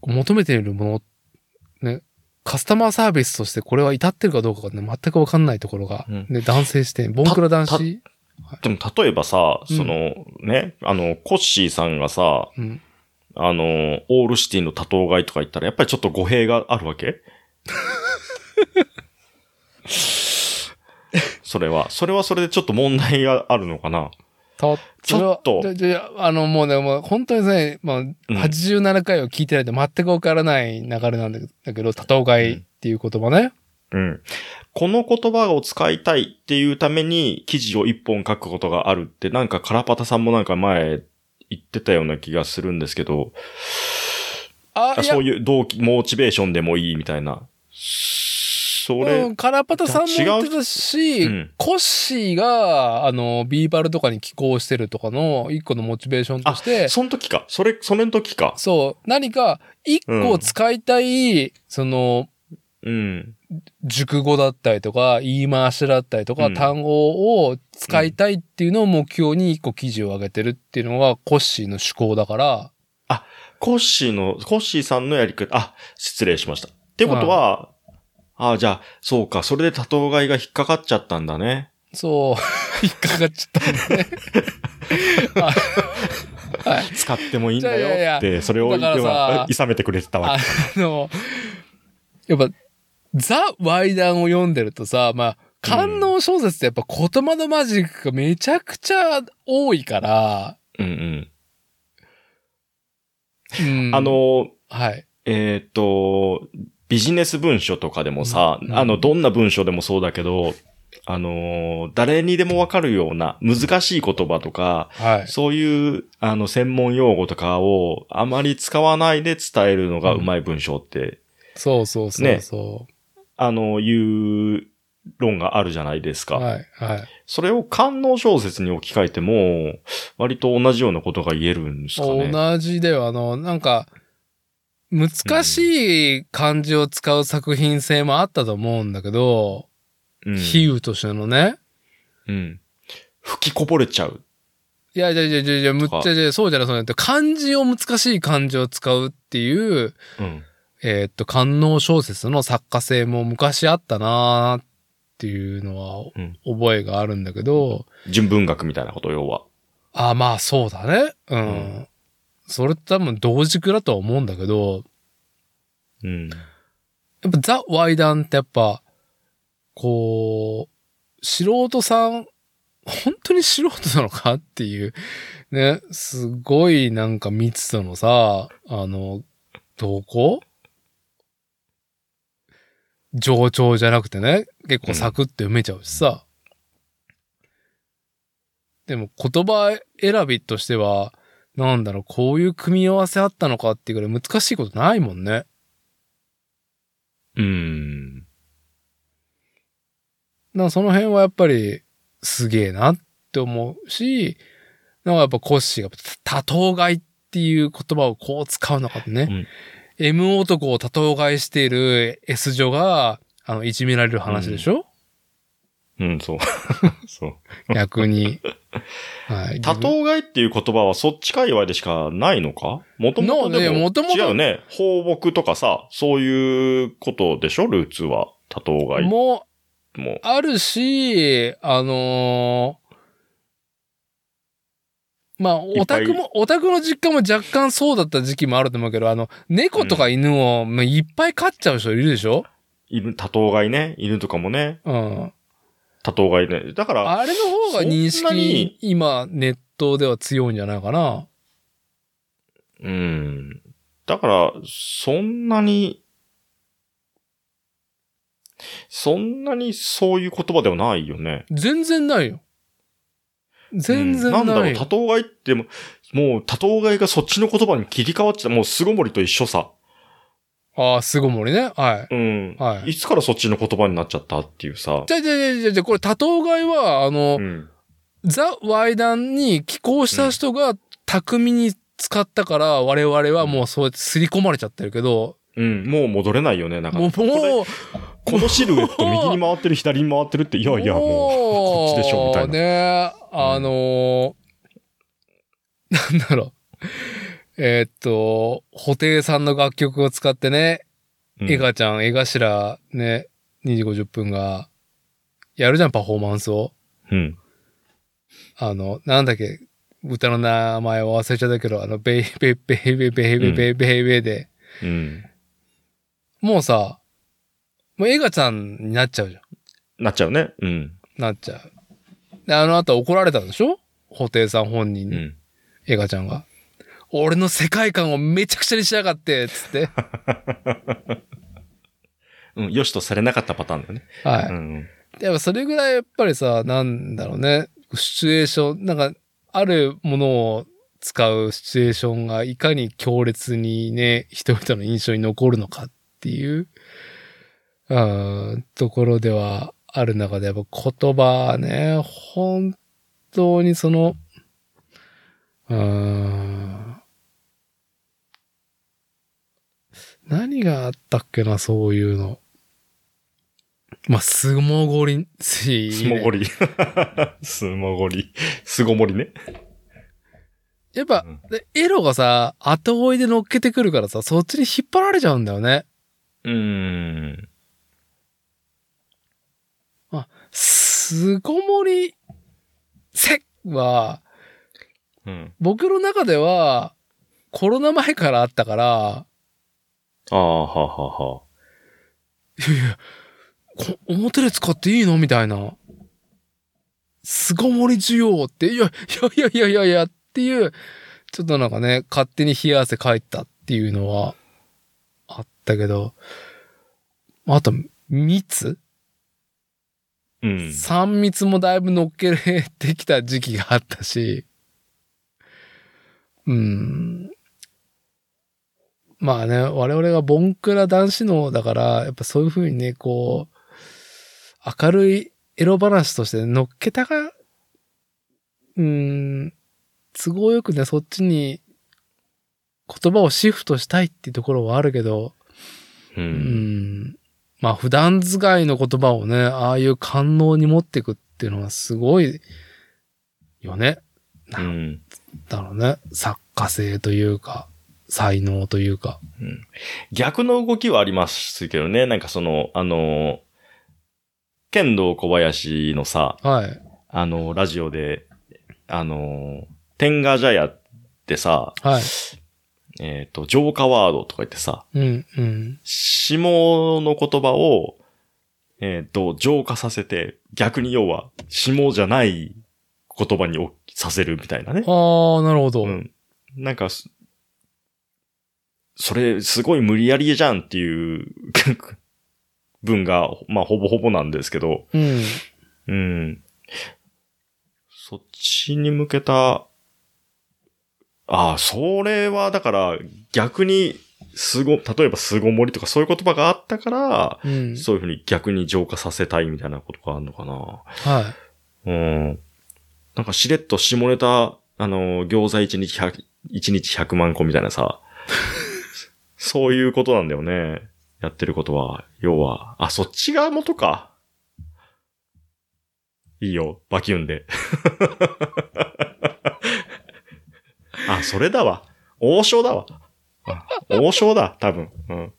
Speaker 2: 求めているもの、ね、カスタマーサービスとしてこれは至ってるかどうかがね、全くわかんないところが、
Speaker 1: うん
Speaker 2: ね、男性視点、ボンクラ男子、
Speaker 1: でも、例えばさ、
Speaker 2: うん
Speaker 1: その、ね、あの、コッシーさんがさ、
Speaker 2: うん、
Speaker 1: あの、オールシティの多頭買い
Speaker 2: [LAUGHS]
Speaker 1: とか言ったら、やっぱりちょっと語弊があるわけそれは。それはそれでちょっと問題があるのかな
Speaker 2: と、
Speaker 1: ちょっと
Speaker 2: それはじゃじゃあの、もうね、もう本当にね、まあ、87回を聞いてないと全くわからない流れなんだけど、多頭飼いっていう言葉ね。
Speaker 1: うん。この言葉を使いたいっていうために記事を一本書くことがあるって、なんかカラパタさんもなんか前言ってたような気がするんですけど、
Speaker 2: あ、いや
Speaker 1: そういう動機、モチベーションでもいいみたいな。それ、
Speaker 2: うん、カラパタさんも言ってたし、
Speaker 1: 違ううん
Speaker 2: コッシーが、あの、ビーバルとかに寄稿してるとかの一個のモチベーションとして、
Speaker 1: その時か。それ、それの時か。
Speaker 2: そう、何か一個使いたい、その、
Speaker 1: うん。
Speaker 2: 熟語だったりとか、言い回しだったりとか、
Speaker 1: うん
Speaker 2: 単語を使いたいっていうのを目標に一個記事を上げてるっていうのがコッシーの趣向だから、
Speaker 1: コッシーの、コッシーさんのやり方、あ、失礼しました。ってことは、ああ、じゃあ、そうか、それで多頭飼いが引っかかっちゃったんだね。
Speaker 2: そう、 [LAUGHS] 引っかかっちゃったんだね。あはい。
Speaker 1: 使ってもいいんだ
Speaker 2: いやいや
Speaker 1: よ
Speaker 2: いや
Speaker 1: って、それを言って
Speaker 2: だからさ
Speaker 1: は、いさめてくれてたわけ。
Speaker 2: あの、やっぱ、ザ・ワイダンを読んでるとさ、まあ、観音小説ってやっぱ言葉のマジックがめちゃくちゃ多いから、
Speaker 1: うんうん。
Speaker 2: うん
Speaker 1: あ、の、
Speaker 2: はい。
Speaker 1: えっ、と、ビジネス文書とかでもさ、
Speaker 2: うん
Speaker 1: あの、どんな文書でもそうだけど、あの、誰にでもわかるような難しい言葉とか、
Speaker 2: はい。
Speaker 1: そういう、あの、専門用語とかをあまり使わないで伝えるのがうまい文章って、
Speaker 2: そうそうそうそう。
Speaker 1: あの、いう論があるじゃないですか。
Speaker 2: はい。はい。
Speaker 1: それを官能小説に置き換えても、割と同じようなことが言えるんですかね。
Speaker 2: 同じでは、あの、なんか、難しい漢字を使う作品性もあったと思うんだけ
Speaker 1: う
Speaker 2: ど、
Speaker 1: ん
Speaker 2: 比喩としてのね。
Speaker 1: うん。吹きこぼれちゃう。
Speaker 2: いやいやいやいやいや、むっちゃいや、そうじゃない、そうじゃない。漢字を難しい漢字を使うっていう、
Speaker 1: うん。
Speaker 2: えーっと、官能小説の作家性も昔あったなーっていうのは
Speaker 1: うん
Speaker 2: 覚えがあるんだけど、
Speaker 1: 純文学みたいなこと、要は。
Speaker 2: あ、まあそうだね。うん。
Speaker 1: うん
Speaker 2: それ多分同軸だとは思うんだけど、
Speaker 1: うん。
Speaker 2: やっぱザ・ワイダンってやっぱ、こう、素人さん、本当に素人なのかっていう、ね、すごいなんか密度のさ、あの、投稿冗長じゃなくてね、結構サクッと読めちゃうしさ。でも言葉選びとしては、なんだろう、こういう組み合わせあったのかっていうぐらい難しいことないもんね。
Speaker 1: うん。
Speaker 2: なんかその辺はやっぱりすげえなって思うし、なんかやっぱコッシーが多頭飼いっていう言葉をこう使うのかってね、M 男を多頭飼いしている S 女が、あの、いじめられる話でしょ、
Speaker 1: うん、
Speaker 2: [LAUGHS]
Speaker 1: そう。そう。[LAUGHS]
Speaker 2: 逆に。はい。
Speaker 1: 多頭飼いっていう言葉はそっち界隈でしかないのかもともと
Speaker 2: の
Speaker 1: で
Speaker 2: ね
Speaker 1: も
Speaker 2: 元々
Speaker 1: 違うね。放牧とかさ、そういうことでしょルーツは。多頭飼いも。
Speaker 2: もあるし、あのーまあ、
Speaker 1: い
Speaker 2: オ
Speaker 1: っぱ
Speaker 2: タ
Speaker 1: い
Speaker 2: クも、オタクの実家も若干そうだった時期もあると思うけど、あの、猫とか犬を、まあ、いっぱい飼っちゃう人いるでしょ
Speaker 1: 犬、多頭飼いね。犬とかもね。
Speaker 2: うん。
Speaker 1: 多頭飼いね。だから、
Speaker 2: あれの方が認
Speaker 1: そんなに
Speaker 2: 識、今、ネットでは強いんじゃないかな。
Speaker 1: うん。だから、そんなに、そんなにそういう言葉ではないよね。
Speaker 2: 全然ないよ。全然
Speaker 1: うんんだ
Speaker 2: な
Speaker 1: ろ、
Speaker 2: いう
Speaker 1: 多頭
Speaker 2: よ。
Speaker 1: 飼いっても、もう多頭飼いがそっちの言葉に切り替わっちゃった。もう巣ごもりと一緒さ。
Speaker 2: ああ、巣ごもりね。はい。
Speaker 1: うん。
Speaker 2: はい
Speaker 1: いつからそっちの言葉になっちゃったっていうさ。
Speaker 2: じゃあじゃあじゃあじゃあじゃあこれ多頭飼いは、あの
Speaker 1: う、ん。
Speaker 2: ザ・ワイダンに寄稿した人が巧みに使ったから、我々はもうそうやって刷り込まれちゃってるけど、
Speaker 1: うん。もう戻れないよね、なんか。
Speaker 2: もう、
Speaker 1: これ
Speaker 2: もう、
Speaker 1: このシルエット右に回ってる、左に回ってるって、いやいや、も
Speaker 2: も
Speaker 1: こっちでしょみたいな
Speaker 2: ね、あの [LAUGHS] ーなんだろう。えーっと、布袋さんの楽曲を使ってね、
Speaker 1: う。うん
Speaker 2: エガちゃん、エガシラ、ね、2時50分が、やるじゃん、パフォーマンスを。
Speaker 1: うん。
Speaker 2: あの、なんだっけ、歌の名前を忘れちゃったけど、あの、ベイベイベイベイベイベイベイベイベイで、
Speaker 1: うん。
Speaker 2: もうさ、もうエガちゃんになっちゃうじゃん。
Speaker 1: なっちゃうね。うん。
Speaker 2: なっちゃう。で、あの後怒られたんでしょ布袋さん本人
Speaker 1: う
Speaker 2: に、
Speaker 1: ん。
Speaker 2: エガちゃんが。俺の世界観をめちゃくちゃにしやがって、
Speaker 1: [LAUGHS]
Speaker 2: つって。
Speaker 1: うん。よしとされなかったパターンだよね。
Speaker 2: はい。
Speaker 1: うん。
Speaker 2: やっぱそれぐらいやっぱりさ、なんだろうね。シチュエーション、なんか、あるものを使うシチュエーションがいかに強烈にね、人々の印象に残るのかっていう、うん、ところではある中で、やっぱ言葉ね、本当にその、うん、何があったっけな、そういうの。まあ、スモゴリン、スイ
Speaker 1: すもごり。 [LAUGHS] すもごり。すごもりね。
Speaker 2: やっぱ
Speaker 1: うん、
Speaker 2: でエロがさ、後追いで乗っけてくるからさ、そっちに引っ張られちゃうんだよね。
Speaker 1: うん。
Speaker 2: 巣ごもり、せは、
Speaker 1: うん。
Speaker 2: 僕の中では、コロナ前からあったから、
Speaker 1: ああ、はあはあはあ。
Speaker 2: いやいや、こ表で使っていいのみたいな。巣ごもり需要って、いや、いやいやいやいやいやっていう、ちょっとなんかね、勝手に冷や汗かいたっていうのは、あったけど、あと、密
Speaker 1: うん。
Speaker 2: 三密もだいぶ乗っけれてきた時期があったし、うん。まあね、我々がボンクラ男子脳だから、やっぱそういうふうにね、こう、明るいエロ話として乗っけたが、うん、都合よくね、そっちに言葉をシフトしたいっていうところはあるけど、
Speaker 1: う。
Speaker 2: うんん。まあ普段使いの言葉をね、ああいう感能に持っていくっていうのはすごいよね。
Speaker 1: う。
Speaker 2: なんだろうね。作家性というか、才能というか。
Speaker 1: 逆の動きはありますけどね。なんかその、あの、剣道小林のさ、
Speaker 2: はい。
Speaker 1: あの、ラジオで、あの、天ガジャヤってさ、
Speaker 2: はい。
Speaker 1: えっ、と、浄化ワードとか言ってさ、
Speaker 2: うん、うん。
Speaker 1: 下の言葉を、えっ、と、浄化させて、逆に要は、下じゃない言葉に置きさせるみたいなね。
Speaker 2: ああ、なるほど。
Speaker 1: うん。なんかす、それ、すごい無理やりじゃんっていう [LAUGHS] 文が、まあ、ほぼほぼなんですけど、
Speaker 2: うん。
Speaker 1: うん。そっちに向けた、ああ、それはだから逆に、すご、例えばすごもりとかそういう言葉があったから、
Speaker 2: うん。
Speaker 1: そういうふうに逆に浄化させたいみたいなことがあるのかな。
Speaker 2: は
Speaker 1: うん。なんかしれっと下ネタ、あの、餃子1日100、1日100万個みたいな [LAUGHS] さ、そういうことなんだよね。やってることは、要は、あ、そっち側もとか。いいよ、バキュンで。 [LAUGHS] あ、それだわ。王将だわ。あ王将だ、多分。うん。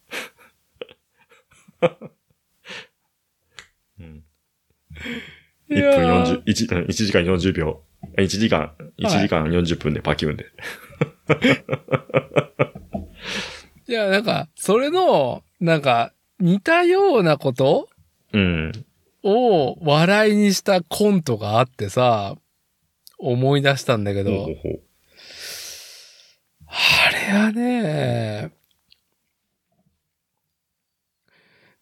Speaker 1: [LAUGHS] うん
Speaker 2: い。
Speaker 1: 1
Speaker 2: いや
Speaker 1: 分40、
Speaker 2: ー
Speaker 1: 1, うん1時間40秒。1時間、1時間40分でパキュンで。
Speaker 2: いや、なんか、それの、なんか、似たようなこと
Speaker 1: うん。
Speaker 2: を笑いにしたコントがあってさ、思い出したんだけど、
Speaker 1: ほうほう
Speaker 2: あれはね、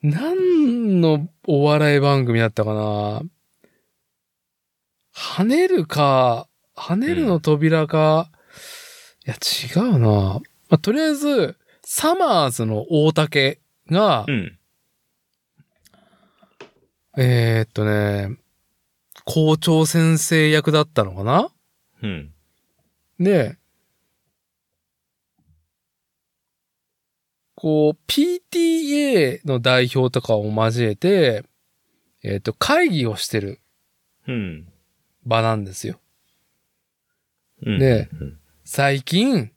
Speaker 2: 何のお笑い番組だったかな跳ねるか、跳ねるの扉か、いや違うな、まあとりあえず、サマーズの大竹が、
Speaker 1: うん。
Speaker 2: えー、っとね、校長先生役だったのかな
Speaker 1: うん。
Speaker 2: で、こう、PTA の代表とかを交えて、えっ、と、会議をしてる
Speaker 1: うん。
Speaker 2: 場なんですよ。
Speaker 1: うん。
Speaker 2: ね
Speaker 1: うん
Speaker 2: 最近、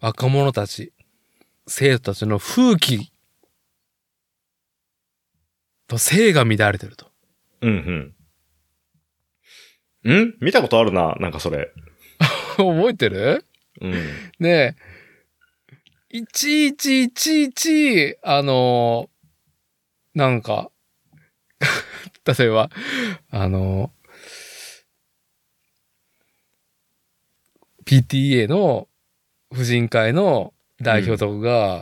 Speaker 2: 若者たち、生徒たちの風紀と性が乱れてると。 [LAUGHS]
Speaker 1: うん。うん。ん見たことあるな、なんかそれ。
Speaker 2: 覚えてる
Speaker 1: うん。
Speaker 2: [LAUGHS] ねえ、いちいちいちいち、あのーなんか、 [LAUGHS] 例えば、あの、PTA の婦人会の代表とかが、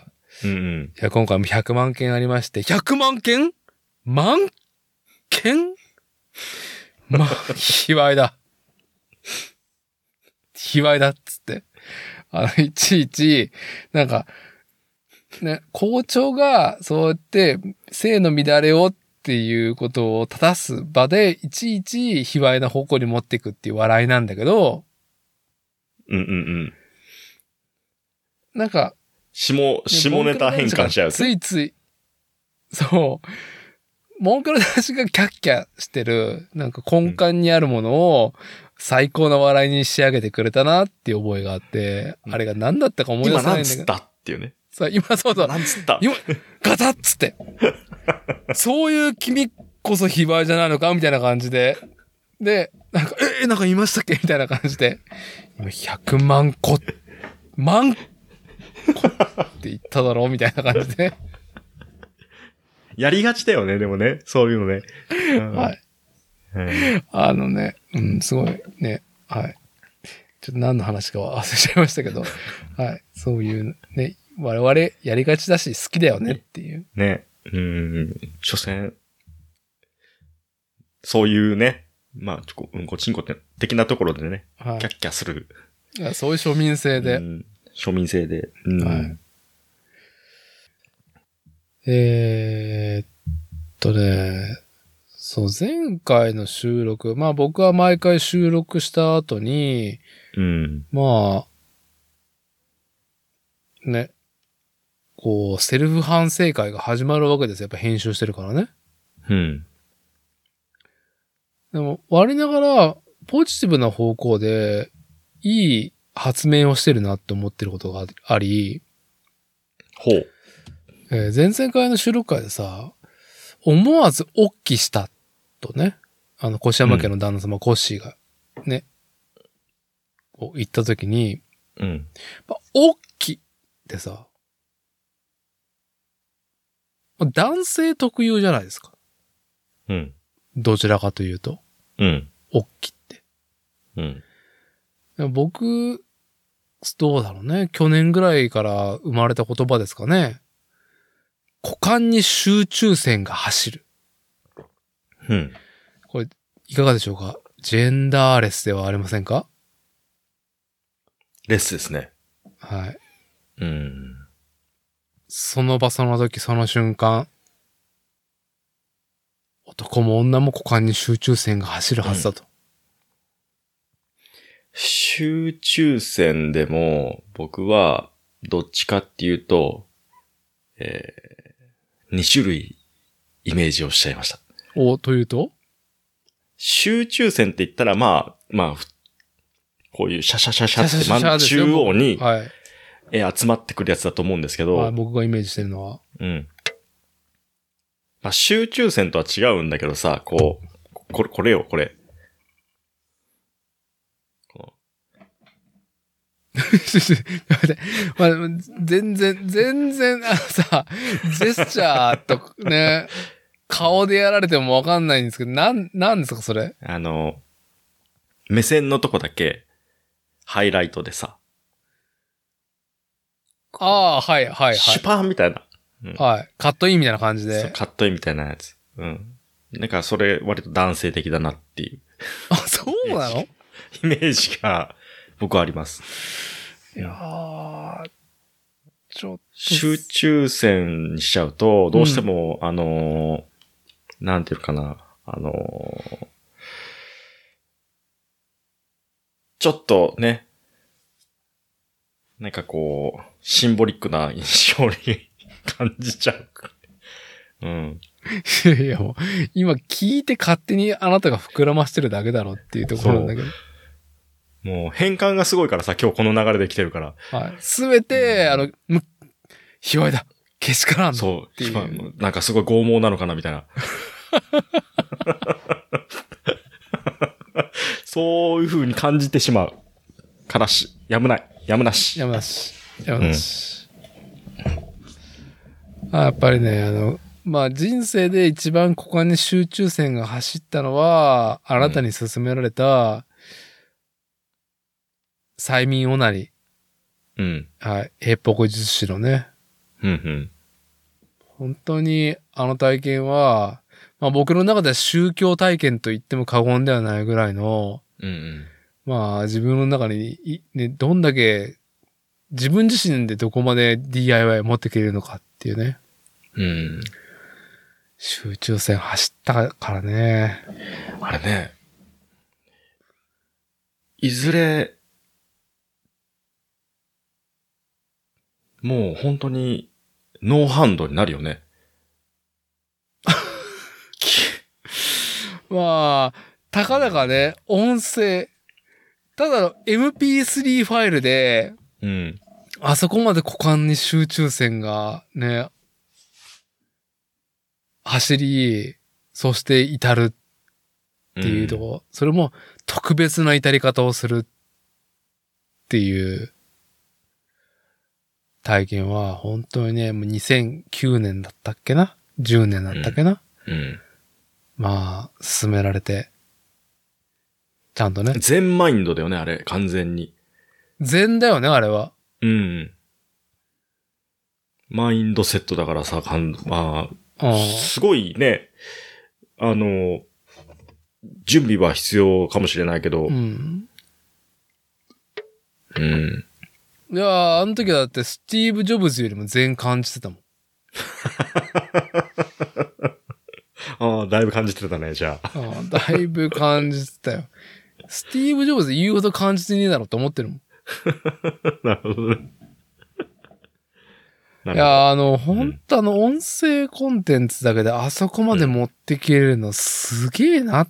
Speaker 1: うんうん。
Speaker 2: いや、今回も100万件ありまして、100万件万件まあ、卑猥だ。卑猥だっつって。あの、いちいち、なんか、ね、校長が、そうやって、性の乱れをっていうことを正す場で、いちいち卑猥な方向に持っていくっていう笑いなんだけど、
Speaker 1: うんうんうん。
Speaker 2: なんか、
Speaker 1: 下、下ネタ変換しちゃう。
Speaker 2: ついつい、そう、モンクロ男子がキャッキャしてる、なんか根幹にあるものを最高な笑いに仕上げてくれたなっていう覚えがあって、
Speaker 1: うん
Speaker 2: あれが何だったか思い出
Speaker 1: 今
Speaker 2: せな
Speaker 1: なん
Speaker 2: い
Speaker 1: ん
Speaker 2: だ
Speaker 1: つ
Speaker 2: け
Speaker 1: っ
Speaker 2: ど、
Speaker 1: たっていうね。
Speaker 2: そう今そうそう、
Speaker 1: なんつった
Speaker 2: 今、ガタッつって。そういう君こそ非売じゃないのかみたいな感じで。で、なんか、え、なんか言いましたっけみたいな感じで。今100万個、万個って言っただろうみたいな感じで。
Speaker 1: やりがちだよね、でもね。そういうのね。うん
Speaker 2: はい。
Speaker 1: うん
Speaker 2: あのね、うん、すごいね、はい。ちょっと何の話かは忘れちゃいましたけど、はい。そういうね、我々やりがちだし好きだよねっていう。
Speaker 1: ね。うん。所詮、そういうね、まあ、ちょこうんこちんこって的なところでね、
Speaker 2: は
Speaker 1: キャッキャする。
Speaker 2: いいや。そういう庶民性で。
Speaker 1: うん庶民性で。うん
Speaker 2: はいえーっとね、そう、前回の収録、まあ僕は毎回収録した後に、
Speaker 1: うん。
Speaker 2: まあ、ね、こう、セルフ反省会が始まるわけですよ。やっぱ編集してるからね。
Speaker 1: うん。
Speaker 2: でも、割りながら、ポジティブな方向で、いい発明をしてるなって思ってることがあり、
Speaker 1: ほう。
Speaker 2: えー前々回の収録会でさ、思わずおっきしたとね、あの、越山家の旦那様、コッシーが、ね、こう言った時に、
Speaker 1: うん。
Speaker 2: まあおっきってさ、まあ男性特有じゃないですか。
Speaker 1: うん。
Speaker 2: どちらかというと、
Speaker 1: うん。
Speaker 2: おっきって。
Speaker 1: うん。
Speaker 2: でも僕、どうだろうね。去年ぐらいから生まれた言葉ですかね。股間に集中線が走る。
Speaker 1: うん。
Speaker 2: いかがでしょうかジェンダーレスではありませんか
Speaker 1: レスですね。
Speaker 2: はい。
Speaker 1: うん。
Speaker 2: その場その時その瞬間、男も女も股間に集中線が走るはずだと。
Speaker 1: 集中戦でも、僕は、どっちかっていうと、えー、2種類、イメージをしちゃいました。
Speaker 2: お、というと
Speaker 1: 集中戦って言ったら、まあ、まあ、ふこういうシャシャシャシャ
Speaker 2: シャ
Speaker 1: っ
Speaker 2: シ
Speaker 1: て
Speaker 2: ャシャシャ
Speaker 1: 真ん
Speaker 2: ですよ
Speaker 1: 中央に、
Speaker 2: はい。
Speaker 1: えー集まってくるやつだと思うんですけど、
Speaker 2: はい、僕がイメージしてるのは。 [LAUGHS]
Speaker 1: うん。まあ、集中戦とは違うんだけどさ、こう、ここれ、これよ、これ。こ
Speaker 2: 待ってまあ、全然、全然、あのさ、ジェスチャーとかね、顔でやられてもわかんないんですけど、なん、なんですか、それ。
Speaker 1: のあの、目線のとこだけ、ハイライトでさ、
Speaker 2: ああ、はい、はい、は
Speaker 1: シュ
Speaker 2: い。
Speaker 1: パーンみたいな、
Speaker 2: はい。カットインみたいな感じ
Speaker 1: そう
Speaker 2: で。
Speaker 1: カットインみたいなやつ。うん。なんかそれ割と男性的だなっていう
Speaker 2: あ、そうなの
Speaker 1: イメージが僕はあります。
Speaker 2: いやーちょっと。
Speaker 1: 集中戦にしちゃうと、どうしても、あのー、なんていうかな、あのー、ちょっとね、なんかこう、シンボリックな印象に [LAUGHS] 感じちゃう。うん。
Speaker 2: いや [LAUGHS] いや、もう、今聞いて勝手にあなたが膨らましてるだけだろっていうところなんだけど。
Speaker 1: もう変換がすごいからさ、今日この流れで来てるから。
Speaker 2: はい。すべて、あの、む、卑猥だ。けしからん。う。
Speaker 1: そう
Speaker 2: てい。う
Speaker 1: まあなんかすごい剛毛なのかな、みたいな。
Speaker 2: [LAUGHS]
Speaker 1: そういう風に感じてしまう。からし、やむない。やむなし。
Speaker 2: やむなし。やむなし。あやっぱりね、あの、まあ人生で一番股間に集中線が走ったのは、あなたに勧められた、催眠オナニ
Speaker 1: うん。
Speaker 2: ー、はい、ヘッポコ術師のね。
Speaker 1: うん、うん。
Speaker 2: 本当にあの体験は、まあ僕の中では宗教体験と言っても過言ではないぐらいの、
Speaker 1: うん、うん。
Speaker 2: まあ自分の中にい、ね、どんだけ、自分自身でどこまで DIY を持っていけるのかっていうね。
Speaker 1: うん。
Speaker 2: 集中線走ったからね。
Speaker 1: あれね、いずれ、もう本当にノーハンドになるよね。
Speaker 2: まあ、たかだかね、音声、ただの MP3 ファイルで、
Speaker 1: うん。
Speaker 2: あそこまで股間に集中線がね、走り、そして至るっていうとこ、それも特別な至り方をするっていう体験は本当にね、もう2009年だったっけな ?10 年だったっけな、
Speaker 1: うん。
Speaker 2: まあ、勧められて、ちゃんとね。
Speaker 1: 全マインドだよね、あれ、完全に。
Speaker 2: 禅だよね、あれは。
Speaker 1: うん。マインドセットだからさ、かんま
Speaker 2: うん
Speaker 1: あ、すごいね、あの、準備は必要かもしれないけど、
Speaker 2: うん。
Speaker 1: うん。
Speaker 2: いやーあの時はだってスティーブ・ジョブズよりも禅感じてたもん。
Speaker 1: ああ、だいぶ感じてたね、じゃあ。 [LAUGHS]
Speaker 2: うんだいぶ感じてたよ。スティーブ・ジョブズ言うほど感じてねえだろうと思ってるもん。
Speaker 1: なるほどね。ないるほど
Speaker 2: やーあの、本当あの、音声コンテンツだけであそこまで持ってきれるのすげえなっ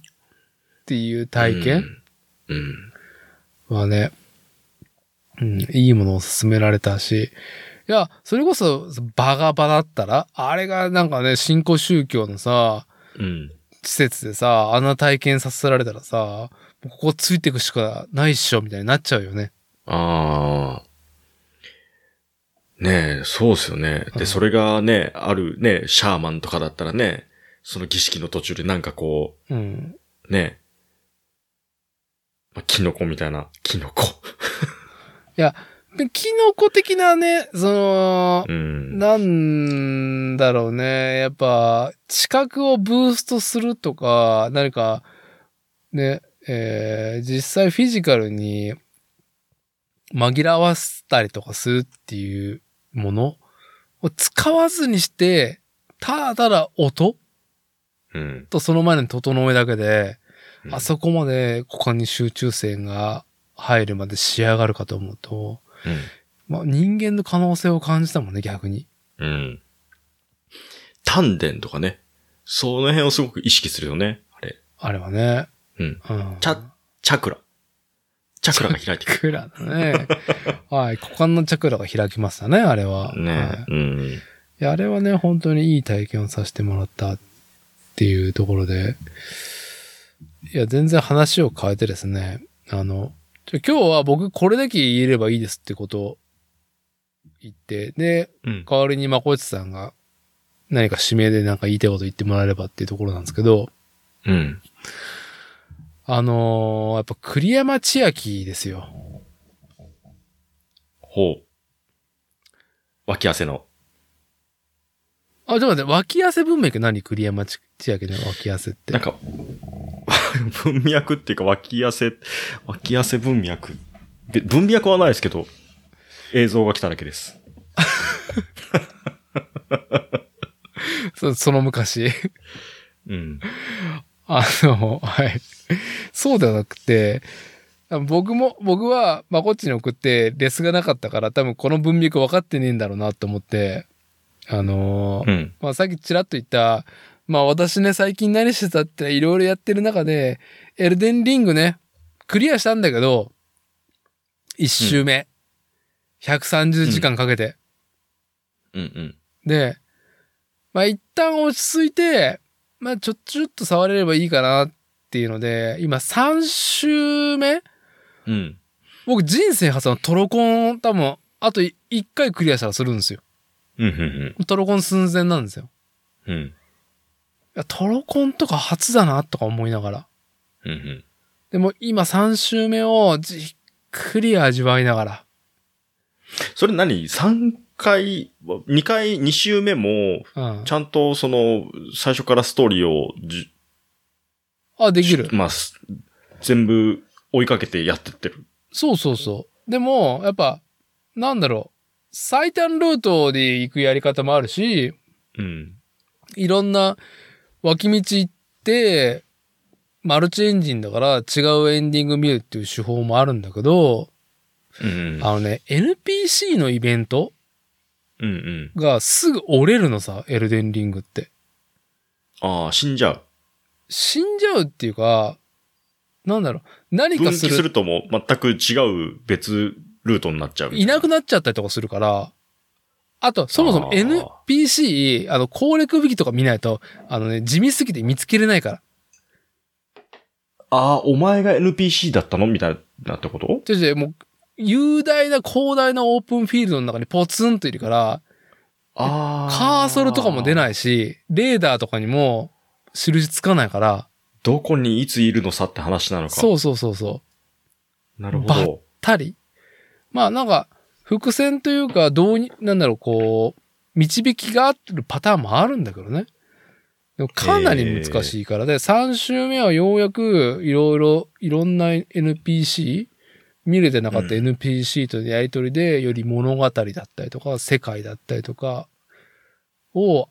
Speaker 2: ていう体験
Speaker 1: うん。
Speaker 2: はね、うん、いいものを勧められたし、いや、それこそ、バガバだったら、あれがなんかね、新興宗教のさ、
Speaker 1: うん。
Speaker 2: 施設でさ、あんな体験させられたらさ、もうここついてくしかないっしょ、みたいになっちゃうよね。
Speaker 1: ああ。ねえ、そうですよね。
Speaker 2: う
Speaker 1: で、
Speaker 2: ん
Speaker 1: それがね、あるね、シャーマンとかだったらね、その儀式の途中でなんかこ
Speaker 2: うん。
Speaker 1: う、ね、まあ、キノコみたいな、キノコ。
Speaker 2: でキノコ的なね、その
Speaker 1: う、ん。
Speaker 2: なんだろうね。やっぱ、知覚をブーストするとか、何か、ね、えー実際フィジカルに紛らわせたりとかするっていうものを使わずにして、ただただ音
Speaker 1: うん。
Speaker 2: とその前の整えだけで、
Speaker 1: うん
Speaker 2: あそこまで股間に集中線が入るまで仕上がるかと思うと、まあ、人間の可能性を感じたもんね、逆に。
Speaker 1: うん。うん。丹田とかね。その辺をすごく意識するよね。あれ。
Speaker 2: あれはね。
Speaker 1: うん。
Speaker 2: うん。
Speaker 1: チャチャクラ。チャクラが開いてくる
Speaker 2: クラだね。はい。股間のチャクラが開きましたね、あれ [LAUGHS] は。はい
Speaker 1: ね、うん。
Speaker 2: いや、あれはね、本当にいい体験をさせてもらったっていうところで、いや、全然話を変えてですね、あの、ちょ今日は僕これだけ言えればいいですってことを言って、で、
Speaker 1: うん。
Speaker 2: 代わりにまこいちさんが何か指名でなんか言いたいこと言ってもらえればっていうところなんですけど、
Speaker 1: うん。
Speaker 2: あのーやっぱ栗山千明ですよ。
Speaker 1: ほう。脇汗の。
Speaker 2: あ、ちょっと待って、脇汗文脈何栗山千明の脇汗って
Speaker 1: なん。か、 [LAUGHS] 文脈っていうか脇汗、脇汗文脈。で文脈はないですけど、映像が来ただけです。
Speaker 2: そその昔。
Speaker 1: うん。
Speaker 2: あの、はい。そうではなくて、僕も、僕は、まあ、こっちに送って、レスがなかったから、多分この文脈分かってねえんだろうなと思って、あのー
Speaker 1: うん。
Speaker 2: まあ、さっきちらっと言った、まあ、私ね、最近何してたっていろいろやってる中で、エルデンリングね、クリアしたんだけど、一周目、130時間かけて、
Speaker 1: うん
Speaker 2: で、まあ一旦落ち着いて、まあちょ、ちょっと触れればいいかなっていうので、今3週目
Speaker 1: うん。うん。
Speaker 2: 僕人生初のトロコンを多分、あと1回クリアしたらするんですよ。
Speaker 1: うん。うん。
Speaker 2: トロコン寸前なんですよ。
Speaker 1: うん。
Speaker 2: いやトロコンとか初だなとか思いながら。
Speaker 1: うんうん。
Speaker 2: でも今3周目をじっくり味わいながら。
Speaker 1: それ何 ?3 回、2回、2週目も、
Speaker 2: うん
Speaker 1: ち。ゃんとその、最初からストーリーをじ、
Speaker 2: あ、できる。
Speaker 1: まあ、す全部追いかけてやってってる。
Speaker 2: そうそうそう。でも、やっぱ、なんだろう。最短ルートで行くやり方もあるし、
Speaker 1: うん。
Speaker 2: いろんな脇道行って、マルチエンジンだから違うエンディング見るっていう手法もあるんだけど、
Speaker 1: うんうん。
Speaker 2: あのね、NPC のイベント
Speaker 1: うんうん。
Speaker 2: がすぐ折れるのさ、エルデンリングって。
Speaker 1: ああ、死んじゃう。
Speaker 2: 死んじゃうっていうか、なんだろう、何
Speaker 1: 分
Speaker 2: か
Speaker 1: 岐
Speaker 2: する、
Speaker 1: するとも全く違う別ルートになっちゃうみた
Speaker 2: い
Speaker 1: いな。
Speaker 2: なくなっちゃったりとかするから、あと、そもそも
Speaker 1: あー
Speaker 2: NPC、あの、攻略武器とか見ないと、あのね、地味すぎて見つけれないから。
Speaker 1: ああ、お前が NPC だったのみたいなってこと
Speaker 2: ちょちょ、もう、雄大な広大なオープンフィールドの中にポツンといるから、
Speaker 1: ああ。
Speaker 2: カーソルとかも出
Speaker 1: い。
Speaker 2: ないし、レーダーとかにも印つかないから、
Speaker 1: どこにいついるのさって話なのか。
Speaker 2: そうそうそうそう。
Speaker 1: なるほど。
Speaker 2: たり、まあなんか、伏線というか、どうに、なんだろう、こう、導きがあるパターンもあるんだけどね。でもかなり難しいからで、3周目はようやく、いろいろ、いろんな NPC、見れてなかった
Speaker 1: う
Speaker 2: NPC とのやりとりで、より物語だったりとか、世界だったりとか、を、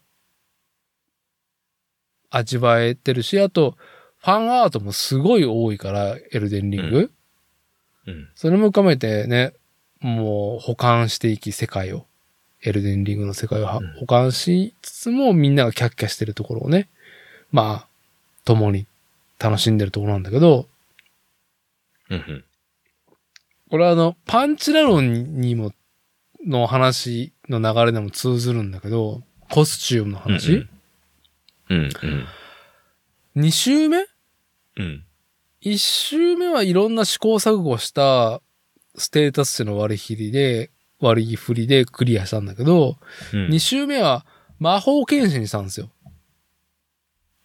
Speaker 2: 味わえてるし、あと、ファンアートもすごい多いから、エルデンリング。
Speaker 1: うんうん。
Speaker 2: それも含めてね、もう保管していき世界を、エルデンリングの世界をは
Speaker 1: うん
Speaker 2: 保管しつつも、みんながキャッキャしてるところをね、まあ、共に楽しんでるところなんだけど、
Speaker 1: うんうん。
Speaker 2: これはあの、パンチラ論にも、の話の流れでも通ずるんだけど、コスチュームの話、
Speaker 1: うんうん。
Speaker 2: 二 ?2 周目
Speaker 1: うん。
Speaker 2: 一周目はいろんな試行錯誤したステータス値の割り切りで、割り振りでクリアしたんだけど、
Speaker 1: うん
Speaker 2: 二周目は魔法剣士にしたんですよ。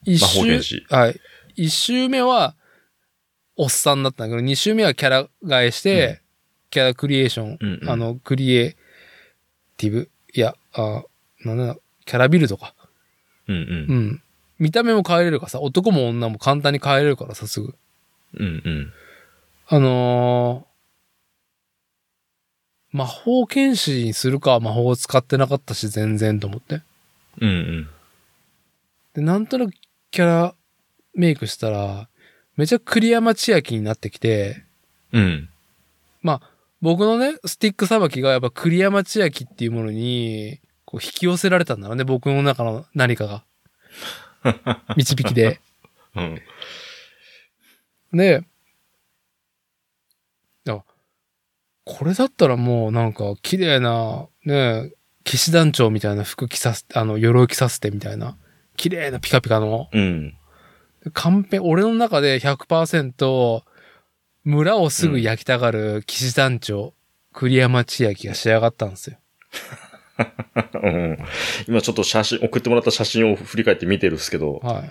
Speaker 2: 一周
Speaker 1: 魔法剣士
Speaker 2: はい。一周目は、おっさんだったんだけど、二周目はキャラ替えして、
Speaker 1: う
Speaker 2: キャラクリエーション、
Speaker 1: うんうん
Speaker 2: あの、クリエティブ、いや、あ、なんだ、キャラビルドか。
Speaker 1: うん
Speaker 2: う。
Speaker 1: うん
Speaker 2: 見た目も変えれるからさ、男も女も簡単に変えれるからさ、すぐ。
Speaker 1: ん。うんうん。
Speaker 2: あのー魔法剣士にするか、魔法を使ってなかったし、全然と思って。
Speaker 1: うんうん。
Speaker 2: で、なんとなくキャラメイクしたら、めちゃ栗山千明になってきて、
Speaker 1: うん。
Speaker 2: まあ、僕のね、スティックさばきがやっぱ栗山千明っていうものに、こう引き寄せられたんだろうね、僕の中の何かが。導きで。
Speaker 1: うん。
Speaker 2: で、あ、これだったらもうなんか綺麗な、ね、騎士団長みたいな服着させて、あの、鎧着させてみたいな、綺麗なピカピカの
Speaker 1: うん。
Speaker 2: 完璧、俺の中で100%村をすぐ焼きたがる騎士団長、栗山千明が仕上がったんですよ。
Speaker 1: うん今ちょっと写真、送ってもらった写真を振り返って見てるんですけど、
Speaker 2: はい。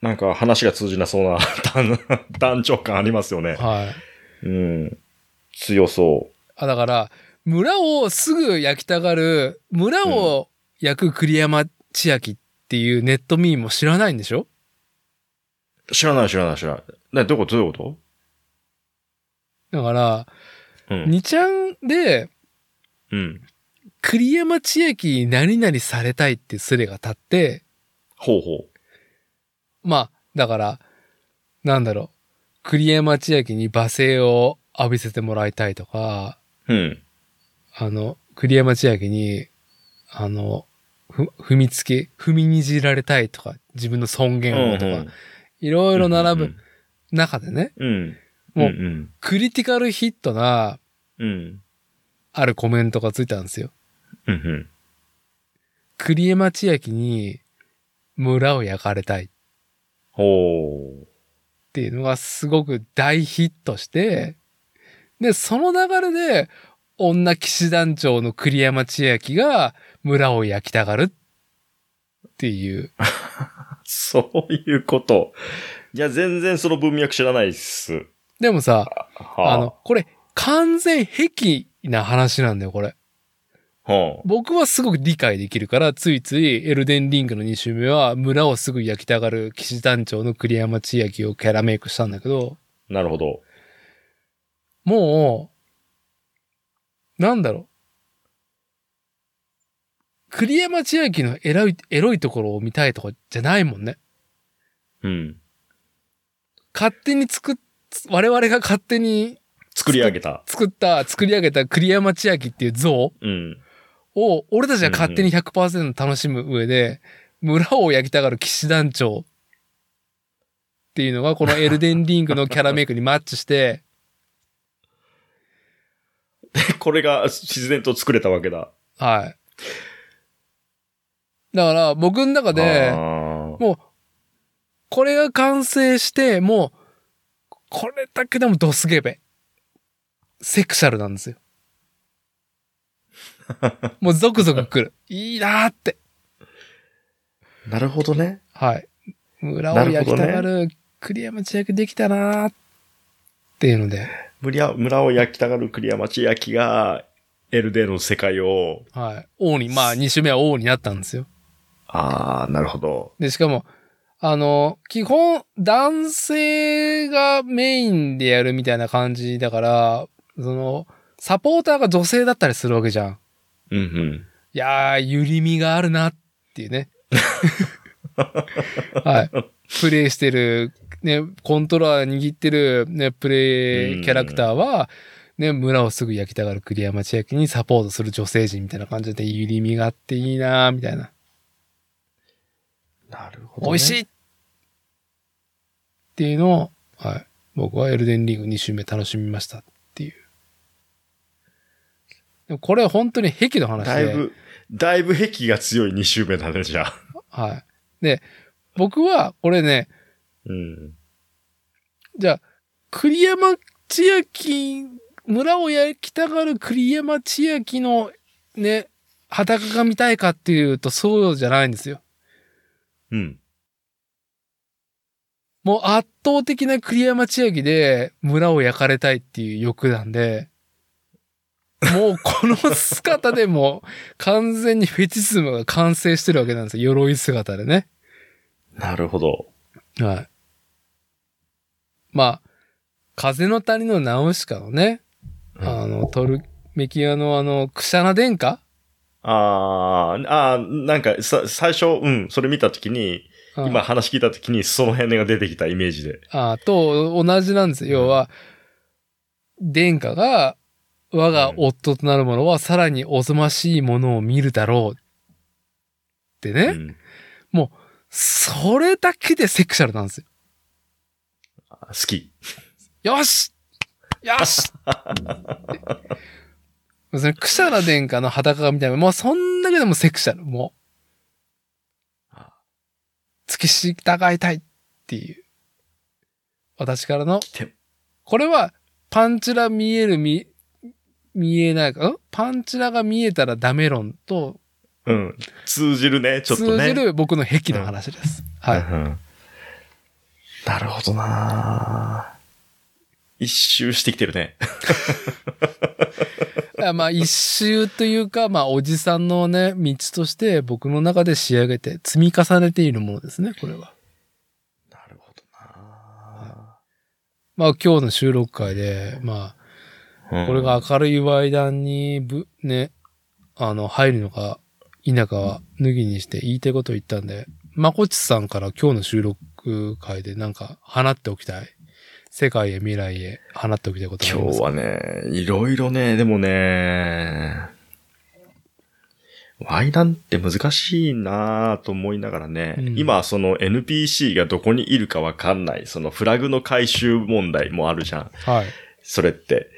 Speaker 1: なんか話が通じなそうな [LAUGHS] 団団長感ありますよね。
Speaker 2: はい。
Speaker 1: うん。強そ
Speaker 2: あ、だから、村をすぐ焼きたがる、村を焼く栗山千明っていうネットミームも知らないんでしょ
Speaker 1: う。知らない知らない知らない。ね、どういうことどういうこ
Speaker 2: だから、
Speaker 1: とうん。
Speaker 2: 2ちゃんで、
Speaker 1: うん。
Speaker 2: 栗山千明に何々されたいってスレが立って、
Speaker 1: ほうほう。
Speaker 2: まあ、だから、なんだろう。栗山千明に罵声を浴びせてもらいたいとか、
Speaker 1: うん。
Speaker 2: あの、栗山千明に、あの、ふ、踏みつけ、踏みにじられたいとか、自分の尊
Speaker 1: うん
Speaker 2: 厳をとか、
Speaker 1: うん
Speaker 2: いろいろ並ぶ。中でね、
Speaker 1: うん。うん。
Speaker 2: もう
Speaker 1: うん。
Speaker 2: クリティカルヒットな、
Speaker 1: うん。
Speaker 2: あるコメントがついたんですよ。
Speaker 1: うんうん。
Speaker 2: 栗山千明に、村を焼かれたいっ
Speaker 1: ほう。
Speaker 2: っていうのがすごく大ヒットして、で、その流れで、女騎士団長の栗山千明が村を焼きたがるっていう。
Speaker 1: [LAUGHS] そういうこと。いや、全然その文脈知らないっす。
Speaker 2: でもさ、
Speaker 1: は
Speaker 2: あの、これ完全癖な話なんだよ、これ。
Speaker 1: は
Speaker 2: 僕はすごく理解できるから、ついついエルデンリングの2周目は村をすぐ焼きたがる騎士団長の栗山千明をキャラメイクしたんだけど、
Speaker 1: あ、なるほど。
Speaker 2: もう、なんだろう。栗山千明のエロい、エロいところを見たいとかじゃないもんね。
Speaker 1: うん。
Speaker 2: 勝手に作っ、我々が勝手に
Speaker 1: 作り上げた。
Speaker 2: 作った、作り上げた栗山千明っていう像
Speaker 1: うん。
Speaker 2: を、俺たちが勝手に100%楽しむ上で、村を焼きたがる騎士団長っていうのが、このエルデンリングのキャラメイクにマッチして、
Speaker 1: これが自然と作れたわけだ。
Speaker 2: はい。だから、僕の中で、
Speaker 1: あー
Speaker 2: もう、これが完成して、もう、これだけでもドスケベ。セクシャルなんですよ。もうゾクゾク来る。いいなーって。
Speaker 1: なるほどね。
Speaker 2: はい。村を焼きたがる栗山千明できたなーっていうので。
Speaker 1: 村村を焼きたがる栗山千明が、エルデの世界を、
Speaker 2: はい。王に、まあ2周目は王になったんですよ。
Speaker 1: ああ、なるほど。
Speaker 2: で、しかも、あの、基本、男性がメインでやるみたいな感じだから、その、サポーターが女性だったりするわけじゃん。
Speaker 1: うんうん。
Speaker 2: いやー、ゆりみがあるなっていうね。 [LAUGHS] はい。プレイしてる、ね、コントローラー握ってる、ね、プレイキャラクターは、ね、村をすぐ焼きたがる栗山千明にサポートする女性陣みたいな感じで、ゆりみがあっていいなーみたいな。
Speaker 1: なるほ
Speaker 2: 美味し
Speaker 1: い
Speaker 2: いっていうのを、はい。僕はエルデンリング2周目楽しみましたっていう。でもこれは本当に癖の話で。
Speaker 1: だいぶ、だいぶ癖が強い2周目だね、じゃあ。
Speaker 2: はい。で、僕はこれね、
Speaker 1: うん。
Speaker 2: じゃあ、栗山千明、村を焼きたがる栗山千明のね、裸が見たいかっていうとそうじゃないんですよ。
Speaker 1: うん。
Speaker 2: もう圧倒的な栗山千明で村を焼かれたいっていう欲なんで、もうこの姿でも完全にフェチズムが完成してるわけなんですよ。鎧姿でね。
Speaker 1: なるほど。
Speaker 2: はい。まあ、風の谷のナウシカのね、
Speaker 1: うん
Speaker 2: あの、トルメキアのあの、クシャナ殿下
Speaker 1: あーあー、なんかさ、最初、うん、それ見たときに、
Speaker 2: うん
Speaker 1: 今話聞いたときに、その辺が出てきたイメージで。
Speaker 2: あと同じなんですよ。要は、殿下が、我が夫となる者はさらにおぞましいものを見るだろう。ってね、
Speaker 1: うん
Speaker 2: それだけでセクシャルなんです
Speaker 1: 好き。
Speaker 2: よ。よしよし [LAUGHS] そのクシャラ殿下の裸がみたいな、もうそんだけでもセクシャル、もう。突き従いたいっていう。私からの
Speaker 1: て。
Speaker 2: これは、パンチラ見える見、見えないか、んパンチラが見えたらダメ論と
Speaker 1: うん。通じるね、ちょっと
Speaker 2: 通
Speaker 1: ね。
Speaker 2: じる僕の癖の話です。は
Speaker 1: う
Speaker 2: い。
Speaker 1: んなるほどな一周してきてる
Speaker 2: [LAUGHS]
Speaker 1: ね。
Speaker 2: あまあ一周というか、まあおじさんのね、道として僕の中で仕上げて積み重ねているものですね、これは。
Speaker 1: なるほど
Speaker 2: まあ今日の収録会で、ま
Speaker 1: な
Speaker 2: あこれが。明るいワイダンにぶ、ね、あの、入るのか否かは脱ぎにして言いたいことを言ったんで、まこちさんから今日の収録会でなんか放っておきたい。世界へ未来へ放っておきたいことあり
Speaker 1: 今
Speaker 2: ます
Speaker 1: 日
Speaker 2: か
Speaker 1: はね、いろいろね、でもね、ワイダンって難しいなぁと思いながらね、
Speaker 2: うん
Speaker 1: 今その NPC がどこにいるかわかんない、そのフラグの回収問題もあるじゃん。
Speaker 2: はい。
Speaker 1: それって。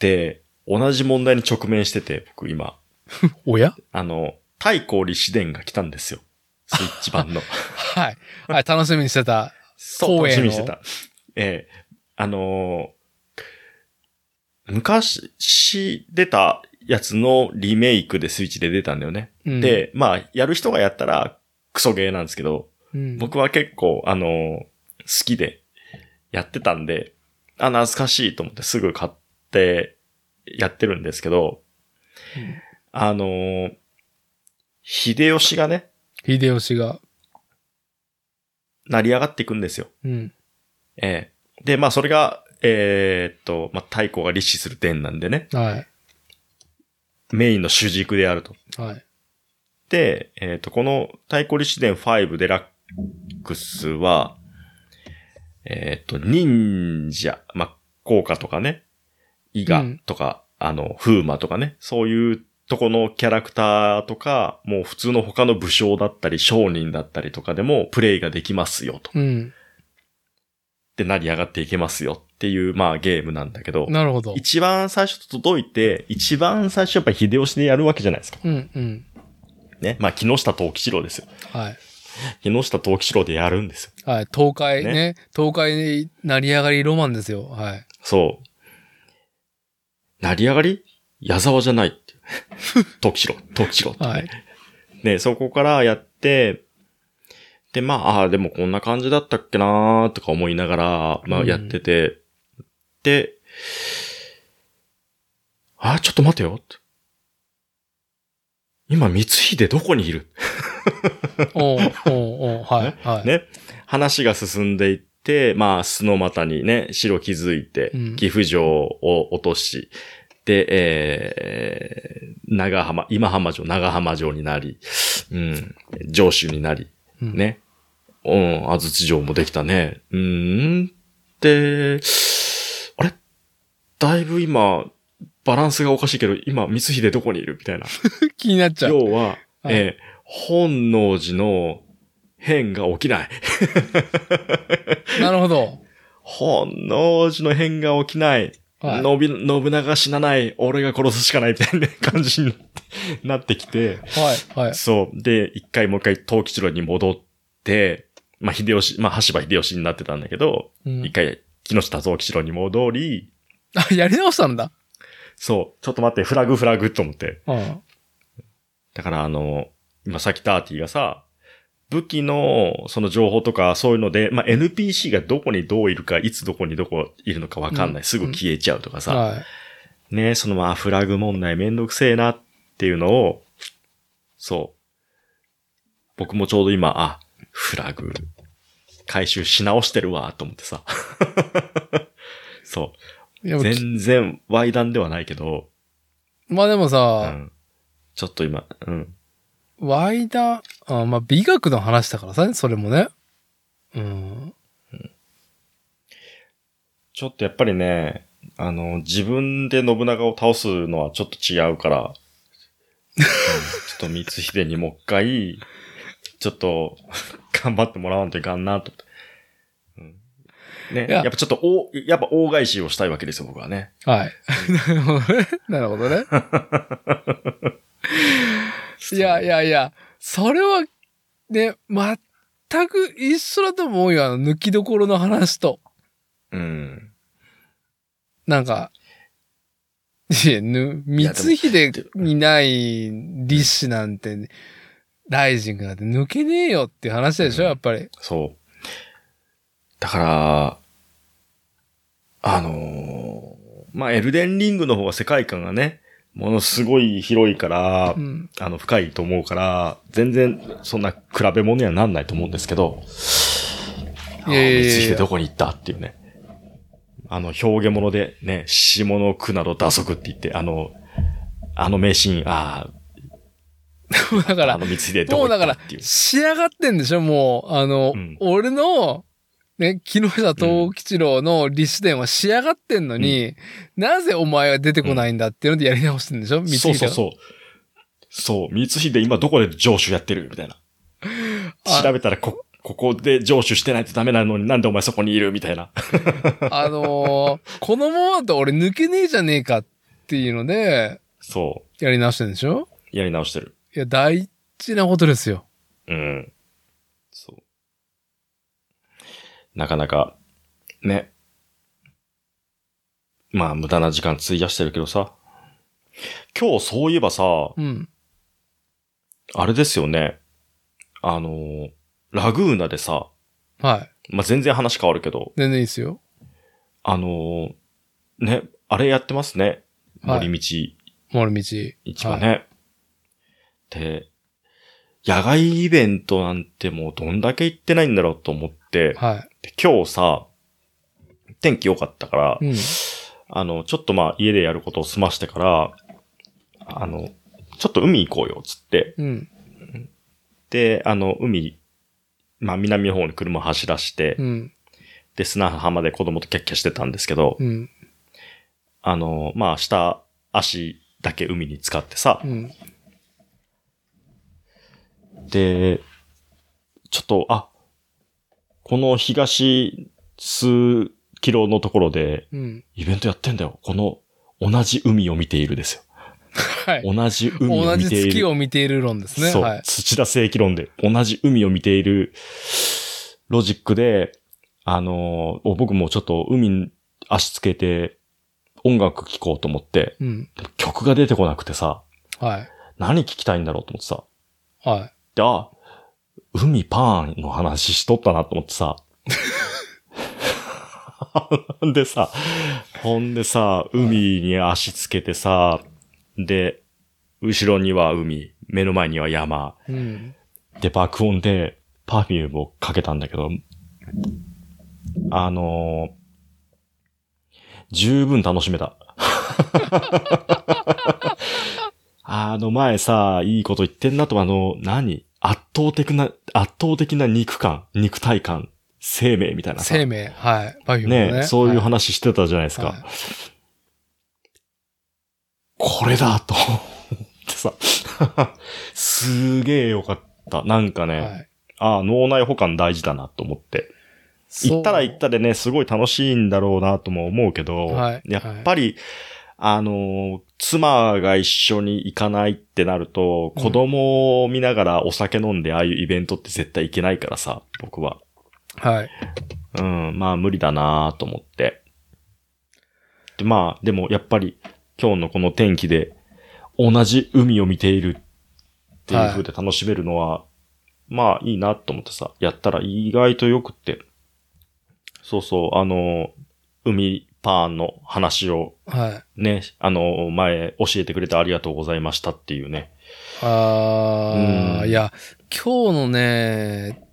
Speaker 1: で、同じ問題に直面してて、僕今。
Speaker 2: おや
Speaker 1: あの、太閤李紫伝が来たんですよ。スイッチ
Speaker 2: [LAUGHS]
Speaker 1: 版の。
Speaker 2: はい。はい、楽しみにしてた。
Speaker 1: そう、楽
Speaker 2: 東映
Speaker 1: し
Speaker 2: の
Speaker 1: みにしてた。ええあのー昔出たやつのリメイクでスイッチで出たんだよね。
Speaker 2: うん、
Speaker 1: で、まあ、やる人がやったらクソゲーなんですけど、
Speaker 2: うん、
Speaker 1: 僕は結構、あのー好きでやってたんで、あ、懐かしいと思ってすぐ買ってやってるんですけど、
Speaker 2: うん
Speaker 1: あのー秀吉がね、
Speaker 2: 秀吉が。
Speaker 1: 成り上がっていくんですよ。
Speaker 2: うん。
Speaker 1: ええで、まあ、それが、えーっと、まあ、太閤が立志する伝なんでね、
Speaker 2: は
Speaker 1: メインの主軸であると。
Speaker 2: い。はい。
Speaker 1: で、えっ、と、この太鼓立志伝5デラックスは、えっ、と、忍者、まあ、効果とかね、伊
Speaker 2: う
Speaker 1: 賀
Speaker 2: ん
Speaker 1: とか、あの、風魔とかね、そういうとこのキャラクターとか、もう普通の他の武将だったり、商人だったりとかでもプレイができますよと。
Speaker 2: うん。
Speaker 1: で、成り上がっていけますよっていう、まあ、ゲームなんだけど、
Speaker 2: なるほど。
Speaker 1: 一番最初届いて、一番最初やっぱ秀吉でやるわけじゃないですか。
Speaker 2: うんうん。
Speaker 1: ね。まあ、木下藤吉郎ですよ。
Speaker 2: はい。
Speaker 1: 木下藤吉郎でやるんですよ。
Speaker 2: はい。東海ね。
Speaker 1: ね
Speaker 2: 東海に成り上がりロマンですよ。はい。
Speaker 1: そう。成り上がり矢沢じゃないって。
Speaker 2: [LAUGHS]
Speaker 1: 藤吉郎、藤吉郎ってね、
Speaker 2: はい。
Speaker 1: ね、そこからやって、で、まあ、ああ、でもこんな感じだったっけなーとか思いながら、ま
Speaker 2: う
Speaker 1: あ
Speaker 2: ん
Speaker 1: やってて、で、あー、ちょっと待てよって。今、光秀どこにいる
Speaker 2: おうおうおうはい。はい。
Speaker 1: ね、話が進んでいって、まあ、巣の股にね、白気づいて
Speaker 2: うん、
Speaker 1: 岐阜城を落とし、で、えー、長浜、今浜城、長浜城になり、うん、上州になり、
Speaker 2: うん。
Speaker 1: ね。うん、安土城もできたね。うーん、で、あれだいぶ今、バランスがおかしいけど、今、光秀どこにいるみた
Speaker 2: [LAUGHS]
Speaker 1: いな。
Speaker 2: 気になっちゃう。
Speaker 1: 要は、
Speaker 2: はい
Speaker 1: えー本能寺の変が起きない。
Speaker 2: なるほど。
Speaker 1: 本能寺の変が起きない。
Speaker 2: はい。
Speaker 1: のび信長死なない。俺が殺すしかないみたいな感じになってきて。
Speaker 2: はい。はい。
Speaker 1: そう。で、一回もう一回東吉郎に戻って、まあ、秀吉、まあ、羽柴秀吉になってたんだけど、
Speaker 2: うん
Speaker 1: 一回、木下藤吉郎に戻り、
Speaker 2: あ、やり直したんだ。
Speaker 1: そう、ちょっと待って、フラグフラグと思って。
Speaker 2: うん。
Speaker 1: だからあの、今さっきターティがさ、武器のその情報とかそういうので、まあ、NPC がどこにどういるか、いつどこにどこいるのかわかんない、
Speaker 2: うん
Speaker 1: すぐ消えちゃうとかさ、
Speaker 2: は
Speaker 1: ね、そのまあフラグ問題めんどくせえなっていうのを、そう。僕もちょうど今、あ、フラグ、回収し直してるわ、と思ってさ。 [LAUGHS] そ
Speaker 2: い。で
Speaker 1: う。
Speaker 2: も
Speaker 1: 全然、ワイダンではないけど、
Speaker 2: まあでも
Speaker 1: う
Speaker 2: さ、
Speaker 1: ん。ちょっと今、うん。
Speaker 2: ワイダあまあ美学の話だからさ、それもね。うん。
Speaker 1: ちょっとやっぱりね、あの、自分で信長を倒すのはちょっと違うから、うんちょっと光秀にもう一回、ちょっと、 [LAUGHS] 頑張ってもらわんといかんなと思って。うんね、
Speaker 2: いや
Speaker 1: やっぱちょっと、お、やっぱ大返しをしたいわけですよ、僕はね。
Speaker 2: はい。 [LAUGHS] なるほどね。なるほどね。いやいやいや、それは、ね、全く一緒だと思うよ。あの、抜きどころの話と。
Speaker 1: うん。
Speaker 2: なんか、いや、ぬ、光秀にない立志なんて、大臣なんて抜けねえよっていう話でしょ、
Speaker 1: うん
Speaker 2: やっぱり。
Speaker 1: そう。だから、あのーまあ、エルデンリングの方が世界観がね、ものすごい広いから
Speaker 2: う、ん。 [LAUGHS]
Speaker 1: あの、深いと思うから、全然、そんな比べ物にはなんないと思うんですけど、
Speaker 2: いやいやいや
Speaker 1: あ光秀どこに行ったっていうね。あの、表現物でね、下の句など打足って言って、あの、あの名シーン、あ
Speaker 2: もうだか
Speaker 1: あ、
Speaker 2: ら
Speaker 1: あの、光秀ど
Speaker 2: も
Speaker 1: こ
Speaker 2: うだ
Speaker 1: 行
Speaker 2: か
Speaker 1: った
Speaker 2: ら
Speaker 1: っていう、。
Speaker 2: 仕上がってんでしょもう、あの、
Speaker 1: うん
Speaker 2: 俺の、ね、木下藤吉郎の立志伝は仕上がってんのに、なぜお前は出てこないんだっていうのでやり直してんでしょ、
Speaker 1: そうそう
Speaker 2: う。
Speaker 1: そう。そう、光秀今どこで上手やってるみたいな。
Speaker 2: あ
Speaker 1: 調べたらこ、ここで上手してないとダメなのになんでお前そこにいるみたいな。
Speaker 2: あのーこのままだと俺抜けねえじゃねえかっていうので、
Speaker 1: そ
Speaker 2: やり直してんでしょ
Speaker 1: う、やり直してる。
Speaker 2: いや、大事なことですよ。
Speaker 1: うん。そう。なかなか、ね。まあ、無駄な時間費やしてるけどさ。今日そういえばさ、
Speaker 2: うん。
Speaker 1: あれですよね。あのー、ラグーナでさ、
Speaker 2: はい。
Speaker 1: まあ、全然話変わるけど、
Speaker 2: 全然いいですよ。
Speaker 1: あのー、ね、あれやってますね。
Speaker 2: はい
Speaker 1: 森道
Speaker 2: 丸道。
Speaker 1: 市場ね。で、野外イベントなんてもうどんだけ行ってないんだろうと思って、
Speaker 2: は
Speaker 1: で今日さ、天気良かったから
Speaker 2: い。、うん。
Speaker 1: あの、ちょっとまあ家でやることを済ましてから、あの、ちょっと海行こうよ、つって。
Speaker 2: うん。
Speaker 1: で、あの、海、まあ南の方に車を走らして、
Speaker 2: うん。
Speaker 1: で、砂浜で子供とキャッキャしてたんですけど、
Speaker 2: うん。
Speaker 1: あの、まあ下足だけ海に使ってさ
Speaker 2: う、ん。
Speaker 1: で、ちょっと、あ、この東数キロのところで
Speaker 2: うん。
Speaker 1: イベントやってんだよ。この同じ海を見ているですよ。
Speaker 2: はい。
Speaker 1: 同じ海を
Speaker 2: 同
Speaker 1: 見
Speaker 2: じ
Speaker 1: ている。
Speaker 2: 月を見ている論ですね。
Speaker 1: そう、
Speaker 2: はい。
Speaker 1: 土田正規論で同じ海を見ているロジックで、あのーお僕もちょっと海に足つけて音楽聴こうと思って、
Speaker 2: うん。
Speaker 1: でも曲が出てこなくてさ、
Speaker 2: はい。
Speaker 1: 何聴きたいんだろうと思ってさ、
Speaker 2: は
Speaker 1: で、あ、海パーンの話しとったなと思ってさ。 [LAUGHS] ほんでさ、ほんでさ、海に足つけてさ、で、後ろには海、目の前には山。
Speaker 2: い。うん。
Speaker 1: で、爆音で、パフュームをかけたんだけど、あのー十分楽しめた。あの前さ、いいこと言ってんなと、あの、何圧倒的な、圧倒的な肉感、肉体感、生命みたいなさ。
Speaker 2: 生命。はい。パフューム
Speaker 1: ね
Speaker 2: ね。
Speaker 1: そういう
Speaker 2: は
Speaker 1: 話してたじゃないですか。
Speaker 2: はい
Speaker 1: これだと思ってさ、すげえよかった。なんかね、
Speaker 2: はい。
Speaker 1: ああ、脳内保管大事だなと思って。行ったら行ったでね、すごい楽しいんだろうなとも思うけど、
Speaker 2: はい
Speaker 1: やっぱり、あのー、妻が一緒に行かないってなると、
Speaker 2: うん
Speaker 1: 子供を見ながらお酒飲んでああいうイベントって絶対行けないからさ、僕は。
Speaker 2: た。はい。
Speaker 1: うん、まあ無理だなと思って。で、まあ、でもやっぱり今日のこの天気で同じ海を見ているっていう風で楽しめるのは、まあいいなと思ってさ、やったら意外とよくって。そうそう、あの、海パーンの話を
Speaker 2: はい。
Speaker 1: ね、あの、前教えてくれてありがとうございましたっていうね。
Speaker 2: あ
Speaker 1: う
Speaker 2: ー
Speaker 1: ん
Speaker 2: いや、今日のね、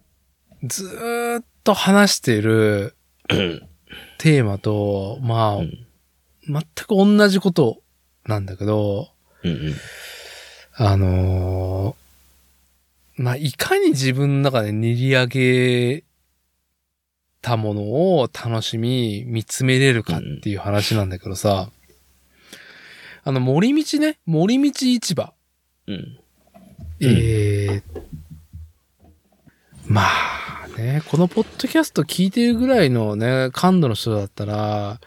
Speaker 2: ずーっと話しているテーマと、まあ、
Speaker 1: うん
Speaker 2: 全く同じことなんだけど、
Speaker 1: うんうん。
Speaker 2: あのーまあ、いかに自分の中で練り上げたものを楽しみ、見つめれるかっていう話なんだけどさ、あの、森道ね、森道市場。
Speaker 1: うん。うん
Speaker 2: えーまあね、このポッドキャスト聞いてるぐらいのね、感度の人だったら、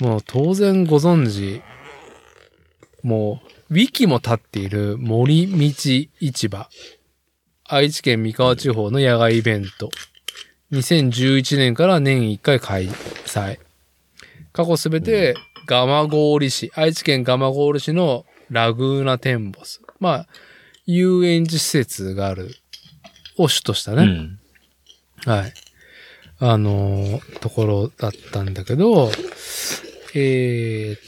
Speaker 2: もう当然ご存知、もう、ウィキも立っている森道市場。愛知県三河地方の野外イベント。2011年から年1回開催。過去すべて、蒲郡市、愛知県蒲郡市のラグーナテンボス。まあ、遊園地施設がある、を主とした
Speaker 1: う
Speaker 2: ね。
Speaker 1: ん。
Speaker 2: はい。あのーところだったんだけど、えーっ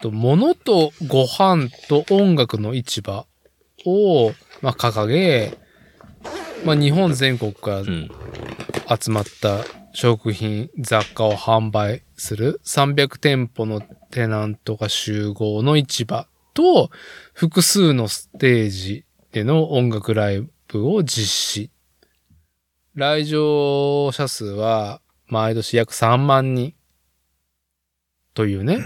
Speaker 2: と、物とご飯と音楽の市場を、まあ、掲げ、まあ、日本全国から
Speaker 1: うん。
Speaker 2: 集まった食品、雑貨を販売する300店舗のテナントが集合の市場と複数のステージでの音楽ライブを実施。来場者数は毎年約3万人というね、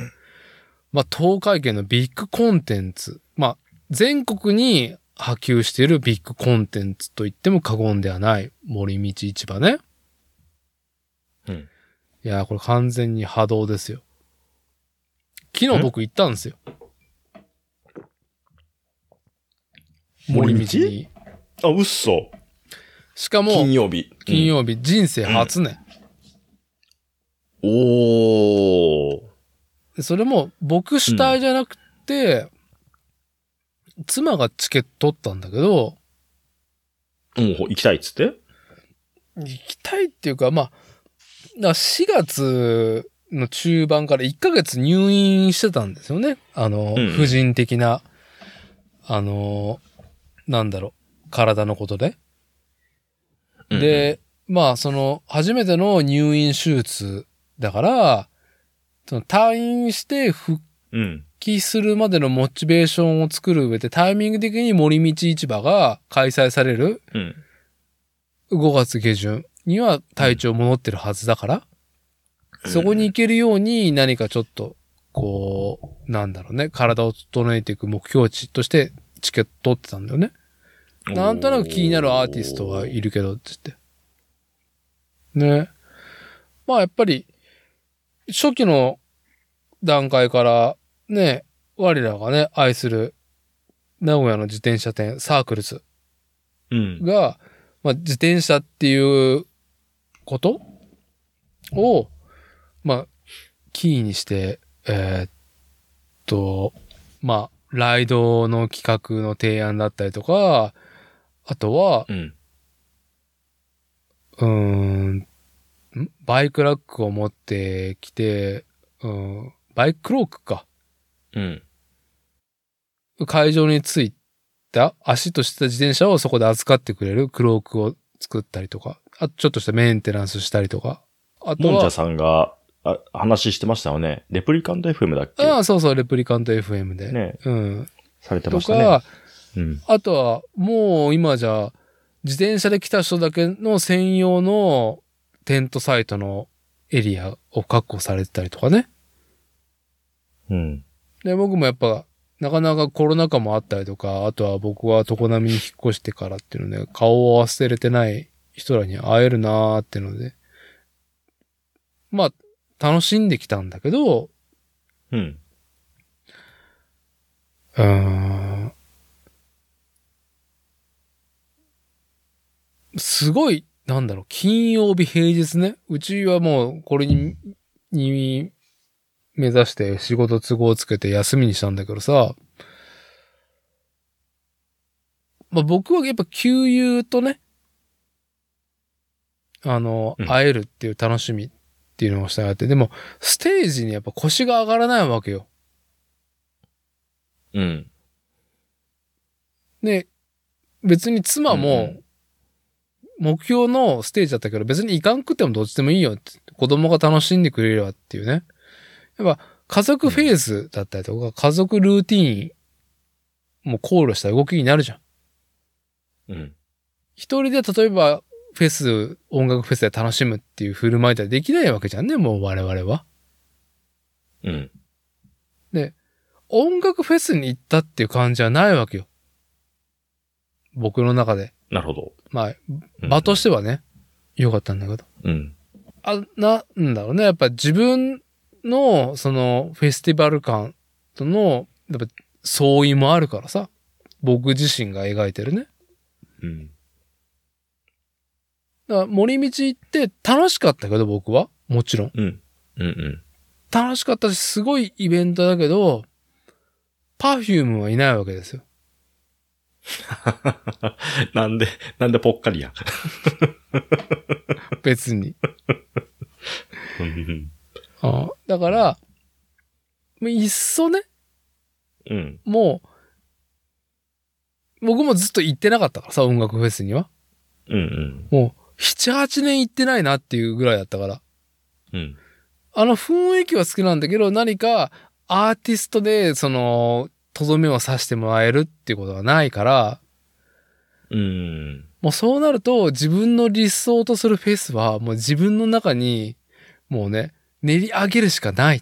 Speaker 2: まあ、東海圏のビッグコンテンツ。まあ、全国に波及しているビッグコンテンツと言っても過言ではない森道市場ね。
Speaker 1: うん
Speaker 2: いやー、これ完全に波動ですよ。昨日僕行ったんですよ。
Speaker 1: 森
Speaker 2: 森
Speaker 1: 道
Speaker 2: 道に。
Speaker 1: あ、うっそ。
Speaker 2: しかも
Speaker 1: 金、曜日。
Speaker 2: 金曜日、人生初ね。
Speaker 1: おー。
Speaker 2: でそれも僕主体じゃなくって、妻がチケット取ったんだけど、
Speaker 1: もう行きたいっつって
Speaker 2: 行きたいっていうか、まあ、だから4月の中盤から1ヶ月入院してたんですよね。あの、
Speaker 1: うん
Speaker 2: 婦人的な、あの、なんだろう、体のことで。、で、まあ、その、初めての入院手術だから、その退院して復
Speaker 1: うんうん。
Speaker 2: 帰するまでのモチベーションを作る上で、タイミング的に森道市場が開催される
Speaker 1: うん。
Speaker 2: 5月下旬には体調戻ってるはずだから、そこに行けるように何かちょっと、こう、なんだろうね、体を整えていく目標値としてチケット取ってたんだよね。なんとなく気になるアーティストはい
Speaker 1: る。
Speaker 2: るけど、つって。ね。まあやっぱり、初期の段階から、ね、我らがね、愛する、名古屋の自転車店、サークルズ
Speaker 1: うん。
Speaker 2: が、まあ自転車っていうことを、まあ、キーにして、えーっと、まあ、ライドの企画の提案だったりとか、あとは、
Speaker 1: うん。
Speaker 2: うーん、んバイクラックを持ってきて、うん、バイクロークか。
Speaker 1: うん。
Speaker 2: 会場に着いた足とした自転車をそこで扱ってくれるクロークを作ったりとか、あとちょっとしたメンテナンスしたりとか。あと
Speaker 1: もんじ
Speaker 2: は
Speaker 1: ゃ、さんが、あ、話してましたよね。レプリカント FM だっけ
Speaker 2: ああ、そうそう、レプリカント FM で。
Speaker 1: ね、
Speaker 2: うん。
Speaker 1: されて
Speaker 2: と
Speaker 1: ましたね。
Speaker 2: か、
Speaker 1: うん。
Speaker 2: あとは、もう今じゃ、自転車で来た人だけの専用のテントサイトのエリアを確保されてたりとかね。
Speaker 1: うん。
Speaker 2: で、僕もやっぱ、なかなかコロナ禍もあったりとか、あとは僕は常波に引っ越してからっていうので、顔を忘れてない人らに会えるなーっていうので、まあ、楽しんできたんだけど、
Speaker 1: うん。
Speaker 2: うーん、すごい、なんだろう、金曜日平日ね。うちはもう、これに、に、目指して仕事都合つけて休みにしたんだけどさ、まあ、僕はやっぱ給油とね、あの、
Speaker 1: うん
Speaker 2: 会えるっていう楽しみっていうのをしたがって、でも、ステージにやっぱ腰が上がらないわけよ。
Speaker 1: うん。
Speaker 2: で、別に妻も、目標のステージだったけど、別に行かんくってもどっちでもいいよって、子供が楽しんでくれればっていうね。やっぱ、家族フェーズだったりとか、家族ルーティーンも考慮した動きになるじゃん。
Speaker 1: うん。
Speaker 2: 一人で例えば、フェス、音楽フェスで楽しむっていう振る舞いではできないわけじゃんね、もう我々は。
Speaker 1: うん。
Speaker 2: 音楽フェスに行ったっていう感じはないわけよ。僕の中で。
Speaker 1: なるほど。
Speaker 2: ま
Speaker 1: う
Speaker 2: あ、
Speaker 1: ん
Speaker 2: 場としてはね、良かったんだけど。
Speaker 1: うん。
Speaker 2: あ、なんだろうね。やっぱ自分の、その、フェスティバル感との、やっぱ、相違もあるからさ。僕自身が描いてるね。
Speaker 1: うん。
Speaker 2: だから森道行って楽しかったけど、僕は。もちろん。
Speaker 1: うん。うん。うん。
Speaker 2: 楽しかったし、すごいイベントだけど、パフュームはいないわけですよ。
Speaker 1: なんで、なんでぽっかりや。
Speaker 2: 別に。
Speaker 1: うん。
Speaker 2: あだから、もういっそね、
Speaker 1: うん。
Speaker 2: もう、僕もずっと行ってなかったからさ、音楽フェスには。
Speaker 1: うん。
Speaker 2: もう、7、8年行ってないなっていうぐらいだったから。
Speaker 1: うん。
Speaker 2: あの雰囲気は好きなんだけど、何かアーティストで、その、とどめを刺してもらえるっていうことがないから、
Speaker 1: うん。
Speaker 2: もうそうなると自分の理想とするフェスは、もう自分の中に、もうね、練り上げるしかないっ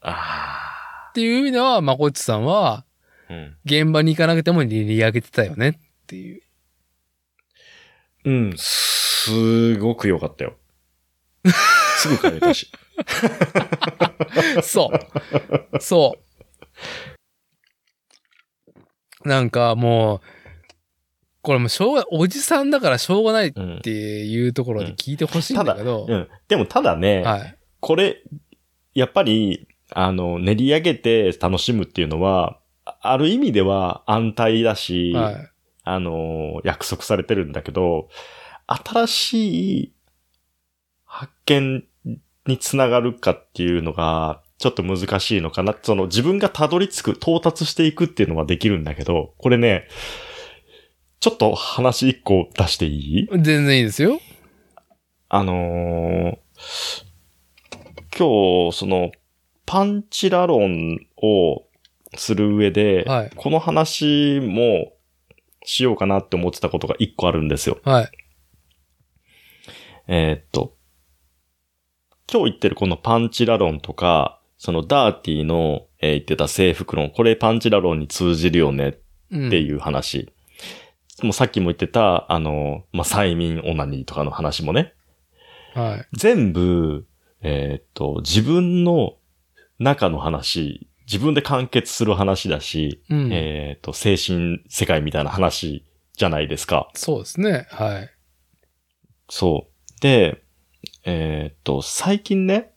Speaker 1: あ
Speaker 2: ていう意味では、まこっちさんは、
Speaker 1: あ。うん。
Speaker 2: 現場に行かなくても練り上げてたよねっていう。
Speaker 1: うん。すごく良か
Speaker 2: [LAUGHS]
Speaker 1: ったよ。すぐ帰れたし。
Speaker 2: そう。そう。なんかもう、これもうしょうが、おじさんだからしょうがないっ
Speaker 1: うん。
Speaker 2: ていうところで聞いてほしいんだけど、
Speaker 1: うん。でもただね、
Speaker 2: はい。
Speaker 1: これ、やっぱり、あの、練り上げて楽しむっていうのは、あある意味では安泰だし、
Speaker 2: はい。
Speaker 1: あの、約束されてるんだけど、新しい発見につながるかっていうのが、ちょっと難しいのかな。その自分がたどり着く、到達していくっていうのはできるんだけど、これね、ちょっと話一個出していい
Speaker 2: 全然いいですよ。
Speaker 1: あのー今日、その、パンチラ論をする上で、
Speaker 2: はい
Speaker 1: この話もしようかなって思ってたことが一個あるんですよ。
Speaker 2: はい。
Speaker 1: えーっと、今日言ってるこのパンチラ論とか、そのダーティーの、えー言ってた制服論、これパンチラ論に通じるよね
Speaker 2: うん。
Speaker 1: っていう話。もうさっきも言ってた、あの、まあ、催眠オナニーとかの話もね、
Speaker 2: はい。
Speaker 1: 全部、えーっと、自分の中の話、自分で完結する話だし、
Speaker 2: うん。
Speaker 1: えーっと、精神世界みたいな話じゃないですか。
Speaker 2: そうですね。はい。
Speaker 1: そう。で、えーっと、最近ね、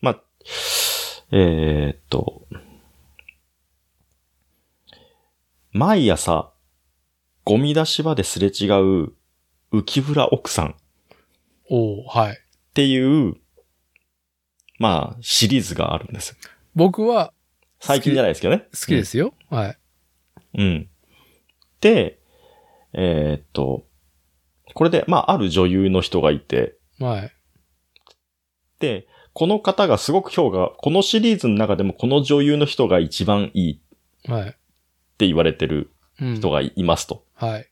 Speaker 1: まあ、えーっと、毎朝、ゴミ出し場ですれ違う浮村奥さんっ
Speaker 2: おーはい。
Speaker 1: ていう、まあ、シリーズがあるんです。
Speaker 2: 僕は
Speaker 1: 最近じゃないですけどね。
Speaker 2: 好きですよ。はい。
Speaker 1: うん。で、えーっと、これで、まあ、ある女優の人がいて、
Speaker 2: はい。
Speaker 1: で、この方がすごく評価、このシリーズの中でもこの女優の人が一番いいっ
Speaker 2: はい。
Speaker 1: て言われてる
Speaker 2: うん
Speaker 1: 人。がいますと。
Speaker 2: はい。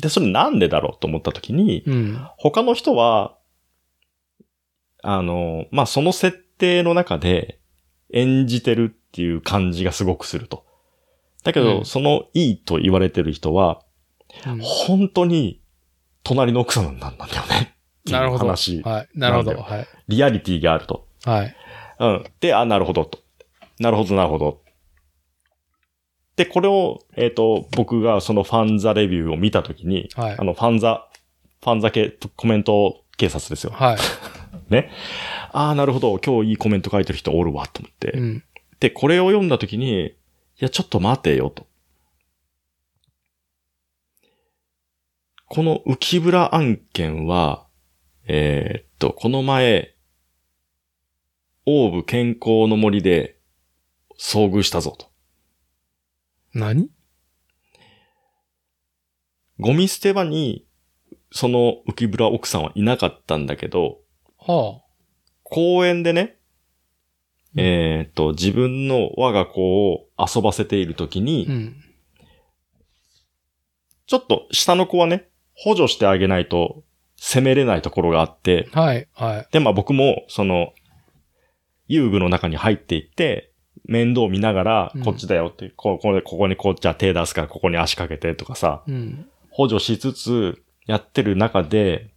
Speaker 1: で、それなんでだろうと思った時に、
Speaker 2: うん。
Speaker 1: 他の人は、あの、まあ、その設定の中で演じてるっていう感じがすごくすると。だけど、
Speaker 2: うん
Speaker 1: そのいいと言われてる人は、
Speaker 2: うん
Speaker 1: 本当に隣の奥さんなんだよね。っていう
Speaker 2: なるほど。
Speaker 1: 話
Speaker 2: はい。なる
Speaker 1: な
Speaker 2: ほ
Speaker 1: ん
Speaker 2: ど。
Speaker 1: だよ
Speaker 2: はい。
Speaker 1: リアリティがあると。
Speaker 2: はい。
Speaker 1: うん。で、あ、なるほどと。なるほど、なるほど。で、これを、えっ、と、僕がそのファンザレビューを見たときに、
Speaker 2: はい
Speaker 1: あ。の、ファンザ、ファンザ系、コメント警察ですよ。
Speaker 2: はい。
Speaker 1: ああ、なるほど、今日いいコメント書いてる人おるわ、と思って。
Speaker 2: うん。
Speaker 1: で、これを読んだときに、いや、ちょっと待てよ、と。この浮村案件は、えーっと、この前、オーブ健康の森で遭遇したぞと。
Speaker 2: 何
Speaker 1: ゴミ捨て場に、その浮村奥さんはいなかったんだけど、
Speaker 2: は
Speaker 1: 公園でね、
Speaker 2: うん
Speaker 1: えーっと、自分の我が子を遊ばせているときに、
Speaker 2: あ。うん。
Speaker 1: ちょっと下の子はね、補助してあげないと攻めれないところがあって、
Speaker 2: はい。はい。
Speaker 1: で、まあ僕も、その、遊具の中に入っていって、面倒見ながら
Speaker 2: う、ん
Speaker 1: こっちだよって、ここここにこう、じゃあ手出すからここに足かけてとかさ、
Speaker 2: うん。
Speaker 1: 補助しつつやってる中で、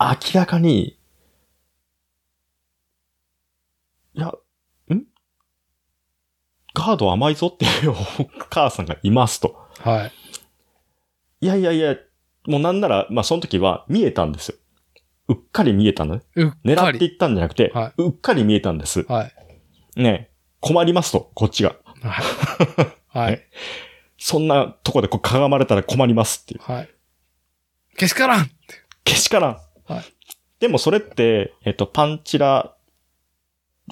Speaker 1: 明らかに、いや、んガード甘いぞっていうお母さんがいますと。
Speaker 2: はい。
Speaker 1: いやいやいや、もうなんなら、まあその時は見えたんですよ。うっかり見えたのね。
Speaker 2: うっかり。
Speaker 1: 狙っていったんじゃなくて、
Speaker 2: は
Speaker 1: うっかり見えたんです。
Speaker 2: はい。
Speaker 1: ねえ困りますと、こっちが。
Speaker 2: は
Speaker 1: ね
Speaker 2: い。
Speaker 1: そんなとこでこうかがまれたら困りますっていう。
Speaker 2: はい。けしからん
Speaker 1: けしからん。
Speaker 2: はい
Speaker 1: でもそれって、えっと、パンチラ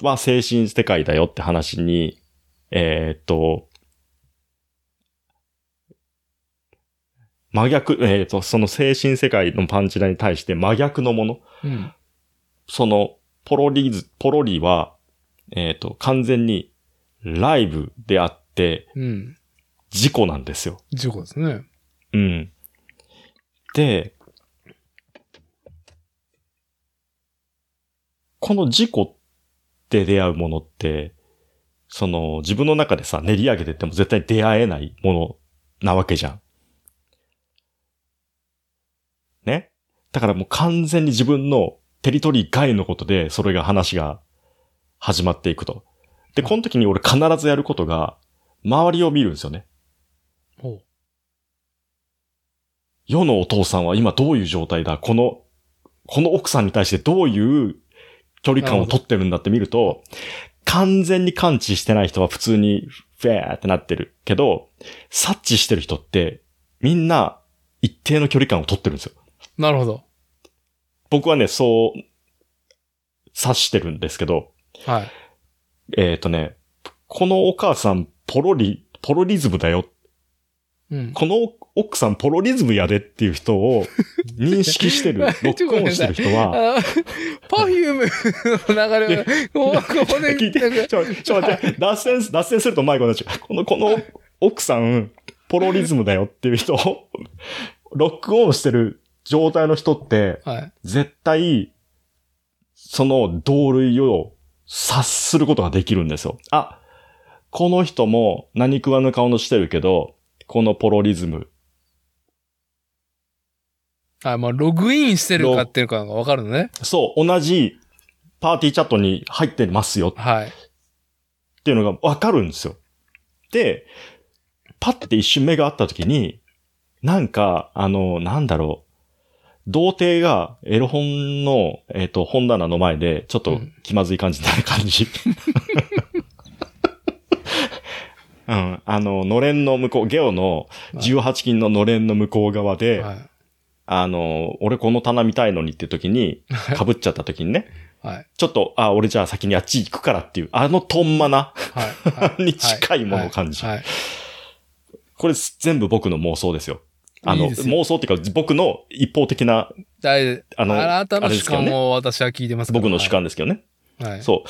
Speaker 1: は精神世界だよって話に、えーっと、真逆、えーっと、その精神世界のパンチラに対して真逆のもの。
Speaker 2: うん。
Speaker 1: その、ポロリズ、ポロリは、えっ、と、完全にライブであって、
Speaker 2: うん。
Speaker 1: 事故なんですよ。
Speaker 2: 事故ですね。
Speaker 1: うん。で、この事故で出会うものって、その、自分の中でさ、練り上げてっても絶対出会えないものなわけじゃん。ねだからもう完全に自分のテリトリー外のことで、それが話が始まっていくと。で、この時に俺必ずやることが、周りを見るんですよね。
Speaker 2: ほう。
Speaker 1: 世のお父さんは今どういう状態だこの、この奥さんに対してどういう距離感を取ってるんだって見ると、完全に感知してない人は普通にフェーってなってるけど、察知してる人って、みんな一定の距離感を取ってるんですよ。
Speaker 2: なるほど。
Speaker 1: 僕はね、そう、察してるんですけど、
Speaker 2: はい。
Speaker 1: えっ、とね、このお母さん、ポロリ、ポロリズムだよ。
Speaker 2: うん。
Speaker 1: この奥さん、ポロリズムやでっていう人を認識してる、ロックオンしてる人は、
Speaker 2: あパフュームの流れは、こうここで、
Speaker 1: 聞い
Speaker 2: なん
Speaker 1: て、
Speaker 2: か
Speaker 1: ちょ、ちょ待って、脱線、脱線すると迷子になっちゃう。この、この奥さん、ポロリズムだよっていう人 [LAUGHS] を、ロックオンしてる状態の人って、
Speaker 2: はい。
Speaker 1: 絶対、その同類を察することができるんですよ。あ、この人も何食わぬ顔のしてるけど、このポロリズム。
Speaker 2: はい、まあ、ログインしてるかっていうかがわかるのね。
Speaker 1: そう、同じパーティーチャットに入ってますよ
Speaker 2: はい。
Speaker 1: っていうのがわかるんですよ。で、パッて一瞬目が合った時に、なんか、あの、なんだろう。童貞がエロ本の、えっ、と、本棚の前で、ちょっ
Speaker 2: う
Speaker 1: と
Speaker 2: ん
Speaker 1: 気まずい感じになる感
Speaker 2: [LAUGHS]
Speaker 1: じ。うん。あの、のれんの向こう、ゲオの18金ののれんの向こう側で、
Speaker 2: は
Speaker 1: あの、俺この棚見たいのにって時に、被っちゃった時にね、
Speaker 2: い。はい。
Speaker 1: ちょっと、あ、俺じゃあ先にあっち行くからっていう、あのトンマな。
Speaker 2: はいはい。
Speaker 1: に近いものを感じる
Speaker 2: はいはい。
Speaker 1: これ全部僕の妄想ですよ。あの、
Speaker 2: いいですよ
Speaker 1: 妄想っていうか、僕の一方的な、
Speaker 2: 大
Speaker 1: あの、
Speaker 2: あなた
Speaker 1: あ
Speaker 2: の
Speaker 1: れで
Speaker 2: 主
Speaker 1: すけど
Speaker 2: 観
Speaker 1: ね。
Speaker 2: を私は聞いてますから
Speaker 1: 僕の主。観ですけどね。
Speaker 2: はい。はい
Speaker 1: そう。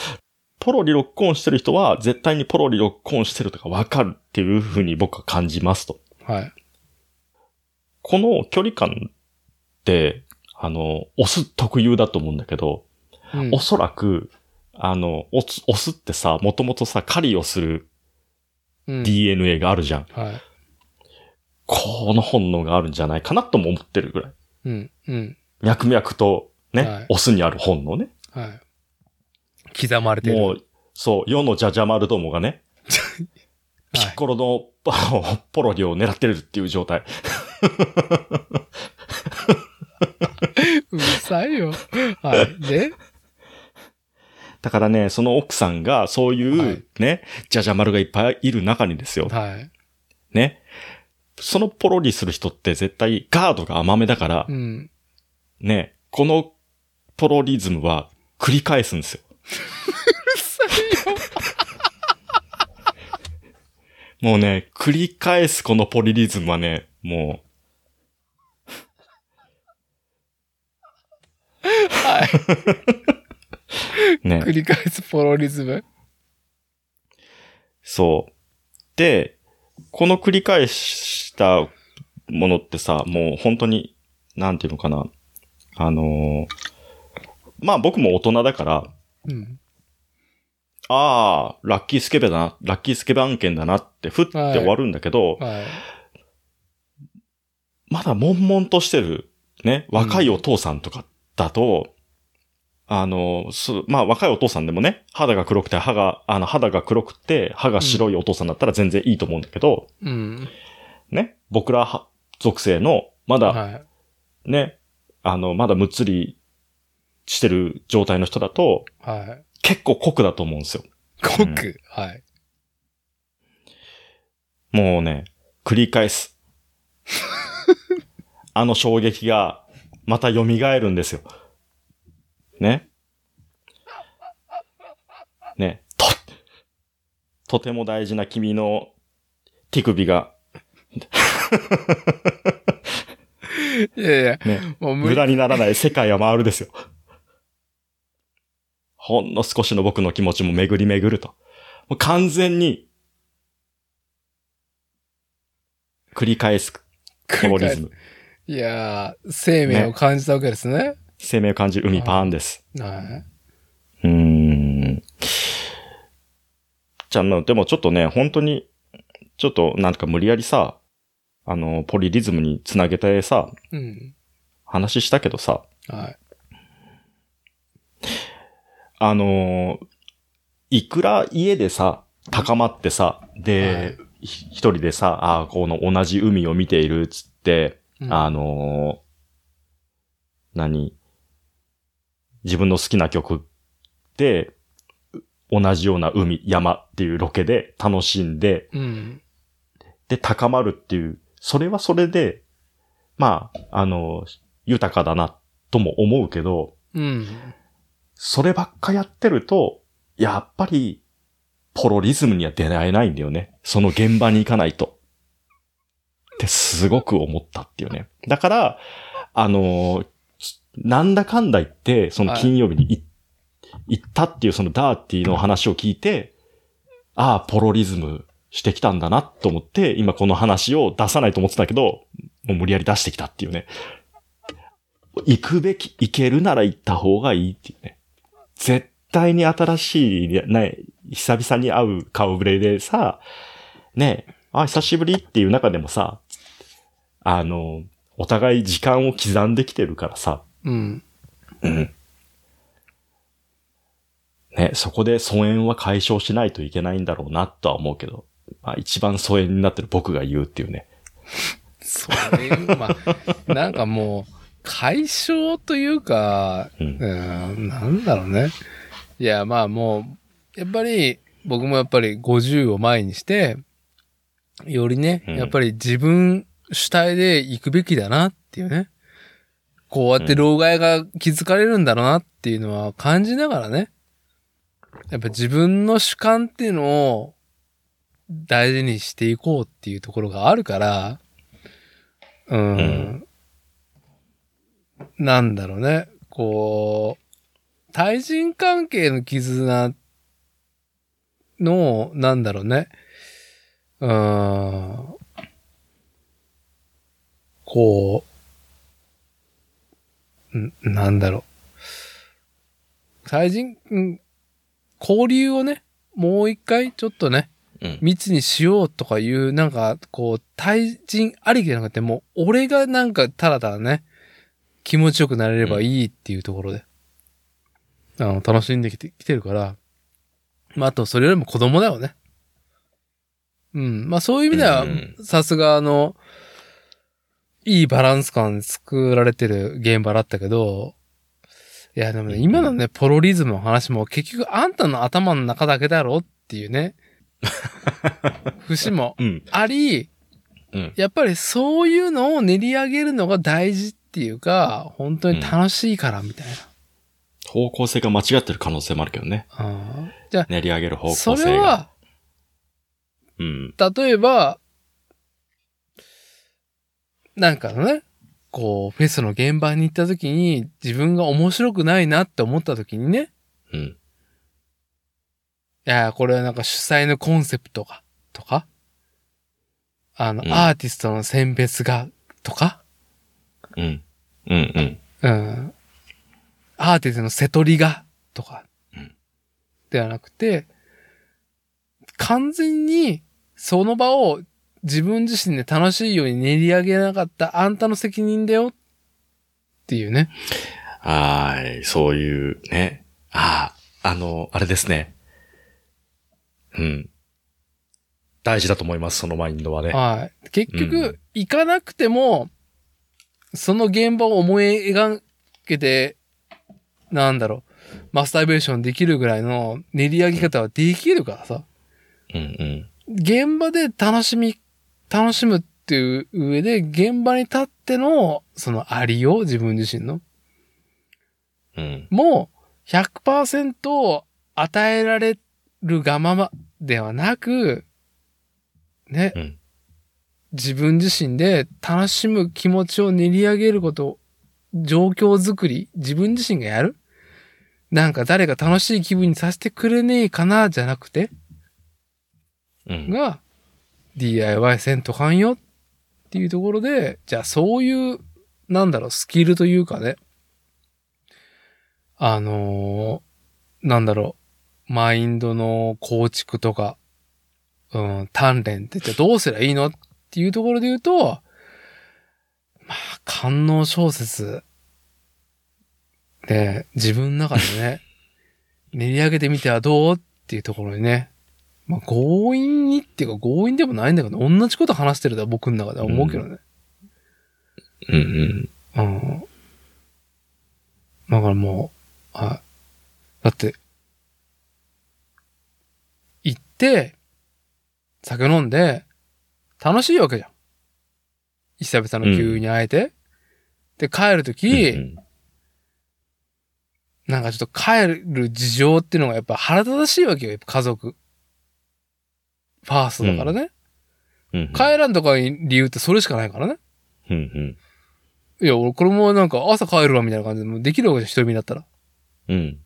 Speaker 1: ポロリロックオンしてる人は、絶対にポロリロックオンしてるとかわかるっていうふうに僕は感じますと。
Speaker 2: はい。
Speaker 1: この距離感って、あの、オス特有だと思うんだけど、
Speaker 2: うん
Speaker 1: おそらく、あの、オスオスってさ、もともとさ、狩りをする
Speaker 2: うん
Speaker 1: DNA があるじゃん。
Speaker 2: はい。
Speaker 1: この本能があるんじゃないかなとも思ってるぐらい。
Speaker 2: うん。うん。
Speaker 1: 脈々と、ね、
Speaker 2: はい
Speaker 1: オスにある本能ね。
Speaker 2: はい。刻まれてる。
Speaker 1: もう、そう、世のジャジャマルどもがね、ピ
Speaker 2: はい
Speaker 1: ッコロの [LAUGHS] あのポロリを狙ってるっていう状態。
Speaker 2: うるさいよ。はい。で、
Speaker 1: だからね、その奥さんがそういう、
Speaker 2: はい
Speaker 1: ね、ジャジャマルがいっぱいいる中にですよ。
Speaker 2: はい。
Speaker 1: ね。そのポロリする人って絶対ガードが甘めだから
Speaker 2: う、ん。
Speaker 1: ね、このポロリズムは繰り返すんですよ。もうね、繰り返すこのポリリズムはね、もう、
Speaker 2: はい。
Speaker 1: [LAUGHS] ね
Speaker 2: 繰。り返すポロリズム。
Speaker 1: そう。で、この繰り返したものってさ、もう本当に、なんていうのかな。あのーまあ僕も大人だから、
Speaker 2: うん。
Speaker 1: ああ、ラッキースケベだな、ラッキースケベ案件だなって、ふって
Speaker 2: はい
Speaker 1: 終わるんだけど、
Speaker 2: はい。
Speaker 1: まだ悶々としてる、ね、若いお父さんとかだと、あの、す、まあ若いお父さんでもね、肌が黒くて歯が、あの肌が黒くて歯が白いお父さんだったら全然いいと思うんだけど、
Speaker 2: うん。
Speaker 1: ね、僕らは属性の、まだ
Speaker 2: はい。
Speaker 1: ね、あの、まだむっつりしてる状態の人だと、
Speaker 2: はい。
Speaker 1: 結構酷だと思うんですよ。
Speaker 2: 濃く。はい。
Speaker 1: もうね、繰り返す。 [LAUGHS] あの衝撃が、また蘇るんですよ。ね。ね。と、とても大事な君の手首が、
Speaker 2: いやいや、
Speaker 1: ね、
Speaker 2: もう無
Speaker 1: 無
Speaker 2: 理。
Speaker 1: 駄にならない世界は回るですよ。 [LAUGHS] ほんの少しの僕の気持ちも巡り巡ると。もう完全に、繰り返す、
Speaker 2: 繰
Speaker 1: ポロ
Speaker 2: り
Speaker 1: リズ
Speaker 2: 返す
Speaker 1: ム。
Speaker 2: いやー、生命を感じたわけですね。
Speaker 1: 生命を感じる海パーンです。
Speaker 2: は
Speaker 1: うーん。じゃあ、まあでもちょっとね、本当に、ちょっとなんか無理やりさ、あの、ポリリズムにつなげてさ、
Speaker 2: い。うん。
Speaker 1: 話したけどさ、
Speaker 2: はい。
Speaker 1: あのーいくら家でさ、高まってさ、
Speaker 2: は
Speaker 1: で、ひ一人でさ、ああ、この同じ海を見ているっつって、
Speaker 2: うん
Speaker 1: あのー何自分の好きな曲て、同じような海、山っていうロケで楽しんで、
Speaker 2: うん。
Speaker 1: で、高まるっていう、それはそれで、まあ、あの、豊かだな、とも思うけど、
Speaker 2: うん。
Speaker 1: そればっかやってると、やっぱり、ポロリズムには出会えないんだよね。その現場に行かないと。ってすごく思ったっていうね。だから、あのーなんだかんだ言って、その金曜日にい行ったっていうそのダーティーの話を聞いて、ああ、ポロリズムしてきたんだなと思って、今この話を出さないと思ってたけど、もう無理やり出してきたっていうね。行くべき、行けるなら行った方がいいっていうね。絶対に新しい、ね、久々に会う顔ぶれでさ、ね、あ、久しぶりっていう中でもさ、あの、お互い時間を刻んできてるからさ、
Speaker 2: うん。
Speaker 1: ね、そこで疎遠は解消しないといけないんだろうなとは思うけど、まあ一番疎遠になってる僕が言うっていうね。
Speaker 2: それ、まあ、なんかもう、解消というか、
Speaker 1: う
Speaker 2: うんん、なんだろうね。いや、まあもう、やっぱり、僕もやっぱり50を前にして、よりね、
Speaker 1: うん
Speaker 2: やっぱり自分主体で行くべきだなっていうね。こうやって老害が気づかれるんだろうなっていうのは感じながらね。やっぱ自分の主観っていうのを大事にしていこうっていうところがあるから、うん。
Speaker 1: うん
Speaker 2: なんだろうね。こう、対人関係の絆の、なんだろうね。うん。こう、んなんだろう。対人、ん交流をね、もう一回ちょっとね、
Speaker 1: うん。
Speaker 2: 密にしようとかいう、なんか、こう、対人ありきじゃなくて、もう、俺がなんか、ただただね、気持ちよくなれればいいっていうところで、あの、楽しんできて、きてるから、まあ、あと、それよりも子供だよね。うん。まあ、そういう意味では
Speaker 1: うん、
Speaker 2: さすが、あの、いいバランス感作られてる現場だったけど、いや、でもね、今のね、ポロリズムの話も結局あんたの頭の中だけだろっていう
Speaker 1: [LAUGHS]
Speaker 2: ね、節も
Speaker 1: うん。
Speaker 2: あり、
Speaker 1: うん
Speaker 2: やっぱりそういうのを練り上げるのが大事っていうか、本当に楽しいからみたい
Speaker 1: 方向性が間違ってる可能性もあるけどね。
Speaker 2: な。うんじゃ
Speaker 1: 練り上げる方
Speaker 2: あ、
Speaker 1: 向性
Speaker 2: そ
Speaker 1: が。
Speaker 2: れは、
Speaker 1: うん。
Speaker 2: 例えば、なんかのね、こう、フェスの現場に行った時に、自分が面白くないなって思った時にね、
Speaker 1: うん。
Speaker 2: いや、これはなんか主催のコンセプトが、とか、あの、
Speaker 1: うん
Speaker 2: アーティストの選別が、とか、
Speaker 1: うん。うん。うん。
Speaker 2: うん。アーティストの瀬取りが、とか
Speaker 1: うん、
Speaker 2: ではなくて、完全にその場を自分自身で楽しいように練り上げなかったあんたの責任だよっていうね。
Speaker 1: はーい、そういう、ね。ああ、あの、あれですね。うん。大事だと思います、そのマインドはね。
Speaker 2: はい。結
Speaker 1: うん
Speaker 2: 局、行かなくても、その現場を思い描けて、なんだろう、マスターベーションできるぐらいの練り上げ方はできるからさ。
Speaker 1: うんうん。
Speaker 2: 現場で楽しみ、楽しむっていう上で、現場に立っての、そのありよう、自分自身の。
Speaker 1: うん。
Speaker 2: もう、100%与えられるがままではなく、ね、
Speaker 1: うん
Speaker 2: 自分自身で楽しむ気持ちを練り上げること、状況づくり、自分自身がやるなんか誰か楽しい気分にさせてくれねえかな、じゃなくて、
Speaker 1: うん。
Speaker 2: が DIY せんとかんよっていうところで、じゃあそういう、なんだろう、スキルというかね、あのーなんだろう、マインドの構築とか、うん、鍛錬ってじゃあどうすりゃいいのっていうところで言うと、まあ、官能小説、で、自分の中でね、練り上げてみてはどうっていうところにね、まあ、強引にっていうか強引でもないんだけど、同じこと話してるとは僕の中では思うけどね。
Speaker 1: うんうん。
Speaker 2: うん。だからもう、はい。だって、って、酒飲んで、楽しいわけじゃん。久々の急に会えて。で、帰るとき、
Speaker 1: うん
Speaker 2: なんかちょっと帰る事情っていうのがやっぱ腹立たしいわけよ、やっぱ家族。ファーストだからね。
Speaker 1: うんうん
Speaker 2: 帰らんとかに理由ってそれしかないからね。
Speaker 1: うんうん
Speaker 2: いや、俺これもなんか朝帰るわみたいな感じでもうできるわけじゃん、一人身だったら。
Speaker 1: うん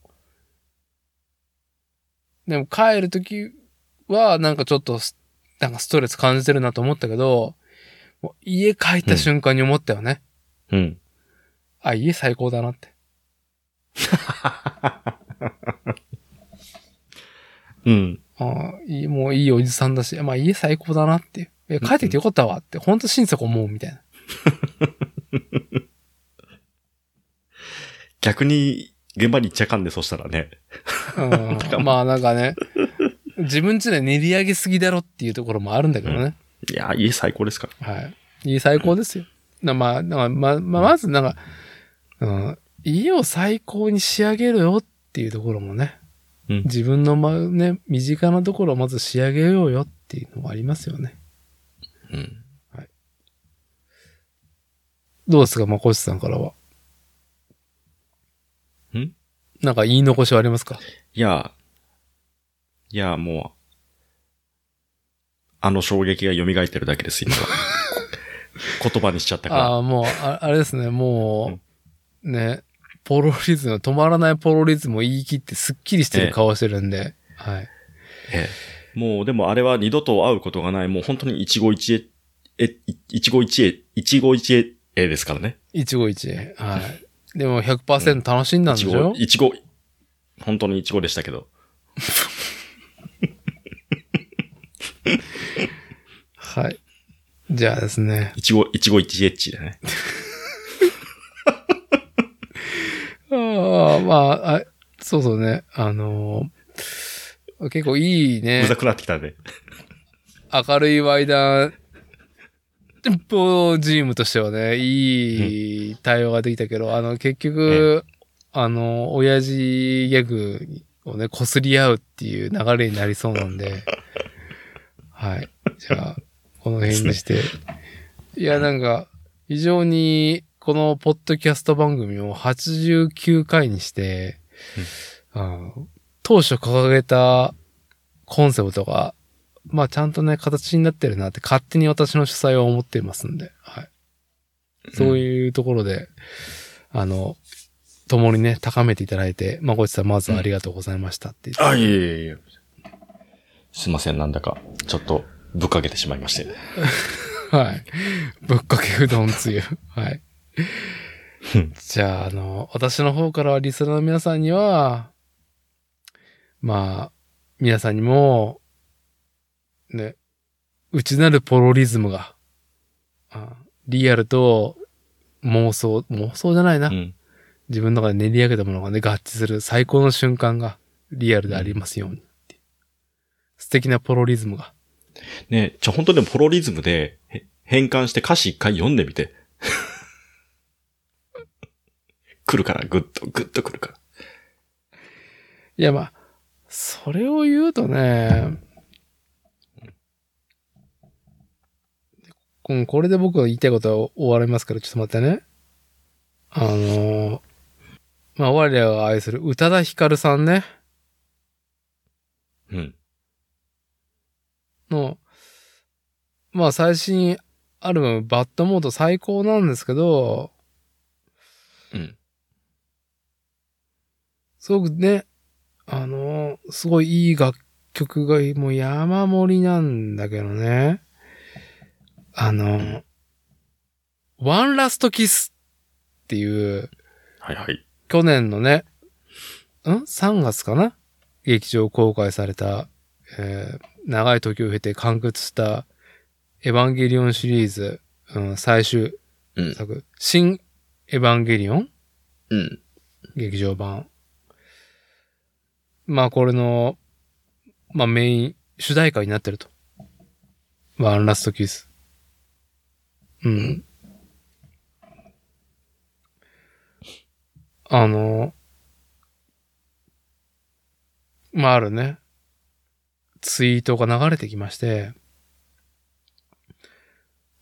Speaker 2: でも帰るときはなんかちょっとス、なんかストレス感じてるなと思ったけど、もう家帰った瞬間に思ったよね。
Speaker 1: うん
Speaker 2: あ、家最高だなって。
Speaker 1: うん
Speaker 2: ああ、いい、もういいおじさんだし、まあ家最高だなっていう。いや、帰ってきてよかったわって、ほんと心底思うみたいな。
Speaker 1: 逆に、現場に行っちゃかんで、そしたらね。
Speaker 2: [LAUGHS] うんまあなんかね、自分ちで練り上げすぎだろっていうところもあるんだけどね。
Speaker 1: いや、家最高ですから。
Speaker 2: はい。家最高ですよ。なまあ、なんかまあ、まあ、まずなんか、うん、家を最高に仕上げるよっていうところもね、
Speaker 1: うん
Speaker 2: 自分のま、ね、身近なところをまず仕上げようよっていうのもありますよね。
Speaker 1: うん。
Speaker 2: どうですか、まこしさんからは。
Speaker 1: ん
Speaker 2: なんか言い残しはありますか
Speaker 1: いや、いや、もう、あの衝撃が蘇ってるだけです、今 [LAUGHS] は。言葉にしちゃったから。
Speaker 2: ああ、もう、ああれですね、もう、ね、ポロリズム、止まらないポロリズムを言い切ってスッキリしてる顔してるんで、はい。
Speaker 1: ええもう、でもあれは二度と会うことがない、もう本当に一期一会、え、い一期一会、一期一会ですからね。
Speaker 2: 一期一会。はい。でも100%楽しんだんで
Speaker 1: 一
Speaker 2: し
Speaker 1: 期
Speaker 2: ょ、、
Speaker 1: 一期、本当に一期でしたけど。
Speaker 2: はい。じゃあですね。
Speaker 1: 一期、一期一エッチでね。
Speaker 2: ああ、まああ、そうそうね。あのー結構いいうね
Speaker 1: ざ、くなってきたんで。
Speaker 2: 明るいワイダー、ポジームとしてはね、いい対応ができたけど、あの、結局、あの、親父ギャグをね、擦り合うっていう流れになりそうなんで、はい。じゃあ、この辺にして。いや、なんか、非常に、このポッドキャスト番組を89回にして、あの当初掲げたコンセプトが、まあちゃんとね、形になってるなって勝手に私の主催は思っていますんで、はい。そういうところで、あの、共にね、高めていただいて、まあ、ごちさんまずはありがとうございましたって言って、
Speaker 1: あ、いえいえいえ。すいません、なんだか、ちょっと、ぶっかけてしまいまして。
Speaker 2: はい。ぶっかけうどんつゆ。はい
Speaker 1: うん。
Speaker 2: じゃあ、あの、私の方からはリスナーの皆さんには、まあ、皆さんにも、ね、内なるポロリズムが、あリアルと妄想、妄想じゃないな。
Speaker 1: うん。
Speaker 2: 自分の中で練り上げたものがね、合致する最高の瞬間がリアルでありますようにっていう素敵なポロリズムが。
Speaker 1: ねちょ、本当でもポロリズムで、へ変換して歌詞一回読んでみて。 [LAUGHS] 来るから、ぐっと、ぐっと来るから。
Speaker 2: いや、まあ、それを言うとね、うんこれで僕が言いたいことは終わりますから、ちょっと待ってね。あのーまあ、我らが愛する宇多田ヒカルさんね、
Speaker 1: うん。
Speaker 2: の、まあ、最新アルバム、バッドモード最高なんですけど、
Speaker 1: うん。
Speaker 2: すごくね、あのーすごいいい楽曲がもう山盛りなんだけどね。あのーワンラストキスっていう、
Speaker 1: はいはい。
Speaker 2: 去年のね、ん ?3 月かな劇場公開された、えー長い時を経て完結した、エヴァンゲリオンシリーズ、うん、最終
Speaker 1: うん。
Speaker 2: 作、新エヴァンゲリオン
Speaker 1: うん。
Speaker 2: 劇場版。まあこれの、まあメイン、主題歌になってると。ワンラストキス。うん。あの、まああるね。ツイートが流れてきまして、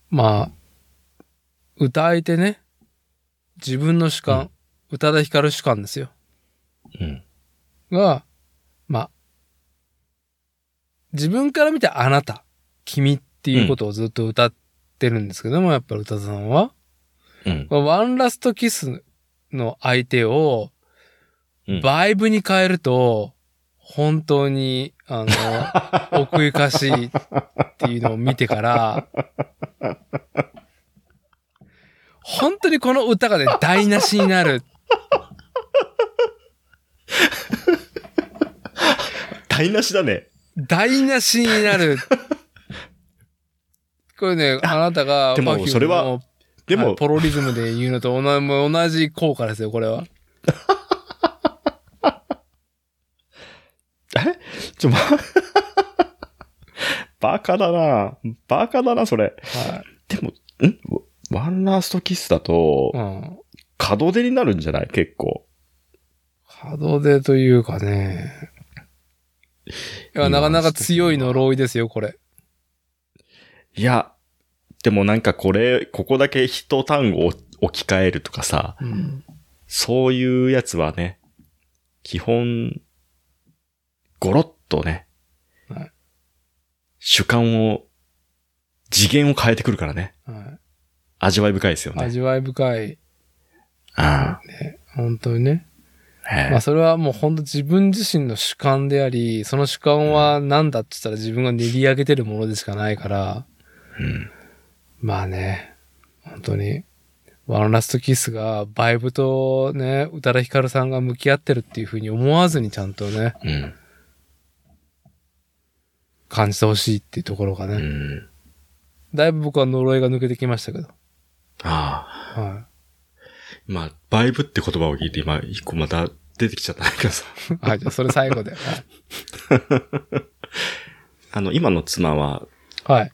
Speaker 2: まあ、歌い手ね、自分の主観、宇多田ヒカル主観ですよ。
Speaker 1: うん。
Speaker 2: が、まあ、自分から見てあなた、君っていうことをずっと歌ってるんですけども、やっぱり歌田さんは、
Speaker 1: うん。
Speaker 2: ワンラストキスの相手を
Speaker 1: うん、
Speaker 2: バイブに変えると、本当に、あ
Speaker 1: [LAUGHS]
Speaker 2: の、奥ゆかしいっていうのを見てから、本当にこの歌がね、台無しになる。
Speaker 1: 台無しだね。
Speaker 2: 台無しに
Speaker 1: [LAUGHS]
Speaker 2: なる。これね、あなたが、
Speaker 1: でも
Speaker 2: Perfume
Speaker 1: それは
Speaker 2: の
Speaker 1: で
Speaker 2: は
Speaker 1: も
Speaker 2: い、ポロリズムで言うのと同じもう同じ効果ですよ、これは。
Speaker 1: ちょ、ま、バカだなバカだな、それ。
Speaker 2: はい。
Speaker 1: でも、んワンラストキスだと
Speaker 2: う、ん。
Speaker 1: 門出になるんじゃない結構。
Speaker 2: 門出というかね。いや、
Speaker 1: いや
Speaker 2: なかなか強い呪いですよ、これ。
Speaker 1: いや、でもなんかこれ、ここだけ一単語を置き換えるとかさ、
Speaker 2: うん。
Speaker 1: そういうやつはね、基本、ゴロッとね、
Speaker 2: はい
Speaker 1: 主観を、次元を変えてくるからね、
Speaker 2: は
Speaker 1: 味わい深いですよ
Speaker 2: い、
Speaker 1: ね。
Speaker 2: 味わい深い。
Speaker 1: あ
Speaker 2: 本当にね。
Speaker 1: あ、ね
Speaker 2: まあ、それはもう本当自分自身の主観であり、その主観は何だって言ったら自分が練り上げてるものでしかないから、
Speaker 1: うん
Speaker 2: まあね、本当に、ワンラストキスがバイブとね、宇多田ヒカルさんが向き合ってるっていうふうに思わずにちゃんとね、
Speaker 1: うん。
Speaker 2: 感じてほしいっていうところがね、
Speaker 1: うん。
Speaker 2: だいぶ僕は呪いが抜けてきましたけど。
Speaker 1: ああ。
Speaker 2: は
Speaker 1: まあ、バイブって言葉を聞いて今、一個また出てきちゃったんだけどさ。
Speaker 2: い。はい、じゃあそれ最後で。はい
Speaker 1: [LAUGHS] あの、今の妻 [LAUGHS] は、
Speaker 2: はい。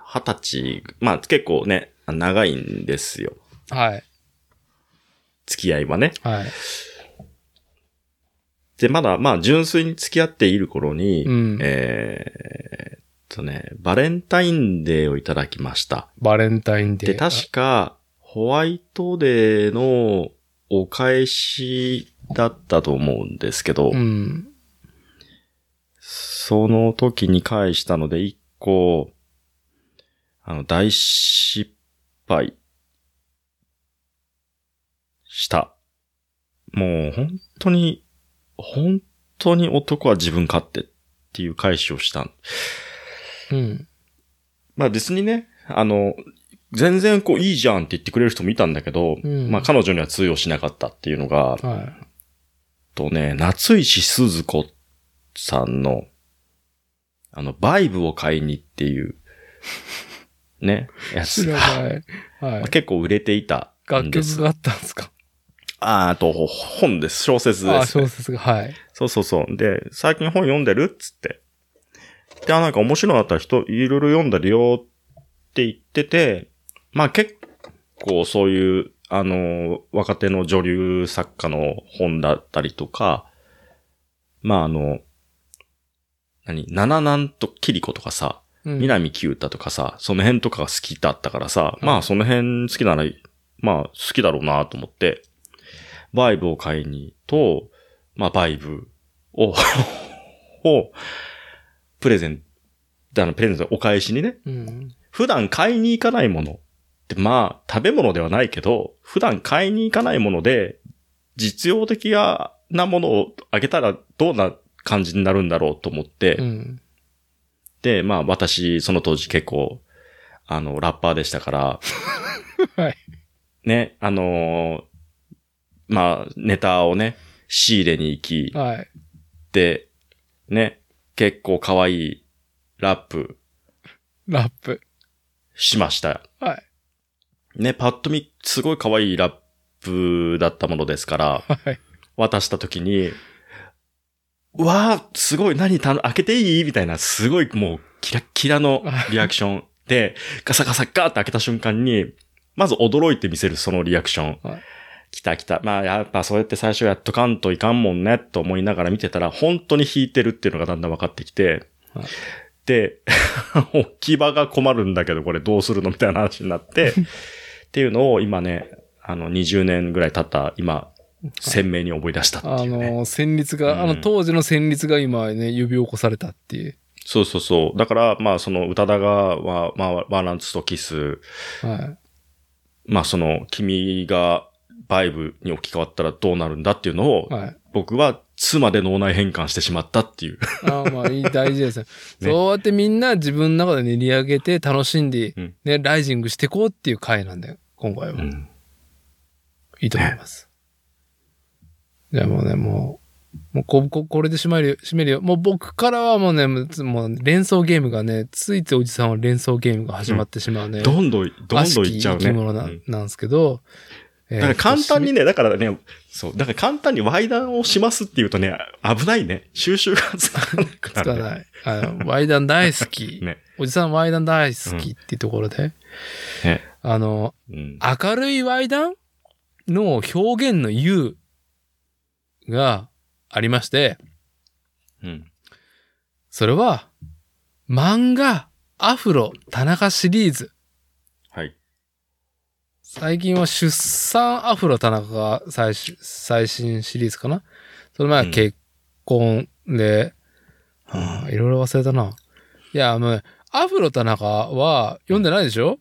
Speaker 1: 二十歳、まあ結構ね、長いんですよ。
Speaker 2: はい。
Speaker 1: 付き合いはね。
Speaker 2: はい。
Speaker 1: で、まだ、まあ純粋に付き合っている頃に、
Speaker 2: うん
Speaker 1: えーっとね、バレンタインデーをいただきました。
Speaker 2: バレンタインデー。
Speaker 1: で、確か、ホワイトデーのお返しだったと思うんですけど、
Speaker 2: うん。
Speaker 1: その時に返したので、一個、あの、大失敗した。もう、本当に、本当に男は自分勝手っていう返しをした。
Speaker 2: うん。
Speaker 1: まあ別にね、あの、全然こういいじゃんって言ってくれる人もいたんだけど、
Speaker 2: うん
Speaker 1: まあ彼女には通用しなかったっていうのが、
Speaker 2: は
Speaker 1: とね、夏石鈴子さんの、あの、バイブを買いにって
Speaker 2: [LAUGHS]
Speaker 1: いう、ね、や
Speaker 2: い。知
Speaker 1: つ
Speaker 2: ら
Speaker 1: が、。
Speaker 2: ない。はい
Speaker 1: [LAUGHS] 結構売れていたん
Speaker 2: 楽
Speaker 1: です。
Speaker 2: 曲があったんですか
Speaker 1: あーあと、本です。小説
Speaker 2: あ
Speaker 1: で
Speaker 2: あ、
Speaker 1: す、
Speaker 2: 小説が。はい。
Speaker 1: そうそうそう。で、最近本読んでるっつって。で、あ、なんか面白いのあったら人、いろいろ読んだりよって言ってて、まあ結構そういう、あの、若手の女流作家の本だったりとか、まああの、何、七なんとキリコとかさ、
Speaker 2: うん。
Speaker 1: 南九太とかさ、その辺とかが好きだったからさ、まあその辺好きなら、まあ好きだろうなと思って、バイブを買いにと、まあバイブを、 [LAUGHS] を、プレゼント、あの、プレゼント、お返しにね、
Speaker 2: うん。
Speaker 1: 普段買いに行かないものって、まあ食べ物ではないけど、普段買いに行かないもので、実用的なものをあげたらどんな感じになるんだろうと思って、
Speaker 2: うん。
Speaker 1: で、まあ私、その当時結構、あの、ラッパーでしたから、
Speaker 2: [LAUGHS] はい。
Speaker 1: ね、あのーまあ、ネタをね、仕入れに行き、
Speaker 2: はい。
Speaker 1: で、ね、結構可愛いラップ
Speaker 2: ラップ。
Speaker 1: しました。
Speaker 2: はい。
Speaker 1: ね、パッと見、すごい可愛いラップだったものですから、
Speaker 2: はい。
Speaker 1: 渡した時に、うわあ、すごい、何、たの開けていいみたいな、すごい、もう、キラッキラの [LAUGHS] リアクションで、ガサガサガーって開けた瞬間に、まず驚いて見せるそのリアクション
Speaker 2: はい。
Speaker 1: 来た来た。まあやっぱそうやって最初やっとかんといかんもんねと思いながら見てたら本当に引いてるっていうのがだんだん分かってきて
Speaker 2: はい、
Speaker 1: で、 [LAUGHS] 置き場が困るんだけどこれどうするのみたいな話にな [LAUGHS] って、っていうのを今ね、あの20年ぐらい経った今、鮮明に思い出したって
Speaker 2: [LAUGHS] あ
Speaker 1: いうね。
Speaker 2: の、旋律が、あ
Speaker 1: う
Speaker 2: の
Speaker 1: ん
Speaker 2: 当時の旋律が今ね、呼び起こされたっていう。
Speaker 1: そうそうそう。だから、まあその宇多田がは、まあワーランツとキス、
Speaker 2: はい。
Speaker 1: まあその君がバイブに置き換わったらどうなるんだっていうのを、
Speaker 2: はい。
Speaker 1: 僕はつまで脳内変換してしまったっていう。
Speaker 2: ああまあいい、大事ですね
Speaker 1: [LAUGHS] ね
Speaker 2: そうやってみんな自分の中で練り上げて楽しんで、
Speaker 1: うん
Speaker 2: ね、ライジングしていこうっていう回なんだよ、今回は。
Speaker 1: うん
Speaker 2: いいと思います。じゃあもうね、もう、もうこ、こ、これで締めるよ、締めるよ。もう僕からはもうね、もうもう連想ゲームがね、ついついおじさんは連想ゲームが始まってしまうね。
Speaker 1: [LAUGHS] どんどん、どんどんいっちゃう
Speaker 2: 悪
Speaker 1: ね。
Speaker 2: しき生き物な,、
Speaker 1: うんん、
Speaker 2: なんですけど。えー
Speaker 1: だから簡単にね、だからね、そう、だから簡単にワイダンをしますっていうとね、危ないね。収集がつかなく
Speaker 2: つ
Speaker 1: な
Speaker 2: か
Speaker 1: る、ね。
Speaker 2: ない。あの、ワイダン大好
Speaker 1: [LAUGHS]
Speaker 2: き。
Speaker 1: ね
Speaker 2: おじさんワイダン大好きっていうところで、
Speaker 1: ね
Speaker 2: あの、
Speaker 1: うん。
Speaker 2: 明るいワイダンの表現の U がありまして、
Speaker 1: うん。
Speaker 2: それは、漫画、アフロ、田中シリーズ。
Speaker 1: はい。
Speaker 2: 最近は出産アフロ田中が最し最新シリーズかなその前は結婚で、はあいろいろ忘れたな。いや、もう、アフロ田中は読んでないでしょ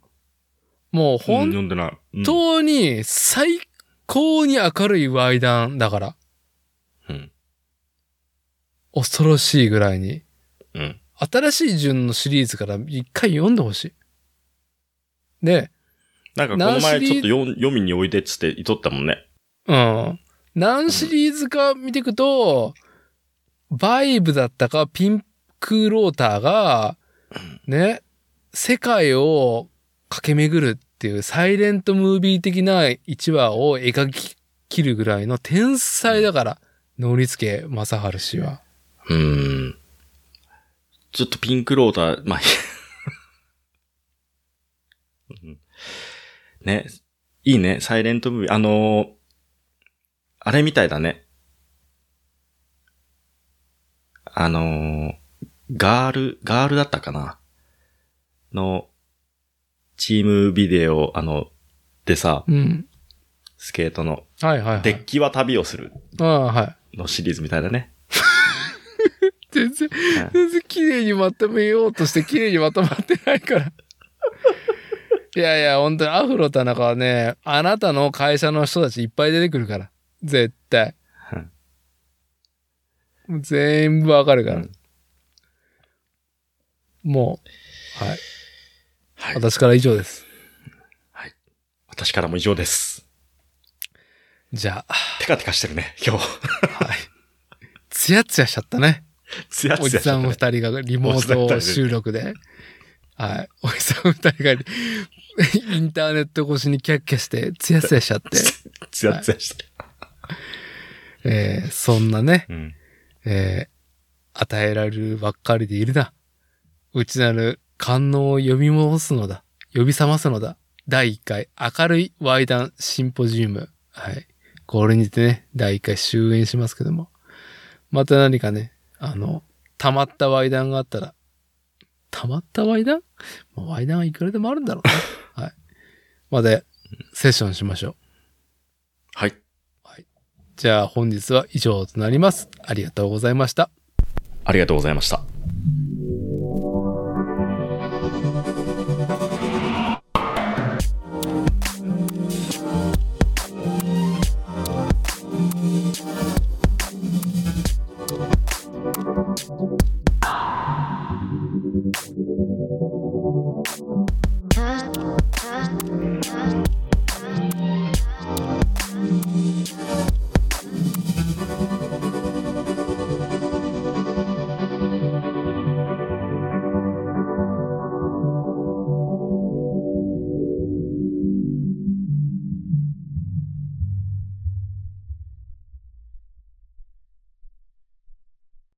Speaker 2: も
Speaker 1: う
Speaker 2: う
Speaker 1: ん
Speaker 2: 本
Speaker 1: 読んでない。うん
Speaker 2: 当に最高に明るいワイダンだから。
Speaker 1: うん。
Speaker 2: 恐ろしいぐらいに。
Speaker 1: うん。
Speaker 2: 新しい順のシリーズから一回読んでほしい。で、
Speaker 1: なんかこの前
Speaker 2: 何シリー
Speaker 1: ちょっと読読みにおいでっつって言っとったもんね。
Speaker 2: うん。何シリーズか見ていくと、バイブだったか、ピンクローターが、ね、世界を駆け巡るっていうサイレントムービー的な一話を描き切るぐらいの天才だから、ノリスケ正治氏は。
Speaker 1: うん。ちょっとピンクローター、まあ、 [LAUGHS] うんね、いいね、サイレントムービー。あのーあれみたいだね。あのーガール、ガールだったかなの、チームビデオ、あの、でさ、
Speaker 2: うん。
Speaker 1: スケートの、
Speaker 2: はいはいは
Speaker 1: デッ
Speaker 2: い。
Speaker 1: キは旅をする
Speaker 2: ああ、はい。
Speaker 1: のシリーズみたいだね。
Speaker 2: 全然、全然綺麗にまとめようとして綺麗にまとまってないから。いやいや、本当にアフロ田中はね、あなたの会社の人たちいっぱい出てくるから。絶対。
Speaker 1: うん
Speaker 2: もう全部わかるから。
Speaker 1: うん
Speaker 2: もう、はい。
Speaker 1: はい。
Speaker 2: 私から以上です。
Speaker 1: 私からも以上です。
Speaker 2: じゃあ、
Speaker 1: テカテカしてるね、 [LAUGHS] 今日。
Speaker 2: はい。ツヤツヤしちゃったね。
Speaker 1: つや
Speaker 2: お
Speaker 1: つ
Speaker 2: じ
Speaker 1: やしちゃ
Speaker 2: さ
Speaker 1: っ
Speaker 2: ん
Speaker 1: た
Speaker 2: お
Speaker 1: ね。
Speaker 2: 二人がリモート収録で。はい。おじさんお二人がインターネット越しにキャッキャして、ツヤツヤしちゃって。
Speaker 1: つやつやした。
Speaker 2: えーそんなね、
Speaker 1: うん。
Speaker 2: えー与えられるばっかりでいるな。内なる官能を呼び戻すのだ。呼び覚ますのだ。第1回明るいワイダンシンポジウム。はい。これにてね、第1回終演しますけども。また何かね、あの、溜まったワイダンがあったら、溜まったワイダンまあワイダンはいくらでもあるんだろうね。はい。まで、セッションしましょう。
Speaker 1: はい。
Speaker 2: じゃあ本日は以上となります。ありがとうございました。
Speaker 1: ありがとうございました。